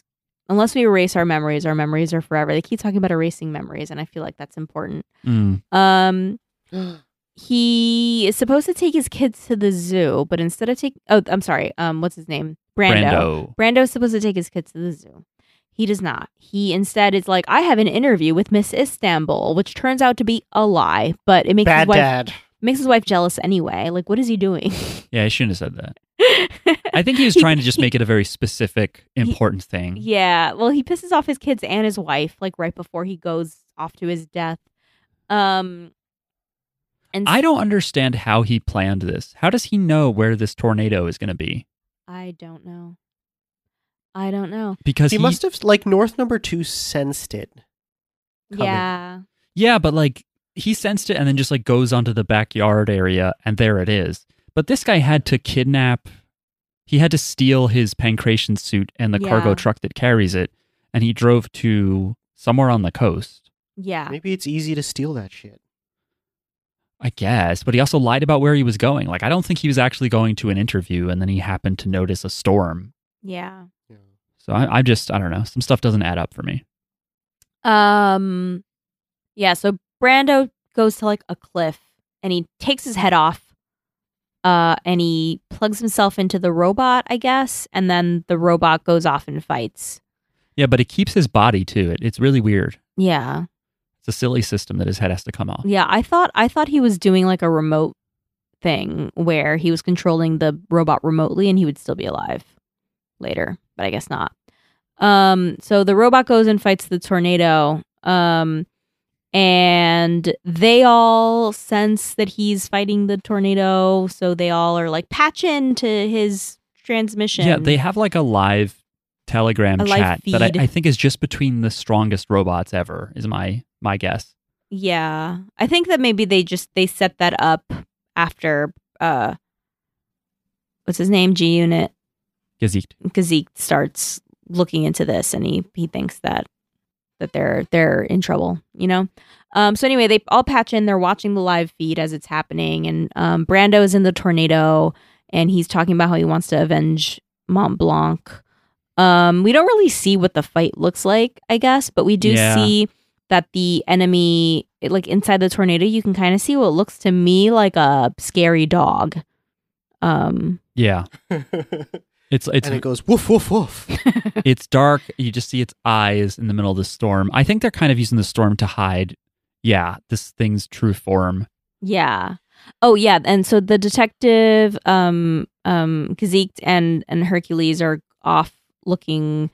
Speaker 3: unless we erase our memories, our memories are forever. They keep talking about erasing memories, and I feel like that's important.
Speaker 1: Mm.
Speaker 3: Um, he is supposed to take his kids to the zoo, but instead of taking, oh, I'm sorry, um, what's his name? Brando.
Speaker 1: Brando.
Speaker 3: Brando's supposed to take his kids to the zoo. He does not. He instead is like, I have an interview with Miss Istanbul, which turns out to be a lie, but it makes his
Speaker 2: Bad
Speaker 3: wife
Speaker 2: dad.
Speaker 3: makes his wife jealous anyway. Like, what is he doing?
Speaker 1: Yeah, I shouldn't have said that. I think he was trying to just make it a very specific, important thing.
Speaker 3: Yeah. Well, he pisses off his kids and his wife like right before he goes off to his death. Um, and
Speaker 1: I don't understand how he planned this. How does he know where this tornado is going to be?
Speaker 3: I don't know. I don't know.
Speaker 1: Because
Speaker 2: He
Speaker 1: he-
Speaker 2: must have like North Number Two sensed it. Coming.
Speaker 3: Yeah.
Speaker 1: Yeah, but like he sensed it and then just like goes onto the backyard area and there it is. But this guy had to kidnap he had to steal his pancration suit and the
Speaker 3: Yeah.
Speaker 1: cargo truck that carries it and he drove to somewhere on the coast.
Speaker 3: Yeah.
Speaker 2: Maybe it's easy to steal that shit.
Speaker 1: I guess, but he also lied about where he was going. Like, I don't think he was actually going to an interview, and then he happened to notice a storm.
Speaker 2: Yeah.
Speaker 3: Yeah.
Speaker 1: So I, I just, I don't know. Some stuff doesn't add up for me.
Speaker 3: Um yeah, so Brando goes to like a cliff and he takes his head off. Uh and he plugs himself into the robot, I guess, and then the robot goes off and fights.
Speaker 1: Yeah, but it keeps his body too. It, it's really weird.
Speaker 3: Yeah.
Speaker 1: It's a silly system that his head has to come off.
Speaker 3: Yeah, I thought I thought he was doing like a remote thing where he was controlling the robot remotely and he would still be alive later, but I guess not. Um so the robot goes and fights the tornado. Um and they all sense that he's fighting the tornado, so they all are like patch into his transmission.
Speaker 1: Yeah, they have like a live telegram
Speaker 3: A live
Speaker 1: chat that I,
Speaker 3: feed.
Speaker 1: I think is just between the strongest robots ever, is my my guess.
Speaker 3: Yeah. I think that maybe they just they set that up after uh what's his name? G unit
Speaker 1: Gazit.
Speaker 3: Kazik starts looking into this and he he thinks that that they're they're in trouble, you know. Um so anyway, they all patch in, they're watching the live feed as it's happening and um Brando is in the tornado and he's talking about how he wants to avenge Mont Blanc. Um we don't really see what the fight looks like, I guess, but we do
Speaker 1: Yeah.
Speaker 3: see that the enemy it- like inside the tornado, you can kind of see what looks to me like a scary dog. Um
Speaker 1: Yeah, it's it's
Speaker 2: and it goes woof woof woof.
Speaker 1: it's dark. You just see its eyes in the middle of the storm. I think they're kind of using the storm to hide. Yeah, this thing's true form.
Speaker 3: Yeah. Oh yeah, and so the detective um um Kazik and and Hercules are off looking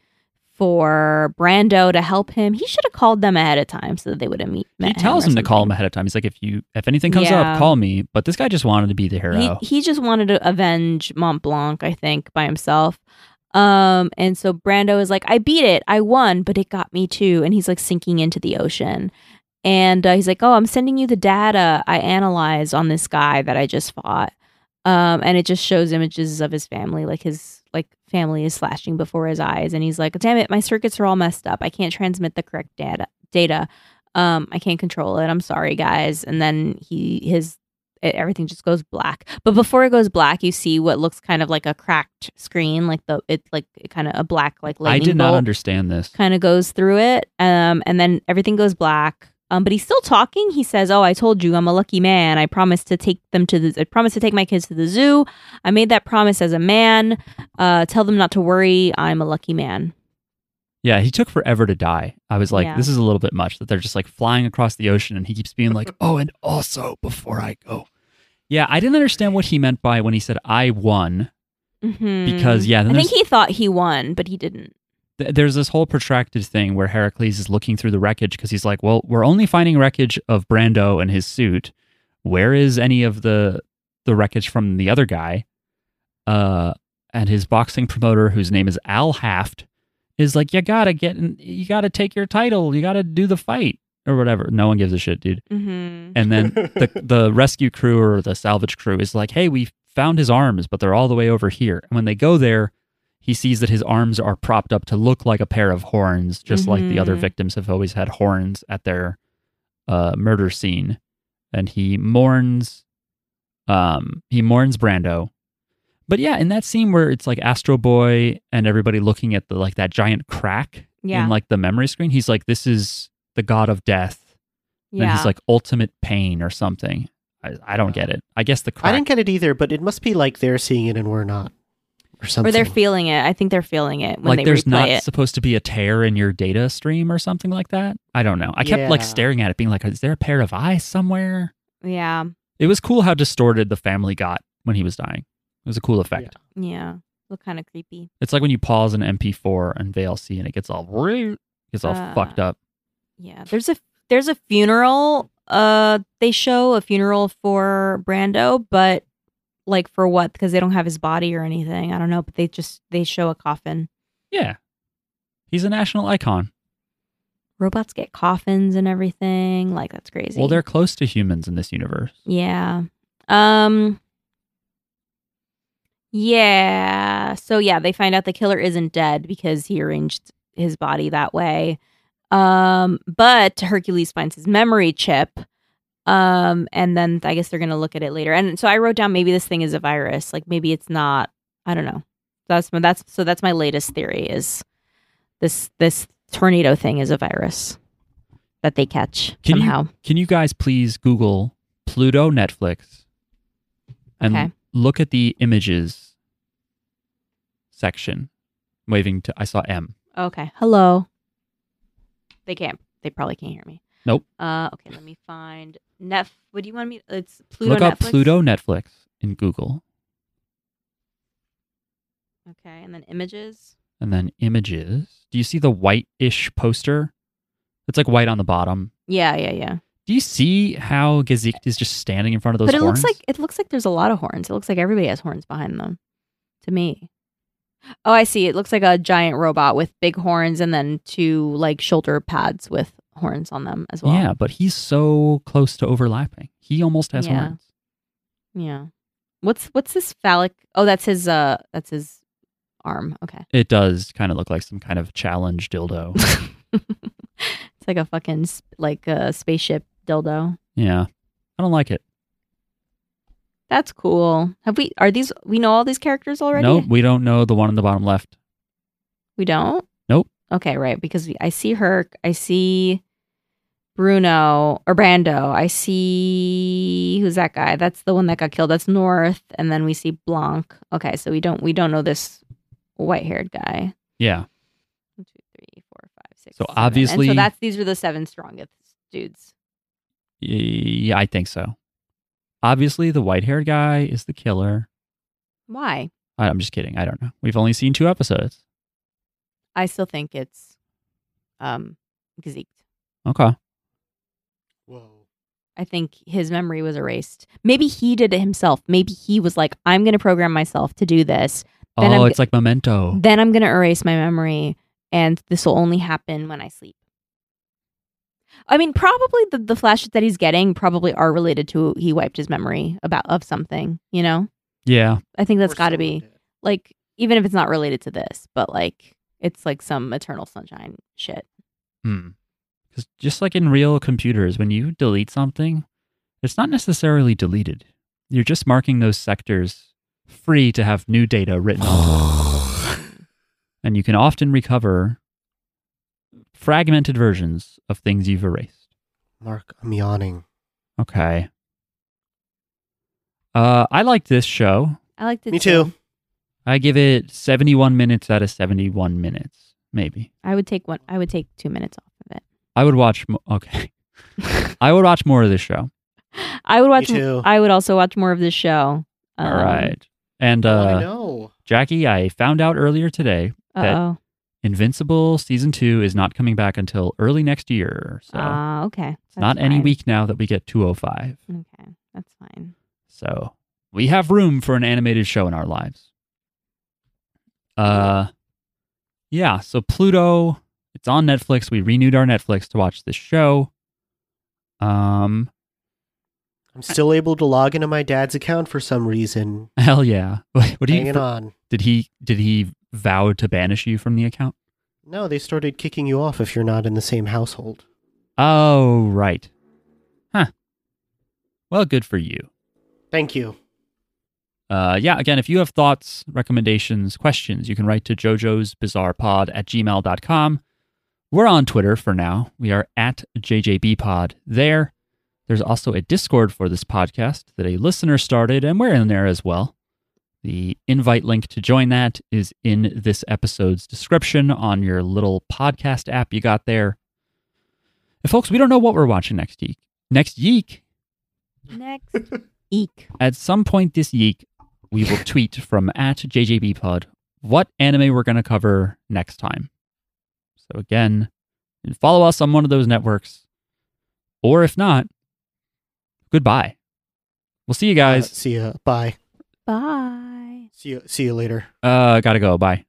Speaker 3: for Brando to help him. He should have called them ahead of time so that they would have meet. met
Speaker 1: he tells
Speaker 3: or
Speaker 1: him to call him
Speaker 3: something.
Speaker 1: ahead of time. He's like, if you if anything comes
Speaker 3: Yeah.
Speaker 1: up, call me. But this guy just wanted to be the hero.
Speaker 3: He he just wanted to avenge Mont Blanc, I think, by himself. Um and so Brando is like, "I beat it. I won, but it got me too." And he's like sinking into the ocean. And uh, he's like, "Oh, I'm sending you the data I analyzed on this guy that I just fought." Um and it just shows images of his family, like his like family is flashing before his eyes and he's like, "Damn it, my circuits are all messed up. I can't transmit the correct data." Data. Um I can't control it. I'm sorry, guys. And then he his it, everything just goes black. But before it goes black, you see what looks kind of like a cracked screen, like the it's like kind of a black like
Speaker 1: I
Speaker 3: lightning
Speaker 1: did not
Speaker 3: bolt
Speaker 1: understand this.
Speaker 3: kind of goes through it, um, and then everything goes black. Um, but he's still talking. He says, "Oh, I told you, I'm a lucky man. I promised to take them to the. I promised to take my kids to the zoo. I made that promise as a man. Uh, tell them not to worry. I'm a lucky man.
Speaker 1: Yeah, he took forever to die. I was like,
Speaker 3: Yeah.
Speaker 1: this is a little bit much that they're just like flying across the ocean and he keeps being like, oh, and also before I go. Yeah, I didn't understand what he meant by when he said I won.
Speaker 3: Mhm.
Speaker 1: Because, yeah, then
Speaker 3: I think
Speaker 1: there's-
Speaker 3: he thought he won, but he didn't.
Speaker 1: Th- There's this whole protracted thing where Heracles is looking through the wreckage because he's like, well, we're only finding wreckage of Brando and his suit. Where is any of the the wreckage from the other guy? Uh, and his boxing promoter, whose name is Al Haft, is like, you gotta get, in, you gotta take your title, you gotta do the fight or whatever. No one gives a shit, dude.
Speaker 3: Mm-hmm.
Speaker 1: And then the the rescue crew or the salvage crew is like, "Hey, we found his arms, but they're all the way over here." And when they go there, he sees that his arms are propped up to look like a pair of horns, just like the other
Speaker 3: Mhm.
Speaker 1: victims have always had horns at their uh, murder scene. And he mourns, um, he mourns Brando. But yeah, in that scene where it's like Astro Boy and everybody looking at the like that giant crack
Speaker 3: Yeah.
Speaker 1: in like the memory screen, he's like, "This is the god of death." And
Speaker 3: yeah.
Speaker 1: then he's like ultimate pain or something. I, I don't get it. I guess the
Speaker 2: I
Speaker 1: crack.
Speaker 2: didn't get it either, but it must be like they're seeing it and we're not, or something.
Speaker 3: or they're feeling it. I think they're feeling it when
Speaker 1: like
Speaker 3: they
Speaker 1: there's
Speaker 3: replay
Speaker 1: not
Speaker 3: it.
Speaker 1: supposed to be a tear in your data stream or something like that. I don't know. I kept like
Speaker 2: Yeah.
Speaker 1: staring at it, being like, "Is there a pair of eyes somewhere?"
Speaker 3: Yeah.
Speaker 1: It was cool how distorted the family got when he was dying. It was a cool effect.
Speaker 3: Yeah. Look kind of creepy.
Speaker 1: It's like when you pause an MP4 and VLC and it gets all gets all
Speaker 3: Uh,
Speaker 1: fucked up.
Speaker 3: Yeah. There's a there's a funeral uh they show a funeral for Brando, but like for what? Because they don't have his body or anything. I don't know, but they just they show a coffin.
Speaker 1: Yeah, he's a national icon.
Speaker 3: Robots get coffins and everything. Like that's crazy.
Speaker 1: Well, they're close to humans in this universe.
Speaker 3: Yeah. Um Yeah. So yeah, they find out the killer isn't dead because he arranged his body that way. Um but Hercules finds his memory chip Um, and then I guess they're gonna look at it later. And so I wrote down maybe this thing is a virus. Like maybe it's not. I don't know. That's my that's so that's my latest theory is this this tornado thing is a virus that they catch
Speaker 1: Can you-
Speaker 3: somehow.
Speaker 1: Can you guys please Google Pluto Netflix and
Speaker 3: Okay.
Speaker 1: look at the images section? Waving to, I saw M.
Speaker 3: Okay. Hello. They can't. They probably can't hear me.
Speaker 1: Nope.
Speaker 3: Uh, okay. Let me find Netf. What do you want me? It's Pluto.
Speaker 1: look up
Speaker 3: Netflix?
Speaker 1: Pluto Netflix in Google
Speaker 3: Okay, and then images.
Speaker 1: and then images. Do you see the white-ish poster? It's like white on the bottom.
Speaker 3: Yeah, yeah, yeah.
Speaker 1: Do you see how Gezicht is just standing in front of those
Speaker 3: but it
Speaker 1: horns?
Speaker 3: looks like it looks like there's a lot of horns. It looks like everybody has horns behind them. To me. Oh, I see. It looks like a giant robot with big horns and then two like shoulder pads with horns on them as well.
Speaker 1: Yeah, but he's so close to overlapping. He almost has
Speaker 3: Yeah.
Speaker 1: horns.
Speaker 3: Yeah. What's what's this phallic? Oh, that's his uh that's his arm. Okay.
Speaker 1: It does kind of look like some kind of challenge dildo.
Speaker 3: it's like a fucking sp- like a spaceship dildo.
Speaker 1: yeah. I don't like it.
Speaker 3: That's cool. Have we are these we know all these characters already?
Speaker 1: No, we don't know the one on the bottom left.
Speaker 3: We don't?
Speaker 1: Nope.
Speaker 3: Okay, right, because we, I see her I see Bruno or Brando. I see who's that guy? That's the one that got killed. That's North and then we see Blanc. Okay, so we don't we don't know this white-haired guy.
Speaker 1: Yeah.
Speaker 3: One, two, three, four, five, six.
Speaker 1: So
Speaker 3: seven. And
Speaker 1: obviously-
Speaker 3: so that's these are the seven strongest dudes.
Speaker 1: Yeah, I think so. Obviously, the white haired guy is the killer.
Speaker 3: Why?
Speaker 1: I- I'm just kidding. I don't know. We've only seen two episodes.
Speaker 3: I still think it's um Gezeekt.
Speaker 1: Okay.
Speaker 2: Whoa.
Speaker 3: I think his memory was erased. Maybe he did it himself. Maybe he was like, I'm going to program myself to do this. Then
Speaker 1: oh,
Speaker 3: I'm-
Speaker 1: it's like Memento.
Speaker 3: Then I'm going to erase my memory. And this will only happen when I sleep. I mean, probably the, the flashes that he's getting probably are related to he wiped his memory about of something, you know?
Speaker 1: yeah.
Speaker 3: I think that's
Speaker 2: Or
Speaker 3: got to
Speaker 2: someone
Speaker 3: be
Speaker 2: did.
Speaker 3: like, even if it's not related to this, but like, it's like some eternal sunshine shit.
Speaker 1: Hmm. 'Cause just like in real computers, when you delete something, it's not necessarily deleted. You're just marking those sectors free to have new data written on them. and you can often recover fragmented versions of things you've erased.
Speaker 2: Mark, I'm yawning.
Speaker 1: Okay. Uh, I like this show.
Speaker 3: I liked it.
Speaker 2: Me too.
Speaker 1: I give it 71 minutes out of 71 minutes, maybe.
Speaker 3: I would take one, I would take two minutes off of it.
Speaker 1: I would watch. Mo- okay. I would watch more of this show.
Speaker 3: I would watch.
Speaker 2: too.
Speaker 3: I would also watch more of this show. Um,
Speaker 1: All right. And uh,
Speaker 2: know.
Speaker 1: Jackie, I found out earlier today
Speaker 3: Oh.
Speaker 1: Invincible season two is not coming back until early next year. So
Speaker 3: Ah. okay.
Speaker 1: it's not
Speaker 3: That's
Speaker 1: any
Speaker 3: fine.
Speaker 1: week now that we get 205.
Speaker 3: Okay. That's fine.
Speaker 1: So we have room for an animated show in our lives. Uh yeah, so Pluto, it's on Netflix. We renewed our Netflix to watch this show. Um
Speaker 2: I'm still able to log into my dad's account for some reason.
Speaker 1: hell yeah. What do you
Speaker 2: Hanging on.
Speaker 1: did he did he vow to banish you from the account?
Speaker 2: No, they started kicking you off if you're not in the same household.
Speaker 1: Oh right. Huh. Well, good for you.
Speaker 2: Thank you.
Speaker 1: Uh, yeah, again, if you have thoughts, recommendations, questions, you can write to Jojo's Bizarre Pod at gmail.com. We're on Twitter for now. We are at JJBpod there. There's also a Discord for this podcast that a listener started, and we're in there as well. The invite link to join that is in this episode's description on your little podcast app you got there. And folks, we don't know what we're watching next yeek. Next yeek,
Speaker 3: Next. Eek.
Speaker 1: at some point this yeek, we will tweet from at JJBpod what anime we're going to cover next time. So again, follow us on one of those networks. Or if not, goodbye. We'll see you
Speaker 2: Uh,
Speaker 1: guys.
Speaker 2: see ya. Bye.
Speaker 3: Bye.
Speaker 2: See ya. See you later.
Speaker 1: Uh, gotta go. Bye.